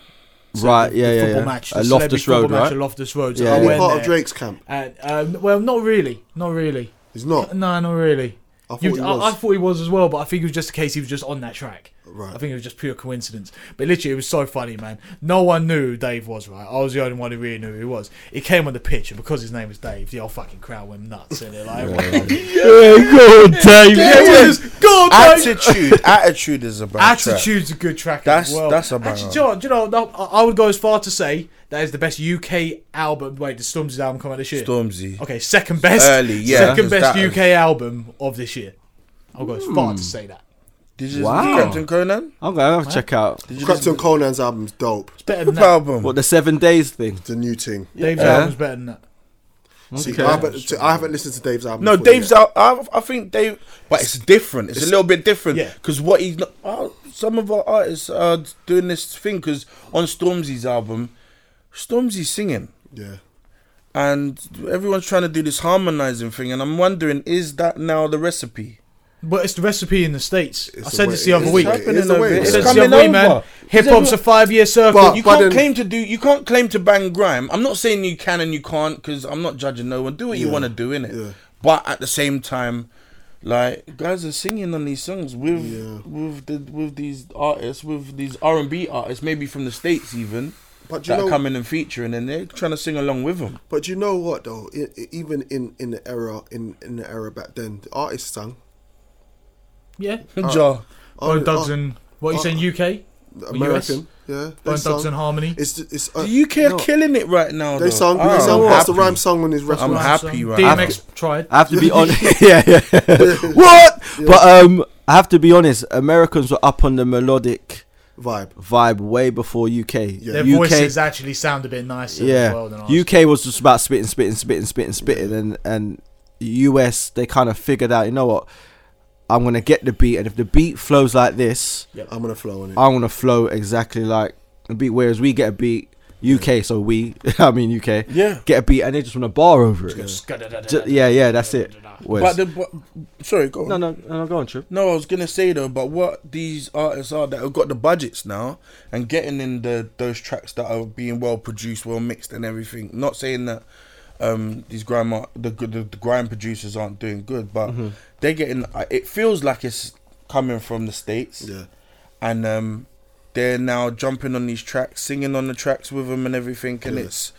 Speaker 1: So
Speaker 4: right?
Speaker 1: the-
Speaker 4: Yeah,
Speaker 1: the
Speaker 4: yeah,
Speaker 1: football
Speaker 4: yeah.
Speaker 1: Match, the
Speaker 4: Uh,
Speaker 1: celebrity
Speaker 4: Loftus
Speaker 1: football
Speaker 4: Road,
Speaker 1: match
Speaker 4: right?
Speaker 1: at Loftus Road. So
Speaker 4: Yeah,
Speaker 1: I
Speaker 2: Are we
Speaker 4: yeah.
Speaker 1: went
Speaker 2: part
Speaker 1: there.
Speaker 2: of Drake's camp?
Speaker 1: And, um, well, not really, not really.
Speaker 2: He's not.
Speaker 1: No, not really.
Speaker 2: I thought
Speaker 1: You-
Speaker 2: he
Speaker 1: I, I
Speaker 2: was.
Speaker 1: thought he was as well, but I think it was just a case he was just on that track.
Speaker 2: Right.
Speaker 1: I think it was just pure coincidence. But literally, it was so funny, man. No one knew who Dave was, right? I was the only one who really knew who he was. He came on the pitch, and because his name was Dave, the whole fucking crowd went nuts. And they're like,
Speaker 4: Yeah, go on, Dave.
Speaker 1: "Yes, go, Dave!"
Speaker 3: Attitude. attitude is about
Speaker 1: Attitude's a good track
Speaker 3: That's-
Speaker 1: as well.
Speaker 3: that's a banger.
Speaker 1: Actually, do you know, do you know no, I I would go as far to say that is the best UK album. Wait, the Stormzy's album coming out this year.
Speaker 3: Stormzy.
Speaker 1: Okay, second best.
Speaker 3: Early, yeah,
Speaker 1: Second
Speaker 3: 'cause
Speaker 1: best
Speaker 3: that
Speaker 1: UK album of this year. I'll go as far to say that.
Speaker 3: Did you
Speaker 4: Wow.
Speaker 3: wow. Captain Conan?
Speaker 4: I'm gonna have to check out
Speaker 3: Did you
Speaker 2: Captain Conan's album's dope.
Speaker 1: It's better than
Speaker 3: listen to the
Speaker 1: that.
Speaker 3: album?
Speaker 4: what the seven days thing.
Speaker 2: It's a new thing.
Speaker 1: Dave's
Speaker 4: Yeah.
Speaker 1: album's better than that.
Speaker 2: See,
Speaker 4: Okay.
Speaker 2: I, haven't, t- I haven't listened to Dave's album.
Speaker 3: No,
Speaker 2: before yet.
Speaker 3: Dave's out. I, I think Dave, but it's different. It's, a little bit different.
Speaker 1: Yeah.
Speaker 3: Because what he's not. Oh, some of our artists are doing this thing because on Stormzy's album, Stormzy's singing.
Speaker 2: Yeah.
Speaker 3: And everyone's trying to do this harmonizing thing. And I'm wondering, is that now the recipe?
Speaker 1: But it's the recipe in the States. I
Speaker 2: It's
Speaker 1: said
Speaker 2: the
Speaker 1: this
Speaker 2: way-
Speaker 1: the other
Speaker 2: it's
Speaker 1: week.
Speaker 2: the way-
Speaker 1: I
Speaker 2: it is the
Speaker 3: Happening
Speaker 2: way
Speaker 3: over.
Speaker 2: it
Speaker 1: said
Speaker 2: is.
Speaker 1: this
Speaker 3: It's
Speaker 1: the
Speaker 3: coming
Speaker 1: other week, man.
Speaker 3: over.
Speaker 1: Hip hop's a five year circle.
Speaker 2: But-
Speaker 3: you
Speaker 2: but
Speaker 3: can't
Speaker 2: then-
Speaker 3: claim to do. You can't claim to bang grime. I'm not saying you can and you can't because I'm not judging no one. Do what you
Speaker 2: Yeah.
Speaker 3: want to do in it.
Speaker 2: Yeah.
Speaker 3: But at the same time, like guys are singing on these songs with
Speaker 2: Yeah.
Speaker 3: with the with these artists, with these R and B artists, maybe from the states even.
Speaker 2: But you
Speaker 3: that
Speaker 2: know-
Speaker 3: are coming and featuring, and they're trying to sing along with them.
Speaker 2: But you know what though? I i even in in the era in in the era back then, the artists sang.
Speaker 1: yeah.
Speaker 2: Uh,
Speaker 3: Ja.
Speaker 1: Bone
Speaker 2: Ar-
Speaker 1: Thugs
Speaker 2: ar-
Speaker 1: and. What are you
Speaker 2: oh,
Speaker 1: saying, UK? Or US?
Speaker 2: American. Yeah. They
Speaker 1: Bone
Speaker 2: sang.
Speaker 1: Thugs and Harmony.
Speaker 2: It's it's. Uh,
Speaker 3: The UK are killing it right now.
Speaker 2: They
Speaker 3: though. Ah.
Speaker 2: sang.
Speaker 3: I'm
Speaker 2: They sang. What's the
Speaker 3: happy.
Speaker 2: rhyme song on his
Speaker 3: I'm
Speaker 2: restaurant?
Speaker 3: happy, right?
Speaker 1: DMX tried.
Speaker 4: I have to be honest. yeah, yeah. what? But um, I have to be honest. Americans were up on the melodic
Speaker 2: vibe.
Speaker 4: vibe way before UK.
Speaker 1: Their
Speaker 4: UK,
Speaker 1: voices actually sound a bit nicer as
Speaker 4: yeah.
Speaker 1: well than ours.
Speaker 4: UK was just about spitting, spitting, spitting, spitting, spitting, and and US they kind of figured out. You know what? I'm gonna get the beat, and if the beat flows like this,
Speaker 2: I'm gonna flow on it.
Speaker 4: I want to flow exactly like a beat. Whereas we get a beat, UK, so we, I mean UK,
Speaker 3: Yeah.
Speaker 4: get a beat and they just want to bar over it. Ju- yeah, yeah, that's it.
Speaker 3: But
Speaker 4: Whereas-
Speaker 3: the but, sorry, go on.
Speaker 4: no, no, no, go on, Trip.
Speaker 3: No, I was gonna say though, but what these artists are that have got the budgets now and getting in the those tracks that are being well produced, well mixed, and everything. Not saying that um, these grime art, the, good- the the grime producers aren't doing good, but they're getting. uh, It feels like it's coming from the states,
Speaker 2: Yeah.
Speaker 3: and um, they're now jumping on these tracks, singing on the tracks with them, and everything. And
Speaker 2: Yeah.
Speaker 3: it's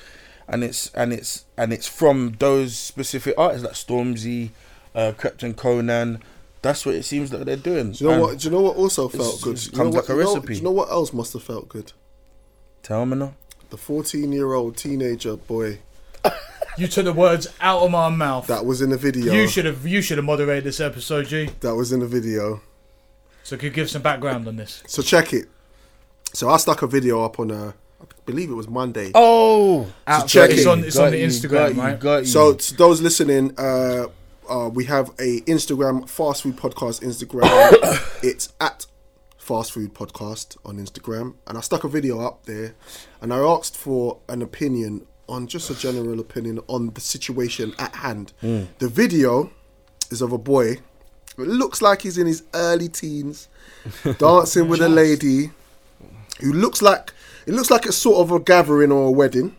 Speaker 3: and it's and it's and it's from those specific artists like Stormzy, uh, Captain Conan. That's what it seems that they're doing.
Speaker 2: Do you know
Speaker 3: And
Speaker 2: what? Do you know what also felt
Speaker 3: it's-
Speaker 2: good?
Speaker 3: it's
Speaker 2: Do you, know
Speaker 3: comes
Speaker 2: what,
Speaker 3: like a
Speaker 2: you know-
Speaker 3: recipe.
Speaker 2: do you know what else must have felt good?
Speaker 3: Tell me now.
Speaker 2: The 14 year old teenager boy
Speaker 1: You took the words out of my mouth.
Speaker 2: that was in the video.
Speaker 1: you should have you should have moderated this episode, G.
Speaker 2: that was in the video.
Speaker 1: So could give some background on this.
Speaker 2: So check it. So I stuck a video up on uh, I believe it was Monday.
Speaker 3: Oh,
Speaker 2: check
Speaker 1: it's
Speaker 2: it.
Speaker 1: on it's on the Instagram, right?
Speaker 2: So to those listening, uh, uh, we have a Instagram fast food podcast Instagram. it's at fast food podcast on Instagram, and I stuck a video up there, and I asked for an opinion on just a general opinion on the situation at hand. The video is of a boy. It looks like he's in his early teens, dancing with a lady who looks like it looks like it's sort of a gathering or a wedding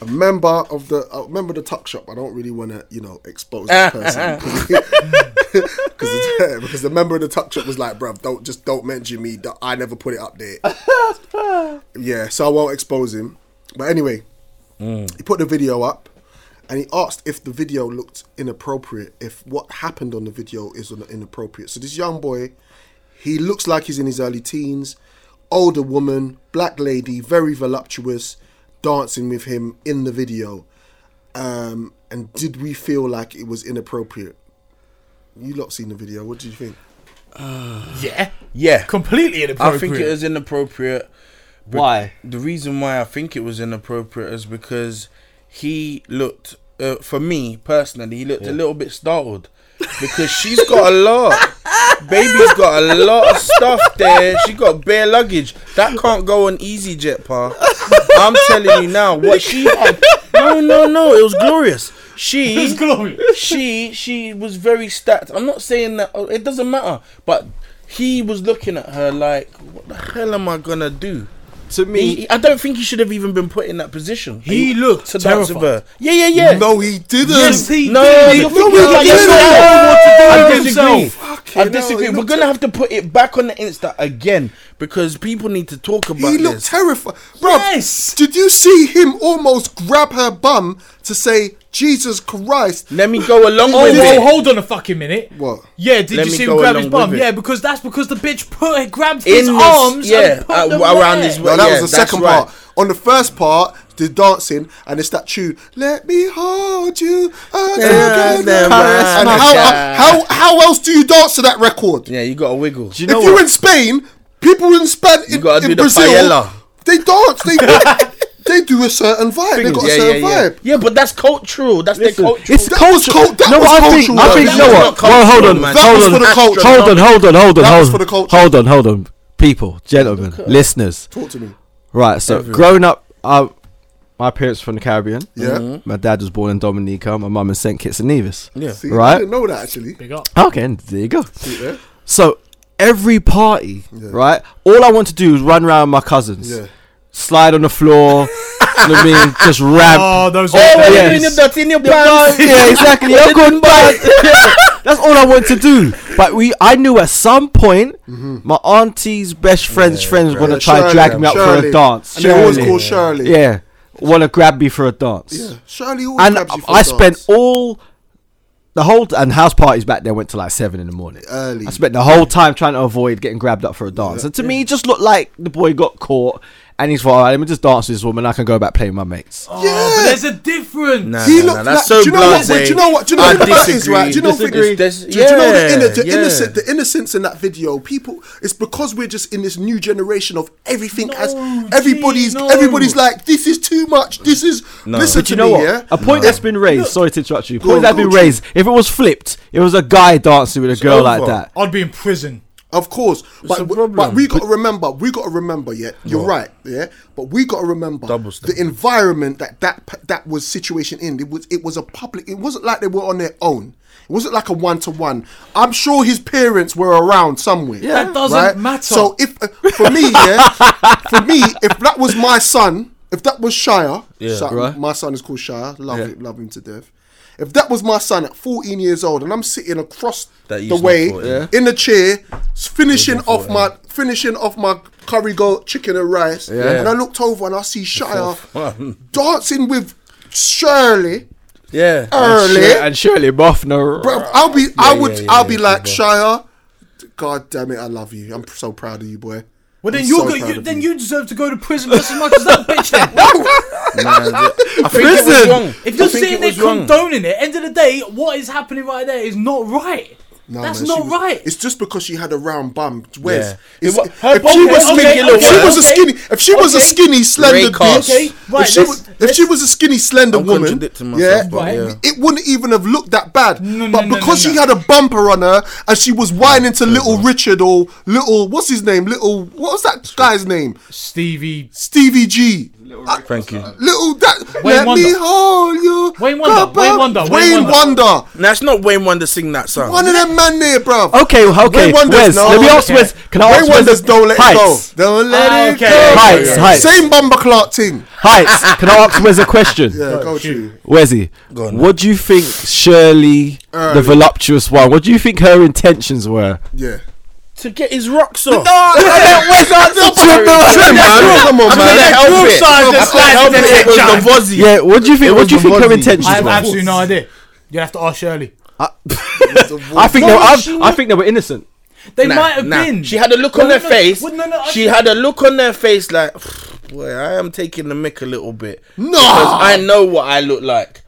Speaker 2: a member of the a member of the tuck shop. I don't really want to, you know, expose this person because because the member of the tuck shop was like, "Bruv, don't just don't mention me. that I never put it up there." yeah, so I won't expose him. But anyway, he put the video up. And he asked if the video looked inappropriate, if what happened on the video is un- inappropriate. So this young boy, he looks like he's in his early teens, older woman, black lady, very voluptuous, dancing with him in the video. Um, and did we feel like it was inappropriate? You lot seen the video? What do you think?
Speaker 1: Yeah.
Speaker 3: yeah,
Speaker 1: Completely
Speaker 3: I
Speaker 1: inappropriate.
Speaker 3: think it is inappropriate. Be-
Speaker 4: Why?
Speaker 3: The reason why I think it was inappropriate is because he looked, uh, for me personally, he looked a little bit startled because she's got a lot. Baby's got a lot of stuff there. She got bare luggage that can't go on EasyJet, pa. I'm telling you now, what she had. No, no, no. It was glorious. She
Speaker 1: It's glorious.
Speaker 3: she she was very stacked. I'm not saying that oh, it doesn't matter, but he was looking at her like, "What the hell am I gonna do?"
Speaker 4: To me,
Speaker 3: He, he- I don't think he should have even been put in that position.
Speaker 1: He looked
Speaker 3: to dance with
Speaker 1: terrified.
Speaker 3: her. Yeah, yeah, yeah.
Speaker 2: No, he didn't.
Speaker 1: Yes, he
Speaker 3: No,
Speaker 1: did.
Speaker 3: you're
Speaker 1: He
Speaker 3: thinking
Speaker 1: looked like
Speaker 3: like this. I
Speaker 1: he was out
Speaker 3: disagree.
Speaker 1: of
Speaker 3: I
Speaker 2: Fucking
Speaker 3: disagree.
Speaker 2: hell, he
Speaker 3: We're
Speaker 2: looked-
Speaker 3: gonna have to put it back on the Insta again because people need to talk about
Speaker 2: He looked
Speaker 3: this.
Speaker 2: terrified. Bro,
Speaker 1: Yes.
Speaker 2: did you see him almost grab her bum to say, Jesus Christ?
Speaker 3: Let me go along
Speaker 1: Oh,
Speaker 3: with
Speaker 1: whoa,
Speaker 3: it.
Speaker 1: hold on a fucking minute.
Speaker 2: What?
Speaker 1: Yeah, did
Speaker 3: Let
Speaker 1: you
Speaker 3: me
Speaker 1: see
Speaker 3: go
Speaker 1: him grab his
Speaker 3: along with
Speaker 1: bum?
Speaker 3: it.
Speaker 1: Yeah, because that's because the bitch put grabbed
Speaker 3: In
Speaker 1: his
Speaker 3: his-
Speaker 1: arms
Speaker 3: yeah,
Speaker 1: and put
Speaker 3: uh,
Speaker 1: them
Speaker 3: around
Speaker 1: there.
Speaker 3: his
Speaker 2: No, that
Speaker 3: Yeah,
Speaker 2: was the
Speaker 3: that's
Speaker 2: second
Speaker 3: right.
Speaker 2: part. On the first part, the dancing and it's that tune. Let me hold you. until
Speaker 3: Yeah,
Speaker 2: the
Speaker 3: never
Speaker 2: night." And
Speaker 3: mind.
Speaker 2: how, how how else do you dance to that record?
Speaker 3: Yeah, you gotta wiggle.
Speaker 4: do you know
Speaker 2: if you're
Speaker 4: what?
Speaker 2: in Spain, people in Spain in,
Speaker 3: gotta
Speaker 2: in
Speaker 3: do the
Speaker 2: Brazil,
Speaker 3: paella.
Speaker 2: they dance. They they do a certain vibe. They got a
Speaker 3: yeah,
Speaker 2: certain
Speaker 3: yeah, yeah.
Speaker 2: vibe.
Speaker 3: yeah, but that's cultural. That's
Speaker 4: Listen,
Speaker 3: their cultural.
Speaker 4: it's
Speaker 2: That was
Speaker 4: culture.
Speaker 2: cult- that
Speaker 4: no,
Speaker 2: was
Speaker 4: I think.
Speaker 2: cultural.
Speaker 4: I think.
Speaker 3: That
Speaker 4: you know
Speaker 3: was
Speaker 4: what?
Speaker 3: not cultural,
Speaker 4: Well, hold on.
Speaker 2: That
Speaker 3: man.
Speaker 2: was
Speaker 4: Hold
Speaker 2: for
Speaker 4: on.
Speaker 2: the culture.
Speaker 4: Hold on. Hold on. Hold on.
Speaker 2: That was
Speaker 4: Hold
Speaker 2: for the
Speaker 4: on.
Speaker 2: culture.
Speaker 4: Hold on. Hold on. People, gentlemen, listeners.
Speaker 2: Talk to me.
Speaker 4: Right. So,
Speaker 3: Everyone.
Speaker 4: growing up, I, my parents from the Caribbean. Mm-hmm.
Speaker 2: Yeah.
Speaker 4: My dad was born in Dominica. My mum in Saint Kitts and Nevis.
Speaker 3: Yeah.
Speaker 2: See, I
Speaker 4: Right.
Speaker 2: didn't know that actually.
Speaker 1: Big up.
Speaker 4: Okay, and there you go.
Speaker 2: See there?
Speaker 4: So every party, right? All I want to do is run around my cousins,
Speaker 2: Yeah.
Speaker 4: slide on the floor. you know what I mean, just rap.
Speaker 1: Oh, those are
Speaker 3: Oh,
Speaker 1: the
Speaker 3: when
Speaker 4: yes.
Speaker 3: you're doing your dot in your
Speaker 4: Yeah,
Speaker 3: pants.
Speaker 4: yeah, exactly. You're good, but yeah, that's all I want to do. But we, I knew at some point, my auntie's best friend's friends were
Speaker 2: Mm-hmm.
Speaker 4: gonna
Speaker 2: Yeah,
Speaker 4: try
Speaker 2: Shirley,
Speaker 4: drag me out for
Speaker 2: Shirley.
Speaker 4: a dance.
Speaker 2: And they always
Speaker 4: Shirley.
Speaker 2: call Shirley.
Speaker 4: Yeah, wanna grab me for a dance.
Speaker 2: Yeah. Shirley always
Speaker 4: And I,
Speaker 2: grabs you for
Speaker 4: I
Speaker 2: a
Speaker 4: spent
Speaker 2: dance.
Speaker 4: all the whole and house parties back there went to like seven in the morning.
Speaker 2: Early.
Speaker 4: I spent the whole time trying to avoid getting grabbed up for a dance. and to me, it just looked like the boy got caught and he's like, all right, let me just dance with this woman. I can go back playing with my mates.
Speaker 1: Oh,
Speaker 2: Yeah.
Speaker 1: but there's a difference.
Speaker 3: Nah,
Speaker 2: He
Speaker 3: nah, nah,
Speaker 2: looked
Speaker 3: that's
Speaker 2: like-
Speaker 3: so
Speaker 2: do you know what-
Speaker 3: blasé.
Speaker 2: do you know what- do you know
Speaker 3: I
Speaker 2: what the fact is,
Speaker 3: disagree.
Speaker 2: right? Do you know what the thing is?
Speaker 3: There's-
Speaker 2: Do, you know the,
Speaker 3: yeah,
Speaker 2: inno- the
Speaker 3: yeah.
Speaker 2: innocent, the innocence in that video? People, it's because we're just in this new generation of everything. as
Speaker 1: No,
Speaker 2: everybody's,
Speaker 1: gee, no.
Speaker 2: everybody's like, this is too much. This is listen
Speaker 4: But
Speaker 2: to
Speaker 4: you know
Speaker 2: me,
Speaker 4: what?
Speaker 2: yeah.
Speaker 4: A point that's been raised. Sorry to interrupt you.
Speaker 2: on,
Speaker 4: Point that's
Speaker 2: go
Speaker 4: been
Speaker 2: on,
Speaker 4: raised. If it was flipped, it was a guy dancing with a girl like
Speaker 3: over.
Speaker 4: that.
Speaker 1: I'd be in prison.
Speaker 2: Of course, but,
Speaker 3: a
Speaker 2: w- but
Speaker 3: problem.
Speaker 2: we got to remember, we got to remember. Yeah, you're right. Yeah, but we got to remember
Speaker 3: Double
Speaker 2: the
Speaker 3: standard.
Speaker 2: environment that that p- that was situation in. It was it was a public. It wasn't like they were on their own. It wasn't like a one to one. I'm sure his parents were around somewhere.
Speaker 1: Yeah. That doesn't matter.
Speaker 2: So if uh, for me, yeah, for me, if that was my son, if that was Shire,
Speaker 3: Yeah.
Speaker 2: Shire-
Speaker 4: Right.
Speaker 2: my son is called Shire. Love
Speaker 3: Yeah.
Speaker 2: him, love him to death. If that was my son at 14 years old, and I'm sitting across
Speaker 3: That
Speaker 2: the
Speaker 3: you's not
Speaker 2: way
Speaker 3: 14. Yeah.
Speaker 2: in the chair, s- finishing
Speaker 3: Looking
Speaker 2: off
Speaker 3: for
Speaker 2: my finishing off my curry goat chicken and rice.
Speaker 4: Yeah.
Speaker 2: And I looked over and I see Shire
Speaker 3: fourth one.
Speaker 2: dancing with Shirley.
Speaker 3: Yeah.
Speaker 2: Early. Yeah.
Speaker 4: And Shirley Boffner.
Speaker 2: Bro, I'll be, I
Speaker 3: yeah,
Speaker 2: would,
Speaker 3: yeah,
Speaker 2: I'll
Speaker 3: yeah,
Speaker 2: be
Speaker 3: yeah,
Speaker 2: like
Speaker 3: bro.
Speaker 2: Shire. God damn it, I love you. I'm so proud of you, boy.
Speaker 1: Well, then
Speaker 2: I'm
Speaker 1: you're
Speaker 2: so
Speaker 1: go-
Speaker 2: proud
Speaker 1: you,
Speaker 2: of
Speaker 1: then you deserve to go to prison just as much as that bitch. Then.
Speaker 3: Man, I think it was
Speaker 4: Prison.
Speaker 3: wrong.
Speaker 1: If you're
Speaker 3: I think it
Speaker 1: sitting there
Speaker 3: was wrong.
Speaker 1: condoning it, end of the day, what is happening right there is not right.
Speaker 2: No,
Speaker 1: That's
Speaker 2: man, she
Speaker 1: not
Speaker 2: was-
Speaker 1: right.
Speaker 2: It's just because she had a round bum. Wes,
Speaker 3: Yeah.
Speaker 2: it's-
Speaker 3: It wa- her
Speaker 2: if she
Speaker 3: bum
Speaker 1: was
Speaker 2: was skinny,
Speaker 1: okay,
Speaker 2: if she
Speaker 1: okay,
Speaker 2: was a
Speaker 1: okay,
Speaker 2: skinny, if she was a
Speaker 1: okay.
Speaker 2: skinny slender
Speaker 3: Ray Cos.
Speaker 2: bitch,
Speaker 1: Okay,
Speaker 2: if
Speaker 1: right,
Speaker 2: she
Speaker 1: let's-
Speaker 2: was if she was a skinny slender
Speaker 3: I'm
Speaker 2: woman,
Speaker 3: contradicting myself, but
Speaker 1: Right.
Speaker 3: yeah.
Speaker 2: it wouldn't even have looked that bad.
Speaker 1: No, no,
Speaker 2: but
Speaker 1: no,
Speaker 2: because
Speaker 1: no,
Speaker 2: she
Speaker 1: no.
Speaker 2: had a bumper on her and she
Speaker 4: Oh,
Speaker 2: was whining to Little Richard or Little what's his name, Little what was that guy's name,
Speaker 1: Stevie.
Speaker 2: Stevie G. I-
Speaker 3: Thank you.
Speaker 2: Little that
Speaker 1: Wayne
Speaker 2: let me
Speaker 1: Wonder.
Speaker 2: hold you.
Speaker 1: Wayne Wonder,
Speaker 2: Papa.
Speaker 1: Wayne Wonder, Wayne
Speaker 2: Wayne
Speaker 1: Wonder.
Speaker 2: Wonder.
Speaker 3: That's not Wayne Wonder sing that song.
Speaker 2: One of them man there, bruv.
Speaker 4: Okay, okay.
Speaker 2: Wayne Wonders,
Speaker 4: Wes,
Speaker 2: no,
Speaker 4: let me ask
Speaker 1: okay.
Speaker 4: Wes. Can I
Speaker 2: Wayne
Speaker 4: ask Wes?
Speaker 2: Wonders don't let
Speaker 4: Heights.
Speaker 2: it go. Don't let
Speaker 1: Ah,
Speaker 2: it
Speaker 1: okay.
Speaker 2: go.
Speaker 4: Heights,
Speaker 2: Yeah, yeah,
Speaker 4: heights.
Speaker 2: Same bumper clock thing.
Speaker 4: Heights. Can I ask Wes a question?
Speaker 2: Yeah, go to you.
Speaker 4: Wesy,
Speaker 3: Go on,
Speaker 4: what do you think Shirley,
Speaker 2: Early.
Speaker 4: the voluptuous one, what do you think her intentions were?
Speaker 2: Yeah.
Speaker 3: To get his rocks off.
Speaker 2: Come on, man.
Speaker 3: help it.
Speaker 1: I can't help it.
Speaker 3: It was the Vozzy.
Speaker 4: Yeah, what do you think? What do you
Speaker 2: was
Speaker 4: think her
Speaker 2: Mozzie.
Speaker 1: I
Speaker 4: intentions
Speaker 1: have
Speaker 4: were?
Speaker 1: absolutely no idea. You have to ask Shirley.
Speaker 4: I think they
Speaker 1: No,
Speaker 4: were, I,
Speaker 1: she-
Speaker 4: I think they were innocent.
Speaker 1: They
Speaker 3: Nah,
Speaker 1: might have
Speaker 3: nah.
Speaker 1: been.
Speaker 3: She had a look
Speaker 1: No,
Speaker 3: on
Speaker 1: no,
Speaker 3: her
Speaker 1: no.
Speaker 3: face.
Speaker 1: Well, no, no, I-
Speaker 3: she had a look on her face like, boy, I am taking the mick a little bit. No, because I know what I look like.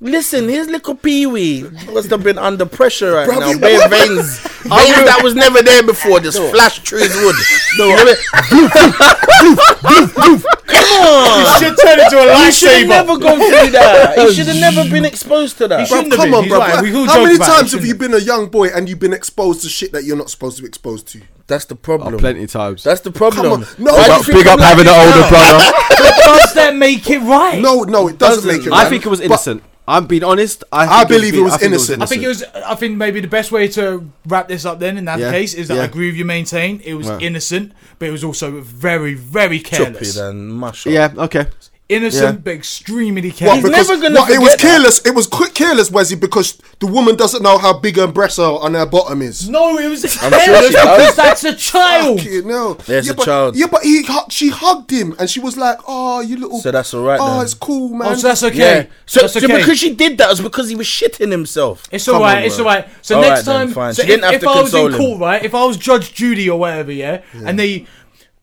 Speaker 3: Listen, here's little Pee Wee. Must have been under pressure right now. Bare veins, veins that was never there before. Just flashed through his wood. You know what I mean? Come on,
Speaker 1: should turn into a
Speaker 3: he should have
Speaker 1: lifesaver.
Speaker 3: never gone through that. He should have never been exposed to
Speaker 2: Bruv,
Speaker 3: that.
Speaker 1: shouldn't have
Speaker 2: come
Speaker 1: been.
Speaker 2: on,
Speaker 1: He's
Speaker 2: bruv.
Speaker 1: right. We all
Speaker 2: How
Speaker 1: joke
Speaker 2: many
Speaker 1: about it,
Speaker 2: times have
Speaker 1: shouldn't
Speaker 2: you been a young boy and you've been exposed to shit that you're not supposed to be exposed to?
Speaker 3: That's the problem.
Speaker 4: Oh, Plenty of times.
Speaker 3: That's the problem.
Speaker 2: Come on. No,
Speaker 3: Why do
Speaker 2: but
Speaker 3: you think
Speaker 4: Big
Speaker 3: I'm
Speaker 4: up
Speaker 3: like
Speaker 4: having an
Speaker 3: this
Speaker 4: older
Speaker 3: now?
Speaker 4: brother.
Speaker 1: Does that make it right?
Speaker 2: No, no, it doesn't,
Speaker 3: Doesn't.
Speaker 2: make it right.
Speaker 4: I think it was
Speaker 2: But
Speaker 4: innocent. I'm being honest. I,
Speaker 2: I
Speaker 4: think
Speaker 2: believe
Speaker 4: being-
Speaker 2: it was
Speaker 4: I think
Speaker 2: innocent.
Speaker 1: I think it was. I think maybe the best way to wrap this up then, in that
Speaker 4: Yeah,
Speaker 1: case, is that
Speaker 4: yeah.
Speaker 1: I agree with you. Maintain it was
Speaker 4: Yeah.
Speaker 1: innocent, but it was also very, very
Speaker 3: Choppy
Speaker 1: careless.
Speaker 3: then, mush up.
Speaker 4: Yeah. Okay.
Speaker 1: Innocent,
Speaker 4: Yeah.
Speaker 1: but extremely
Speaker 2: What,
Speaker 1: careless.
Speaker 2: because
Speaker 3: never gonna
Speaker 2: what, it was
Speaker 3: forget that.
Speaker 2: careless. It was quick careless, Wesley, because the woman doesn't know how big her breasts are and her bottom is.
Speaker 1: no, it was
Speaker 3: sure
Speaker 1: careless
Speaker 3: she
Speaker 1: because
Speaker 3: does.
Speaker 1: that's a child.
Speaker 2: Fucking no.
Speaker 3: There's
Speaker 2: yeah,
Speaker 3: a
Speaker 2: but,
Speaker 3: child.
Speaker 2: Yeah, but he, hu- she hugged him and she was like, "Oh, you little."
Speaker 3: So that's all right
Speaker 2: Oh,
Speaker 3: then.
Speaker 2: it's cool, man.
Speaker 1: Oh, so that's okay.
Speaker 3: Yeah. So,
Speaker 1: that's
Speaker 3: so
Speaker 1: okay.
Speaker 3: because she did that was because he was shitting himself.
Speaker 1: It's
Speaker 3: Come
Speaker 1: all right.
Speaker 3: on,
Speaker 1: it's
Speaker 3: bro.
Speaker 1: all right. So
Speaker 3: All
Speaker 1: next
Speaker 3: right then,
Speaker 1: time,
Speaker 3: fine.
Speaker 1: so
Speaker 3: She
Speaker 1: if,
Speaker 3: didn't have
Speaker 1: if
Speaker 3: to
Speaker 1: I was in
Speaker 3: console him.
Speaker 1: court, right? If I was Judge Judy or whatever, yeah, and they,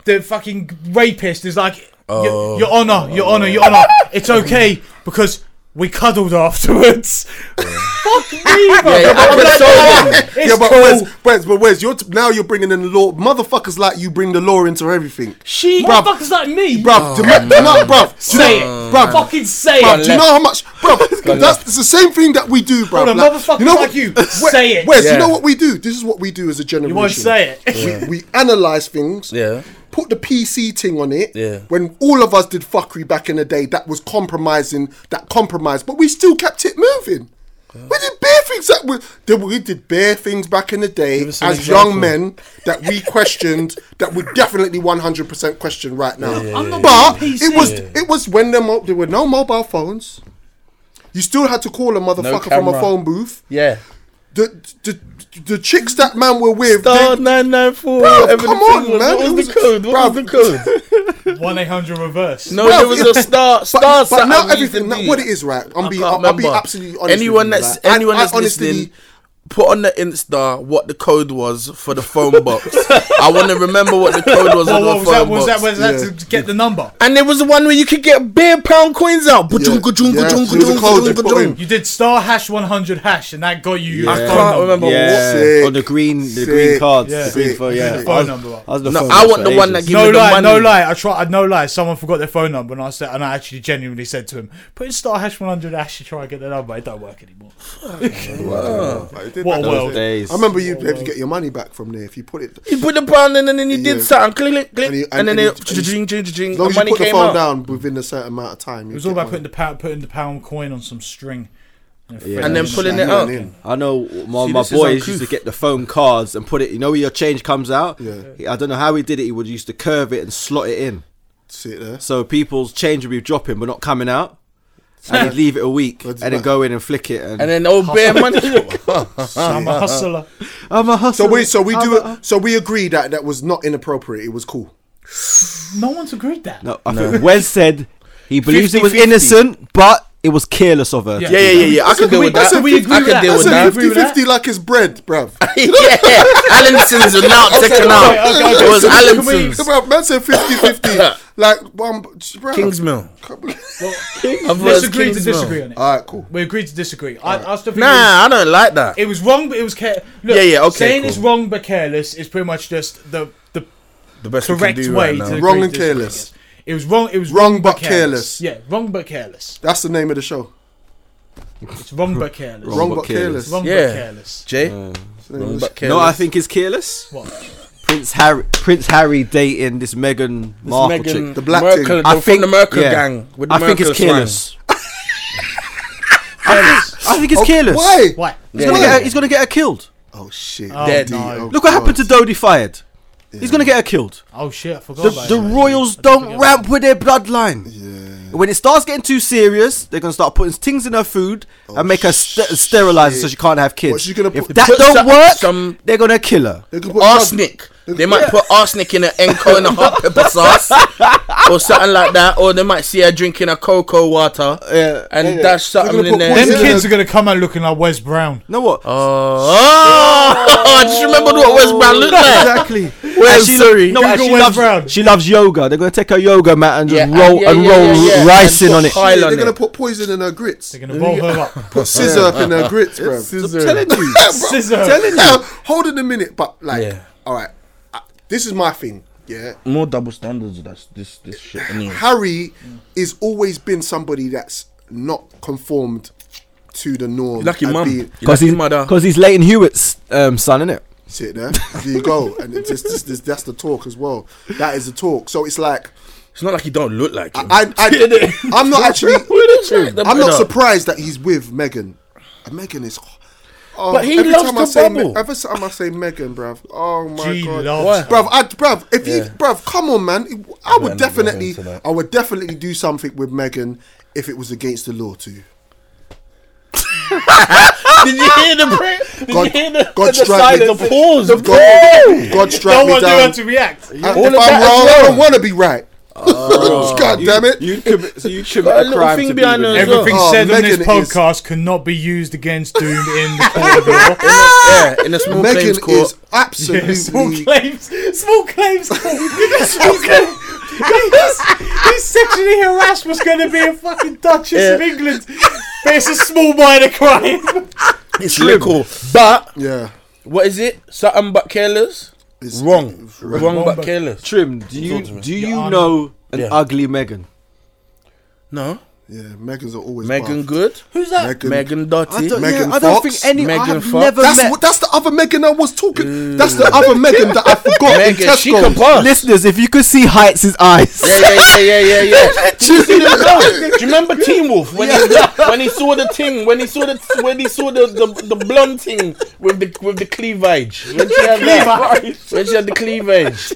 Speaker 1: the fucking rapist is like,
Speaker 3: Oh.
Speaker 1: "Your- Your Honor, Your Honor, Your Honor, it's okay because we cuddled afterwards. Fuck me, bro.
Speaker 3: yeah, I
Speaker 1: I'm like,
Speaker 3: console
Speaker 1: "Oh,
Speaker 3: him."
Speaker 1: it's
Speaker 2: yeah, but
Speaker 1: cool."
Speaker 2: where's, where's, but where's your t- now? You're bringing in the law, motherfuckers like you bring the law into everything,
Speaker 3: She
Speaker 1: Motherfuckers like me,
Speaker 2: bruv. do you know- do you know- bruv, do you
Speaker 1: Say
Speaker 2: know-
Speaker 1: it,
Speaker 2: bruv,
Speaker 1: Fucking say
Speaker 2: bruv,
Speaker 1: it.
Speaker 2: do you know how much, bruv? that's it's the same thing that we do, bruv.
Speaker 1: Hold on,
Speaker 2: like,
Speaker 1: motherfuckers
Speaker 2: you know
Speaker 1: like
Speaker 2: what,
Speaker 1: you,
Speaker 2: Wes-
Speaker 1: say it.
Speaker 2: Wes, you
Speaker 3: Yeah.
Speaker 2: know what we do? This is what we do as a generation.
Speaker 1: You won't say it.
Speaker 2: We, we analyze things.
Speaker 3: Yeah.
Speaker 2: Put the PC thing on it.
Speaker 3: Yeah.
Speaker 2: When all of us did fuckery back in the day, that was compromising. That compromise, but we still kept it moving. We did bare things that were, that we did bare things back in the day
Speaker 3: us an
Speaker 2: as young
Speaker 3: example.
Speaker 2: men that we questioned that we definitely one hundred percent question right now.
Speaker 1: I'm not
Speaker 2: but
Speaker 1: being
Speaker 2: it was
Speaker 1: PC.
Speaker 2: it was when there, mo- there were no mobile phones. You still had to call a motherfucker from a
Speaker 3: camera.
Speaker 2: phone booth.
Speaker 3: Yeah.
Speaker 2: The, the the chicks that man were with,
Speaker 3: Star
Speaker 2: they-
Speaker 3: nine nine four.
Speaker 2: Bruv,
Speaker 3: whatever the
Speaker 2: come
Speaker 3: thing
Speaker 2: on,
Speaker 3: was.
Speaker 2: man. It
Speaker 3: What was
Speaker 2: was-
Speaker 3: the code? What was the code?
Speaker 1: One eight hundred reverse.
Speaker 3: No,
Speaker 2: Bruv,
Speaker 3: there was
Speaker 2: it-
Speaker 3: a star.
Speaker 2: But,
Speaker 3: Star.
Speaker 2: but
Speaker 3: something
Speaker 2: now
Speaker 3: we used to
Speaker 2: everything, now
Speaker 3: do.
Speaker 2: what it is, right? I'm
Speaker 3: I
Speaker 2: being,
Speaker 3: can't
Speaker 2: I'll, I'll be
Speaker 3: remember.
Speaker 2: absolutely honest.
Speaker 3: Anyone
Speaker 2: with you,
Speaker 3: that's
Speaker 2: like, I-
Speaker 3: anyone
Speaker 2: I
Speaker 3: that's
Speaker 2: honestly-
Speaker 3: listening, put on the Insta what the code was for the phone box. I want to remember what the code was
Speaker 1: Whoa,
Speaker 3: on
Speaker 1: whoa,
Speaker 3: the
Speaker 1: was
Speaker 3: phone
Speaker 1: that, was
Speaker 3: box.
Speaker 1: that, was that
Speaker 2: Yeah.
Speaker 1: to get the number?
Speaker 3: and there was the one where you could get beer pound coins out.
Speaker 2: Yeah,
Speaker 3: Ba-dung-ga-dung,
Speaker 2: yeah,
Speaker 3: ba-dung-ga-dung,
Speaker 2: there was a code they
Speaker 3: ba-dung-ga-dung.
Speaker 2: put in.
Speaker 1: You did star hash 100 hash, and that got you
Speaker 3: I
Speaker 1: your phone
Speaker 3: can't
Speaker 1: number.
Speaker 3: remember
Speaker 4: yeah,
Speaker 3: what.
Speaker 2: Sick.
Speaker 4: on the green, the
Speaker 2: Sick.
Speaker 4: green cards,
Speaker 1: Yeah.
Speaker 4: the green
Speaker 2: Sick.
Speaker 4: phone. Yeah,
Speaker 1: Phone
Speaker 4: I was-
Speaker 1: number.
Speaker 4: I was the
Speaker 3: No,
Speaker 4: phone
Speaker 3: I
Speaker 4: box
Speaker 3: want
Speaker 4: for
Speaker 3: the one
Speaker 4: ages.
Speaker 3: that give me
Speaker 1: No
Speaker 3: the
Speaker 1: lie, no
Speaker 3: money.
Speaker 1: lie. I tried. No lie. Someone forgot their phone number, and I said, and I actually genuinely said to him, "Put in star hash 100 hash to try and get the number." It don't work anymore.
Speaker 2: Like, it did
Speaker 1: What a
Speaker 2: that.
Speaker 1: world.
Speaker 4: days.
Speaker 2: I remember you able to get your money back from there if you put it.
Speaker 3: You put the pound in and then you did
Speaker 2: Yeah.
Speaker 3: something, click, click,
Speaker 2: And you-
Speaker 3: click, and,
Speaker 2: and-
Speaker 3: then
Speaker 2: and
Speaker 3: it,
Speaker 2: you-
Speaker 3: jing, jing, jing,
Speaker 2: As
Speaker 3: the
Speaker 2: long as you
Speaker 3: money
Speaker 2: put the
Speaker 3: came
Speaker 2: phone
Speaker 3: out.
Speaker 2: down within a certain amount of time.
Speaker 1: It was all about putting the pound, putting the pound coin on some string,
Speaker 4: Yeah.
Speaker 3: And then pulling it out.
Speaker 4: I know my,
Speaker 3: See,
Speaker 4: my
Speaker 3: this is
Speaker 4: boys
Speaker 3: uncouth.
Speaker 4: used to get the phone cards and put it. You know where your change comes out.
Speaker 2: Yeah.
Speaker 4: He- I don't know how he did it. He would used to curve it and slot it in,
Speaker 2: See it there.
Speaker 4: so people's change would be dropping but not coming out. And he'd leave it a week and
Speaker 2: That's
Speaker 4: then
Speaker 2: mad.
Speaker 4: go in and flick it. And,
Speaker 3: And then old bear money. Ah.
Speaker 1: I'm a hustler.
Speaker 4: I'm a hustler.
Speaker 2: So we so we
Speaker 4: I'm
Speaker 2: do
Speaker 4: a-
Speaker 2: it. So we agree that that was not inappropriate. It was cool.
Speaker 1: No one's agreed that.
Speaker 4: No, I think Wes said he believes it was
Speaker 3: 50-50.
Speaker 4: innocent, but it was careless of her.
Speaker 3: Yeah, yeah, yeah, yeah. I
Speaker 2: That's
Speaker 3: can
Speaker 2: a-
Speaker 3: deal with
Speaker 2: that's
Speaker 3: that.
Speaker 2: a-
Speaker 1: we agree
Speaker 3: I
Speaker 1: with
Speaker 3: can
Speaker 1: that.
Speaker 3: deal
Speaker 2: That's
Speaker 3: with
Speaker 2: a
Speaker 1: I
Speaker 3: that.
Speaker 1: agree with
Speaker 2: 50 50 like it's bread, bruv.
Speaker 3: yeah, Allison's was not taken out. It was
Speaker 2: so can we-
Speaker 3: Allison's.
Speaker 2: bruv, Man said 50 50. Like, um, bruv.
Speaker 3: Kingsmill. I've heard
Speaker 1: Disagree to
Speaker 3: Kingsmill.
Speaker 1: disagree on it.
Speaker 2: All right, cool.
Speaker 1: We agreed to disagree. I, I still think
Speaker 3: Nah, I don't like that.
Speaker 1: it was, it was wrong, but it was care. Look,
Speaker 3: Yeah, yeah, okay,
Speaker 1: Saying
Speaker 3: cool.
Speaker 1: it's wrong but careless is pretty much just the the
Speaker 3: the best we can
Speaker 1: correct
Speaker 3: do
Speaker 1: way
Speaker 3: right
Speaker 1: to
Speaker 3: now.
Speaker 1: agree
Speaker 2: Wrong
Speaker 1: to
Speaker 2: and
Speaker 1: disagree,
Speaker 2: careless.
Speaker 1: yes. It was wrong. It was
Speaker 2: Wrong
Speaker 1: wrong but
Speaker 2: but
Speaker 1: careless. Yeah, wrong but careless.
Speaker 2: That's the name of the show.
Speaker 1: It's wrong but careless.
Speaker 2: Wrong,
Speaker 4: but
Speaker 2: but careless.
Speaker 1: Wrong
Speaker 3: Yeah.
Speaker 1: but careless.
Speaker 3: Jay.
Speaker 2: That's the name of the
Speaker 3: But
Speaker 2: sh-
Speaker 4: No, I think is careless.
Speaker 1: What?
Speaker 4: Prince Harry, Prince Harry dating this Meghan Markle
Speaker 3: Meghan,
Speaker 4: chick.
Speaker 2: The black
Speaker 3: Merkel,
Speaker 2: thing.
Speaker 3: the- from the Merkel
Speaker 4: yeah.
Speaker 3: gang. With the
Speaker 4: I think
Speaker 3: Merkel
Speaker 4: it's careless.
Speaker 1: Careless.
Speaker 4: I think it's careless.
Speaker 2: Why?
Speaker 1: Why?
Speaker 4: He's gonna,
Speaker 2: Why?
Speaker 4: get her, he's gonna get her killed.
Speaker 2: Oh, shit.
Speaker 1: Oh,
Speaker 2: Dead.
Speaker 1: no.
Speaker 2: Oh,
Speaker 4: Look what happened to
Speaker 2: God.
Speaker 4: Dodie Fired. He's gonna get her killed.
Speaker 1: Oh shit! I forgot
Speaker 4: The,
Speaker 1: about
Speaker 4: the
Speaker 1: him.
Speaker 4: royals
Speaker 1: I didn't
Speaker 4: don't
Speaker 1: forget
Speaker 4: ramp with their bloodline.
Speaker 2: Yeah.
Speaker 4: When it starts getting too serious, they're gonna start putting things in her food and make her st- sterilize her so she can't have kids.
Speaker 2: Oh, What, she gonna
Speaker 4: if
Speaker 2: put-
Speaker 4: that
Speaker 3: Put
Speaker 4: don't
Speaker 3: some-
Speaker 4: work,
Speaker 3: some-
Speaker 4: they're gonna kill her.
Speaker 2: They could put
Speaker 3: Arsenic. They might put arsenic in an enco and a hot pepper sauce or something like that. Or they might see her drinking a cocoa water
Speaker 4: Yeah,
Speaker 3: and
Speaker 4: yeah.
Speaker 3: dash
Speaker 2: gonna
Speaker 3: something in
Speaker 2: put
Speaker 3: there.
Speaker 2: poison-
Speaker 1: Them
Speaker 2: Yeah.
Speaker 1: kids are gonna come out looking like Wes Brown.
Speaker 4: You know what? Ah!
Speaker 3: Oh, I just remembered what West Brown looked
Speaker 2: Oh.
Speaker 3: like.
Speaker 4: exactly.
Speaker 3: Well,
Speaker 4: And she
Speaker 3: sorry.
Speaker 4: no,
Speaker 1: Yeah,
Speaker 4: she,
Speaker 1: go Wes
Speaker 4: loves,
Speaker 1: Brown.
Speaker 4: she loves yoga. They're gonna take her yoga mat and just
Speaker 3: Yeah,
Speaker 4: roll
Speaker 3: yeah,
Speaker 4: and
Speaker 3: yeah,
Speaker 4: roll
Speaker 3: yeah, yeah.
Speaker 4: rice
Speaker 3: And
Speaker 4: in on
Speaker 3: put
Speaker 4: it.
Speaker 3: pile
Speaker 2: They're
Speaker 3: on
Speaker 2: going to
Speaker 3: it.
Speaker 2: put poison in her grits.
Speaker 1: They're gonna roll her up.
Speaker 2: Put scissor up in her grits, bruv.
Speaker 4: I'm telling you,
Speaker 1: Scissor.
Speaker 4: telling you.
Speaker 2: Now, hold on a minute, but like,
Speaker 3: Yeah.
Speaker 2: all right, I, this is my thing. Yeah,
Speaker 3: More double standards. That's this this shit. Anyway.
Speaker 2: Harry is always been somebody that's not conformed to the norm.
Speaker 3: Lucky
Speaker 2: and
Speaker 3: mum.
Speaker 2: being-
Speaker 3: You
Speaker 4: Because
Speaker 3: lucky
Speaker 4: he's,
Speaker 3: mother.
Speaker 4: cause he's Leighton Hewitt's um, son, isn't it?
Speaker 2: Sit there. There you go, and it's just, this- this- that's the talk as well. That is the talk. So it's like
Speaker 3: It's not like he don't look like him.
Speaker 2: I, I I'm not actually, I'm not surprised that he's with Megan. Megan is. Oh,
Speaker 3: But he
Speaker 2: every
Speaker 3: loves
Speaker 2: time
Speaker 3: the
Speaker 2: I say
Speaker 3: bubble.
Speaker 2: Me- every time I say Megan, bruv. Oh my
Speaker 1: Gee,
Speaker 2: god,
Speaker 1: loves
Speaker 2: bruv, I, bruv. If you,
Speaker 3: Yeah.
Speaker 2: bruv, come on, man. I would
Speaker 3: not going
Speaker 2: definitely,
Speaker 3: into that.
Speaker 2: I would definitely do something with Megan if it was against the law too.
Speaker 3: Did you hear the print? Did
Speaker 2: God-
Speaker 3: you hear the,
Speaker 2: God
Speaker 3: the
Speaker 2: strike me-
Speaker 3: silence? The pause. The
Speaker 2: God, God
Speaker 1: No
Speaker 2: strike me
Speaker 1: one knew how
Speaker 2: down.
Speaker 1: to react.
Speaker 2: I, if
Speaker 3: All
Speaker 2: I'm
Speaker 3: of
Speaker 2: wrong,
Speaker 3: that as
Speaker 2: I
Speaker 3: well.
Speaker 2: don't want to be right.
Speaker 3: Oh.
Speaker 2: god damn it.
Speaker 4: You commit, so you
Speaker 3: Got a
Speaker 4: commit
Speaker 3: little thing behind her as well.
Speaker 1: Everything
Speaker 2: Oh,
Speaker 1: said on this
Speaker 2: Megan is-
Speaker 1: podcast cannot be used against Doom in the court of law.
Speaker 3: yeah, in a small
Speaker 2: Megan
Speaker 3: claims court.
Speaker 2: is absolutely.
Speaker 1: small claims, small claims, small claims. He's, he's sexually harassed was going to be a fucking Duchess of
Speaker 3: Yeah.
Speaker 1: England, but it's a small minor crime.
Speaker 3: It's little, but
Speaker 2: yeah.
Speaker 3: what is it? Something but careless.
Speaker 2: It's-
Speaker 3: Wrong. Wrong, but,
Speaker 1: but-
Speaker 3: careless.
Speaker 4: Trim, do you
Speaker 3: Talk to me.
Speaker 4: do you
Speaker 1: Yeah, I'm-
Speaker 4: know an
Speaker 3: Yeah.
Speaker 4: ugly Megan?
Speaker 3: No,
Speaker 2: Yeah, Megan's are always
Speaker 3: Megan
Speaker 2: buff.
Speaker 3: good.
Speaker 1: Who's that?
Speaker 2: Megan-
Speaker 3: Megan Dotty.
Speaker 2: don't- Megan
Speaker 4: I don't
Speaker 2: Fox?
Speaker 4: think any. I
Speaker 3: Megan
Speaker 4: have
Speaker 3: Fox?
Speaker 4: never
Speaker 2: That's
Speaker 4: met.
Speaker 2: what, that's the other Megan I was talking. That's the other Megan that I forgot in
Speaker 3: Megan,
Speaker 2: Tesco.
Speaker 3: she can pass.
Speaker 4: Listeners, if you could see Heights' eyes,
Speaker 3: Yeah, yeah, yeah, yeah, yeah, yeah. Do you see them now? Do you remember Teen Wolf when he when he saw the thing when he saw the when he saw the the, the blonde thing with the with the cleavage when she had that when she had the cleavage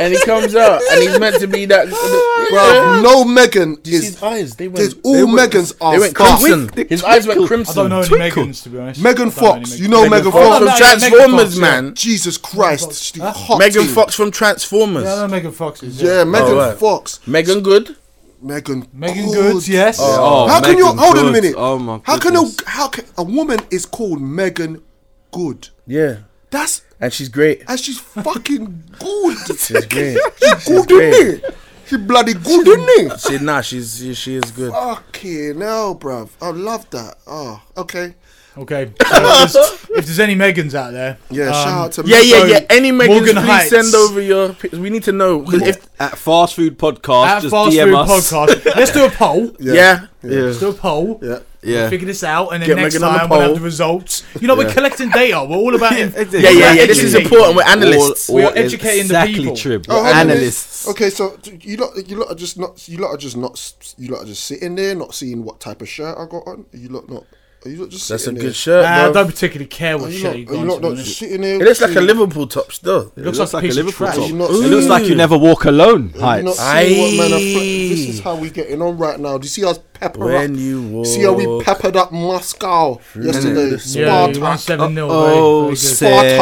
Speaker 3: and he comes out and he's meant to be that.
Speaker 2: Bro, no Megan
Speaker 3: Do you see
Speaker 2: is.
Speaker 3: his eyes? They
Speaker 2: There's
Speaker 3: went.
Speaker 2: all Megans are
Speaker 3: They went
Speaker 2: staff.
Speaker 3: crimson.
Speaker 4: They
Speaker 3: His eyes went
Speaker 4: twinkle.
Speaker 1: I
Speaker 3: crimson.
Speaker 1: don't know any
Speaker 4: Twinkle.
Speaker 1: Megans to be honest. I
Speaker 2: Megan
Speaker 1: don't know any
Speaker 2: Fox,
Speaker 1: Megans.
Speaker 2: you know Megan,
Speaker 3: Fox
Speaker 2: Fox.
Speaker 1: no,
Speaker 3: from
Speaker 1: yeah, Megan Fox,
Speaker 3: Transformers,
Speaker 1: yeah.
Speaker 3: man.
Speaker 2: Jesus Christ, she hot
Speaker 3: Megan
Speaker 2: tea.
Speaker 3: Fox
Speaker 1: Yeah,
Speaker 3: from
Speaker 1: I
Speaker 3: Transformers.
Speaker 1: know Megan Fox is.
Speaker 2: Yeah, Megan
Speaker 3: Oh, right.
Speaker 2: Fox.
Speaker 3: Megan good.
Speaker 2: Megan.
Speaker 1: Megan Goods, yes.
Speaker 5: Oh,
Speaker 2: how can you
Speaker 5: Megan
Speaker 2: hold on a
Speaker 5: Goods.
Speaker 2: minute?
Speaker 5: Oh, my
Speaker 2: How can a
Speaker 5: goodness.
Speaker 2: how can a woman is called Megan Good?
Speaker 3: Yeah,
Speaker 2: That's
Speaker 3: and she's great.
Speaker 2: and she's fucking good.
Speaker 3: She's great.
Speaker 2: She good,
Speaker 3: great.
Speaker 2: isn't it? She bloody good, isn't it?
Speaker 3: She, nah, she's she, she is good.
Speaker 2: Fucking hell, bruv. I love that. Oh, okay.
Speaker 1: Okay. So if, there's, if there's any Megans out there,
Speaker 2: Yeah,
Speaker 1: um,
Speaker 2: shout out to
Speaker 3: Yeah, yeah,
Speaker 1: So,
Speaker 3: yeah. Any Megan,
Speaker 1: Morgan
Speaker 3: please
Speaker 1: Heights.
Speaker 3: send over your. pic- We need to know 'cause if
Speaker 5: At fast food podcast,
Speaker 1: at
Speaker 5: just
Speaker 1: Fast
Speaker 5: DM
Speaker 1: Food
Speaker 5: us.
Speaker 1: Podcast. Let's do a poll.
Speaker 3: yeah.
Speaker 1: Let's do a poll.
Speaker 2: Yeah.
Speaker 5: Yeah.
Speaker 1: Figure this out, and then
Speaker 3: Get
Speaker 1: next
Speaker 3: Megan on the
Speaker 1: time we'll have
Speaker 3: poll.
Speaker 1: the results. You know, we're collecting data. We're all about it.
Speaker 3: Yeah, yeah, yeah. This is
Speaker 1: Educate.
Speaker 3: important. We're analysts.
Speaker 1: We are educating the
Speaker 5: exactly
Speaker 1: people.
Speaker 5: Trib.
Speaker 2: Oh, hold on a minute.
Speaker 5: analysts.
Speaker 2: Okay, so t- you lot, you lot are just not, you lot are just not, s- you lot are just sitting there, not seeing what type of shirt I got on. Are you lot not? Are you lot just
Speaker 3: That's a
Speaker 2: sitting
Speaker 3: good
Speaker 2: there?
Speaker 3: shirt.
Speaker 1: Nah, I
Speaker 3: bruv.
Speaker 1: don't particularly care
Speaker 2: Are
Speaker 1: what
Speaker 2: you
Speaker 1: shit
Speaker 2: lot,
Speaker 1: you got.
Speaker 2: are you lot
Speaker 1: to be
Speaker 2: not
Speaker 1: honest.
Speaker 2: just sitting there?
Speaker 3: It looks like a
Speaker 2: seeing-
Speaker 3: Liverpool top still.
Speaker 1: It
Speaker 5: It
Speaker 1: looks like a piece of
Speaker 5: Liverpool
Speaker 1: trash.
Speaker 5: top.
Speaker 2: You're not
Speaker 5: It looks like you
Speaker 3: seeing-
Speaker 5: never walk alone.
Speaker 2: Are you not
Speaker 5: Heights.
Speaker 2: seeing what men are fl- This is
Speaker 3: Aye.
Speaker 2: how we getting on right now. Do you see us pepper
Speaker 3: When
Speaker 2: up?
Speaker 3: you
Speaker 2: See how we
Speaker 3: walk
Speaker 2: peppered up Moscow yesterday?
Speaker 3: minutes.
Speaker 1: Yeah,
Speaker 2: Spartak.
Speaker 1: you won seven 0
Speaker 5: Oh, seven.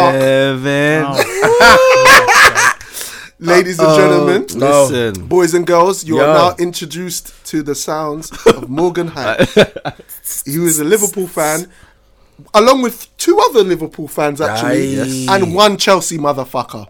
Speaker 2: Ladies
Speaker 1: Uh,
Speaker 2: and gentlemen,
Speaker 3: No.
Speaker 5: Listen.
Speaker 2: boys and girls, you
Speaker 3: Yo.
Speaker 2: are now introduced to the sounds of Morgan Hyde. he was a Liverpool fan, along with two other Liverpool fans actually,
Speaker 3: Aye.
Speaker 2: and one Chelsea motherfucker.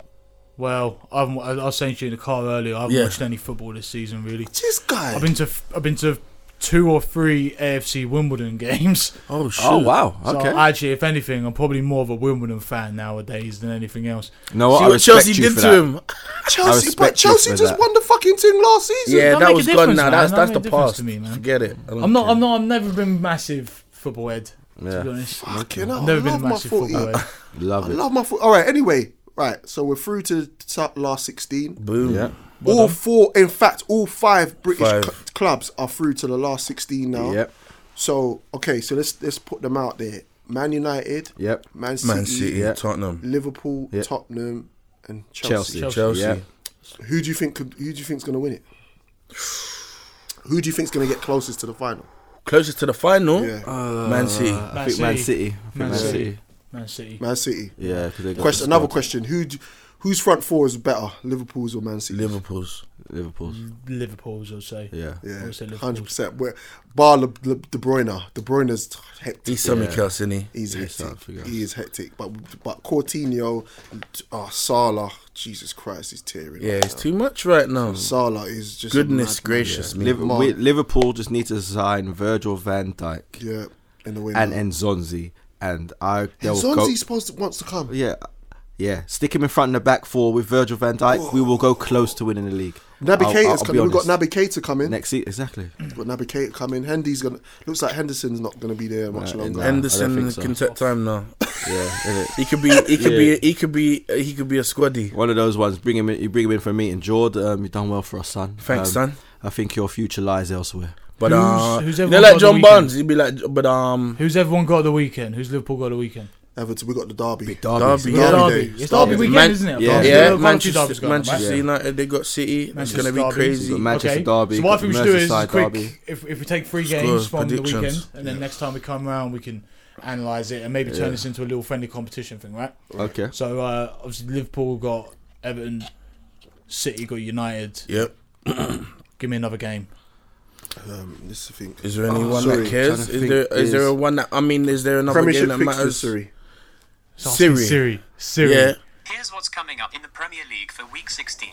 Speaker 1: Well, I'm, I I was saying to you in the car earlier. I haven't
Speaker 3: Yeah.
Speaker 1: watched any football this season, really.
Speaker 2: This guy.
Speaker 1: I've been to f- I've been to two or three AFC Wimbledon games.
Speaker 3: Oh shit!
Speaker 5: Oh wow.
Speaker 1: So
Speaker 5: Okay.
Speaker 1: actually, if anything, I'm probably more of a Wimbledon fan nowadays than anything else.
Speaker 5: no, what,
Speaker 3: See
Speaker 5: I
Speaker 3: what
Speaker 5: respect
Speaker 3: Chelsea
Speaker 5: you
Speaker 3: did
Speaker 5: for
Speaker 3: to
Speaker 5: that.
Speaker 3: him.
Speaker 2: Chelsea, but
Speaker 5: respect you
Speaker 2: Chelsea
Speaker 5: for
Speaker 2: just
Speaker 5: that.
Speaker 2: won the fucking thing last season.
Speaker 3: Yeah,
Speaker 1: Don't
Speaker 3: that
Speaker 1: make a
Speaker 3: was gone
Speaker 1: difference,
Speaker 3: now.
Speaker 1: man.
Speaker 3: That's
Speaker 1: Don't
Speaker 3: that's the
Speaker 1: make a difference
Speaker 3: past.
Speaker 1: to me, man.
Speaker 3: Forget it. I don't
Speaker 1: I'm not.
Speaker 3: care.
Speaker 1: I'm not. I've never been a massive football head.
Speaker 5: Yeah.
Speaker 1: To be honest,
Speaker 2: Fucking hell,
Speaker 1: I've never
Speaker 2: I
Speaker 1: been a
Speaker 2: love my
Speaker 1: massive
Speaker 2: footy.
Speaker 1: football head.
Speaker 2: I
Speaker 5: Love it.
Speaker 2: love my foot. All right, anyway, right. So we're through to the top last 16.
Speaker 3: Boom.
Speaker 5: Yeah.
Speaker 1: Well
Speaker 2: all
Speaker 1: done.
Speaker 2: four, in fact, all five British
Speaker 3: Five.
Speaker 2: cl- clubs are through to the last 16 now.
Speaker 5: Yep.
Speaker 2: So, okay, so let's let's put them out there. Man United,
Speaker 5: Yep.
Speaker 2: Man City,
Speaker 3: Man City, Tottenham,
Speaker 2: Liverpool,
Speaker 5: Yeah.
Speaker 2: Tottenham, and
Speaker 5: Chelsea.
Speaker 2: Chelsea.
Speaker 1: Chelsea.
Speaker 3: Chelsea.
Speaker 5: Yeah.
Speaker 2: Who do you think could, who do you think's going to win it? Who do you think's going to get closest to the final?
Speaker 3: Closest to the final,
Speaker 2: Yeah.
Speaker 3: Man City.
Speaker 5: I think Man City. I think
Speaker 1: Man
Speaker 5: Man City.
Speaker 1: City. Man City.
Speaker 2: Man City.
Speaker 5: Yeah. 'cause they got
Speaker 2: Question,
Speaker 5: the
Speaker 2: another
Speaker 5: squad.
Speaker 2: question. Who do, whose front four is better, Liverpool's or Man City?
Speaker 3: Liverpool's.
Speaker 5: Liverpool's.
Speaker 1: Mm. Liverpool's, I'll say.
Speaker 5: Yeah.
Speaker 2: Yeah,
Speaker 1: Obviously Liverpool.
Speaker 2: hundred percent. Where bar Le, Le, De Bruyne, De Bruyne's hectic.
Speaker 3: He's something
Speaker 5: Yeah.
Speaker 3: else, isn't he?
Speaker 2: He's
Speaker 5: He's something
Speaker 2: hectic.
Speaker 5: else.
Speaker 2: He is hectic. But but Coutinho, oh, Salah, Jesus Christ, he's tearing.
Speaker 3: Yeah,
Speaker 2: up
Speaker 3: it's
Speaker 2: now.
Speaker 3: too much right now.
Speaker 2: Salah is just a
Speaker 3: Goodness
Speaker 2: madman.
Speaker 3: gracious me.
Speaker 5: Liv-
Speaker 2: Mark.
Speaker 5: we- Liverpool just need to sign Virgil Van Dijk
Speaker 2: Yeah, in the way.
Speaker 5: and Enzonzi, and I they'll
Speaker 2: Zonzi's supposed to, wants to come.
Speaker 5: go. Yeah, yeah. Stick him in front in the back four with Virgil Van Dijk. We will go close to winning the league.
Speaker 2: Naby
Speaker 5: I'll- I'll
Speaker 2: Keita's
Speaker 5: be
Speaker 2: coming. We've got
Speaker 5: honest.
Speaker 2: Naby Keita coming.
Speaker 5: next season. Exactly.
Speaker 2: We've got Naby Keita coming. Hendy's gonna. Looks like Henderson's not gonna be there much
Speaker 5: Nah,
Speaker 2: longer.
Speaker 5: nah. I
Speaker 3: Henderson
Speaker 5: don't think so.
Speaker 3: can take time now.
Speaker 5: Yeah, innit?
Speaker 3: He could be. He could
Speaker 5: Yeah.
Speaker 3: be. He could be. He could be a squaddy.
Speaker 5: one of those ones. Bring him in. You bring him in for a meeting. George, um, you've done well for us, son.
Speaker 3: Thanks,
Speaker 5: Um,
Speaker 3: son.
Speaker 5: I think your future lies elsewhere.
Speaker 3: But
Speaker 1: Who's-
Speaker 3: uh,
Speaker 1: who's
Speaker 3: you know,
Speaker 1: everyone got
Speaker 3: like
Speaker 1: the
Speaker 3: John
Speaker 1: weekend?
Speaker 3: Barnes, he'd be like, but um,
Speaker 1: Who's everyone got the weekend? Who's Liverpool got the weekend?
Speaker 2: Everton, we got the derby.
Speaker 3: Derby.
Speaker 1: Yeah, Derby.
Speaker 2: Derby day.
Speaker 1: It's
Speaker 2: Derby
Speaker 1: Derby,
Speaker 2: day.
Speaker 1: weekend,
Speaker 3: Man-
Speaker 1: isn't it?
Speaker 5: Yeah.
Speaker 1: Derby.
Speaker 3: Yeah,
Speaker 1: Derby
Speaker 3: Manchester,
Speaker 1: derby's going on, right?
Speaker 3: Manchester United, they got City. It's
Speaker 1: Manchester
Speaker 3: going to be
Speaker 1: derby.
Speaker 3: crazy.
Speaker 5: We've got Manchester Derby.
Speaker 1: So what I think we should do is
Speaker 5: Merseyside
Speaker 1: quick.
Speaker 5: Derby.
Speaker 1: If, if we take three
Speaker 3: Scores,
Speaker 1: games from the
Speaker 3: predictions.
Speaker 1: weekend, and then next time we come round, we can analyse it and maybe turn this into a little friendly competition thing, right?
Speaker 5: Okay.
Speaker 1: So uh, obviously Liverpool got Everton, City got United.
Speaker 3: Yep.
Speaker 1: Give me another game.
Speaker 2: Um, this is the thing.
Speaker 3: Is there anyone
Speaker 2: Oh, sorry,
Speaker 3: that cares?
Speaker 5: trying to
Speaker 3: Is there
Speaker 5: think
Speaker 3: is there a
Speaker 5: is-
Speaker 3: one that I mean? Is there another game
Speaker 2: Premiership
Speaker 3: that
Speaker 2: fixtures.
Speaker 3: matters?
Speaker 2: Sorry.
Speaker 1: It's asking
Speaker 3: Siri.
Speaker 1: Siri, Siri.
Speaker 3: Yeah.
Speaker 6: Here's what's coming up in the Premier League for Week 16.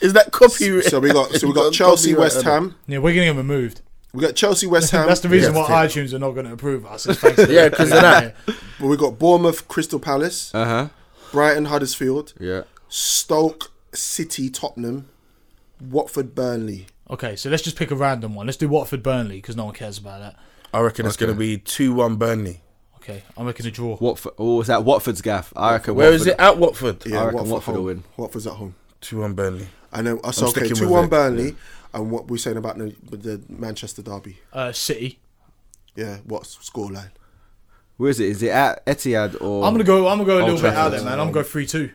Speaker 3: Is that copyright?
Speaker 2: So we got so we got Chelsea, West Ham.
Speaker 1: Yeah, we're gonna get removed.
Speaker 2: We got Chelsea, West Ham.
Speaker 1: That's the reason
Speaker 3: Yeah.
Speaker 1: why iTunes are not going to approve us. is thanks to
Speaker 3: Yeah, 'cause of that.
Speaker 2: But we got Bournemouth, Crystal Palace,
Speaker 5: Uh huh.
Speaker 2: Brighton, Huddersfield,
Speaker 5: Yeah.
Speaker 2: Stoke, City, Tottenham, Watford, Burnley.
Speaker 1: Okay, so let's just pick a random one. Let's do Watford Burnley because no one cares about that.
Speaker 3: I reckon it's going to be two one Burnley.
Speaker 1: Okay, I'm making a draw.
Speaker 5: Watford. Oh, is that Watford's gaff? I reckon.
Speaker 3: Where is
Speaker 5: Watford-
Speaker 3: it at Watford?
Speaker 5: I
Speaker 2: Yeah,
Speaker 5: reckon Watford will
Speaker 2: home.
Speaker 5: win.
Speaker 2: Watford's at home.
Speaker 3: Two one Burnley.
Speaker 2: I know. I saw okay,
Speaker 3: sticking with
Speaker 2: two one
Speaker 3: it.
Speaker 2: Burnley, and what we're saying about the, with the Manchester derby.
Speaker 1: Uh, City.
Speaker 2: Yeah, what scoreline?
Speaker 5: Where is it? Is it at Etihad
Speaker 4: Oh.
Speaker 5: or?
Speaker 1: I'm gonna go. I'm gonna go a little
Speaker 5: Old
Speaker 1: bit out
Speaker 5: Trafford.
Speaker 1: there, man. I'm gonna go three two.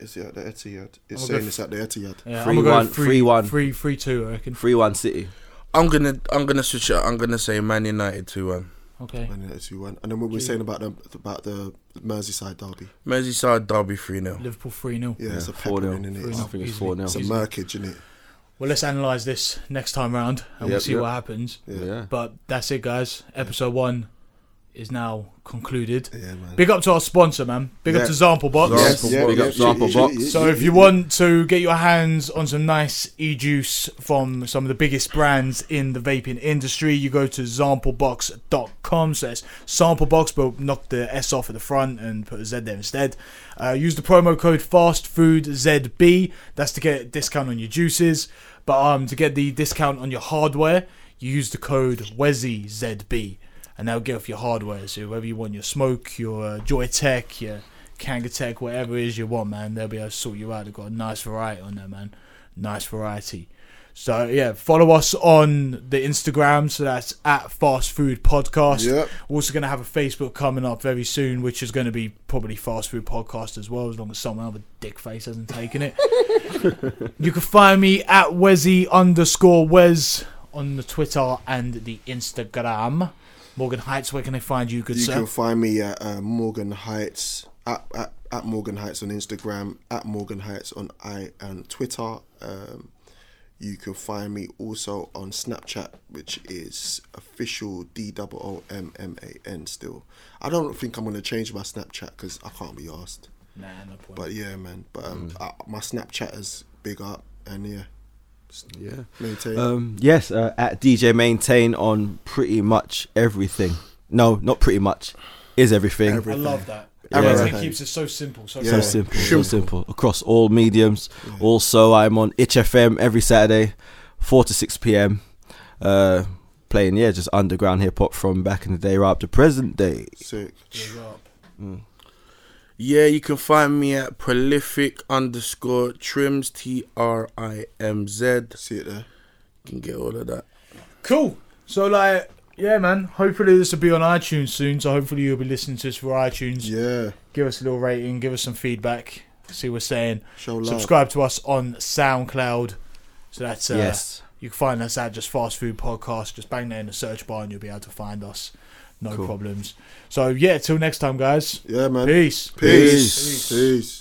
Speaker 2: Is it at the Etihad? It's
Speaker 1: I'll go
Speaker 2: saying
Speaker 1: f-
Speaker 2: it's at the Etihad.
Speaker 1: Yeah, I'm
Speaker 5: 3-1,
Speaker 1: gonna go three
Speaker 5: 3-1.
Speaker 1: three three two. I reckon.
Speaker 5: three one City.
Speaker 3: I'm gonna I'm gonna switch it. up. I'm gonna say Man United two one.
Speaker 1: Okay.
Speaker 2: Man United two one, and then what we're saying about the about the Merseyside derby.
Speaker 3: Merseyside Derby three 0
Speaker 1: Liverpool three 0
Speaker 2: Yeah, it's a
Speaker 5: Four 0
Speaker 2: peppering in
Speaker 5: I
Speaker 2: it.
Speaker 1: Three-nil.
Speaker 5: think it's
Speaker 1: Easily.
Speaker 5: four 0
Speaker 2: It's a murkage in it.
Speaker 1: Well, let's analyze this next time round, and we'll
Speaker 5: Yep,
Speaker 1: see
Speaker 5: yep.
Speaker 1: what happens.
Speaker 5: Yeah.
Speaker 1: But that's it, guys. Episode one is now concluded.
Speaker 2: Yeah, man.
Speaker 1: Big up to our sponsor, man. Big up
Speaker 5: Yeah.
Speaker 1: to Zample Box.
Speaker 5: Yes. Sample box, sample box.
Speaker 1: So if you want to get your hands on some nice e-juice from some of the biggest brands in the vaping industry, you go to samplebox.com. So that's samplebox, but knock the S off at the front and put a Z there instead. Uh, use the promo code FASTFOODZB. That's to get a discount on your juices. But um, to get the discount on your hardware, you use the code WEZZB. And that'll get off your hardware. So whether you want your smoke, your uh, Joytech, your Kangatech, whatever it is you want, man, they'll be able to sort you out. They've got a nice variety on there, man. Nice variety. So yeah, follow us on the Instagram. So that's at Fast Food Podcast.
Speaker 2: Yep.
Speaker 1: We're also going to have a Facebook coming up very soon, which is going to be probably Fast Food Podcast as well, as long as someone other dick face hasn't taken it. you can find me at Wezzy underscore Wes on the Twitter and the Instagram. Morgan Heights, where can they find you, good
Speaker 2: You
Speaker 1: sir?
Speaker 2: can find me at uh, Morgan Heights at, at at Morgan Heights on Instagram, at Morgan Heights on I and Twitter. Um, you can find me also on Snapchat, which is official D O M M A N. Still, I don't think I'm gonna change my Snapchat because I can't be asked.
Speaker 1: Nah, no point.
Speaker 2: But yeah, man. But um, I, my Snapchat is big up, and yeah,
Speaker 5: Yeah.
Speaker 2: maintain.
Speaker 4: Um, yes, uh, at DJ Maintain on pretty much everything. No, not pretty much. Is everything.
Speaker 1: I
Speaker 2: Everything.
Speaker 1: love that.
Speaker 2: Yeah.
Speaker 1: Everything
Speaker 2: Yeah.
Speaker 1: keeps it so simple. So,
Speaker 2: Yeah.
Speaker 4: So
Speaker 1: short.
Speaker 4: simple, so simple. Across all mediums. Also, I'm on HFM every Saturday, 4 to 6 p.m. Uh, playing, yeah, just underground hip hop from back in the day right up to present day.
Speaker 2: Sick.
Speaker 1: Big up.
Speaker 3: Yeah, you can find me at prolific underscore trims T R I M Z. You
Speaker 2: See it there.
Speaker 3: can get all of that.
Speaker 1: Cool. So like, yeah, man. Hopefully this will be on iTunes soon. So hopefully you'll be listening to this for iTunes.
Speaker 2: Yeah.
Speaker 1: Give us a little rating. Give us some feedback. See what we're saying.
Speaker 2: Show love.
Speaker 1: Subscribe to us on SoundCloud. So that's uh,
Speaker 4: yes.
Speaker 1: You can find us at just fast food podcast. Just bang there in the search bar and you'll be able to find us. No problems. So yeah, till next time, guys.
Speaker 2: Yeah, man.
Speaker 1: Peace.
Speaker 2: Peace. Peace.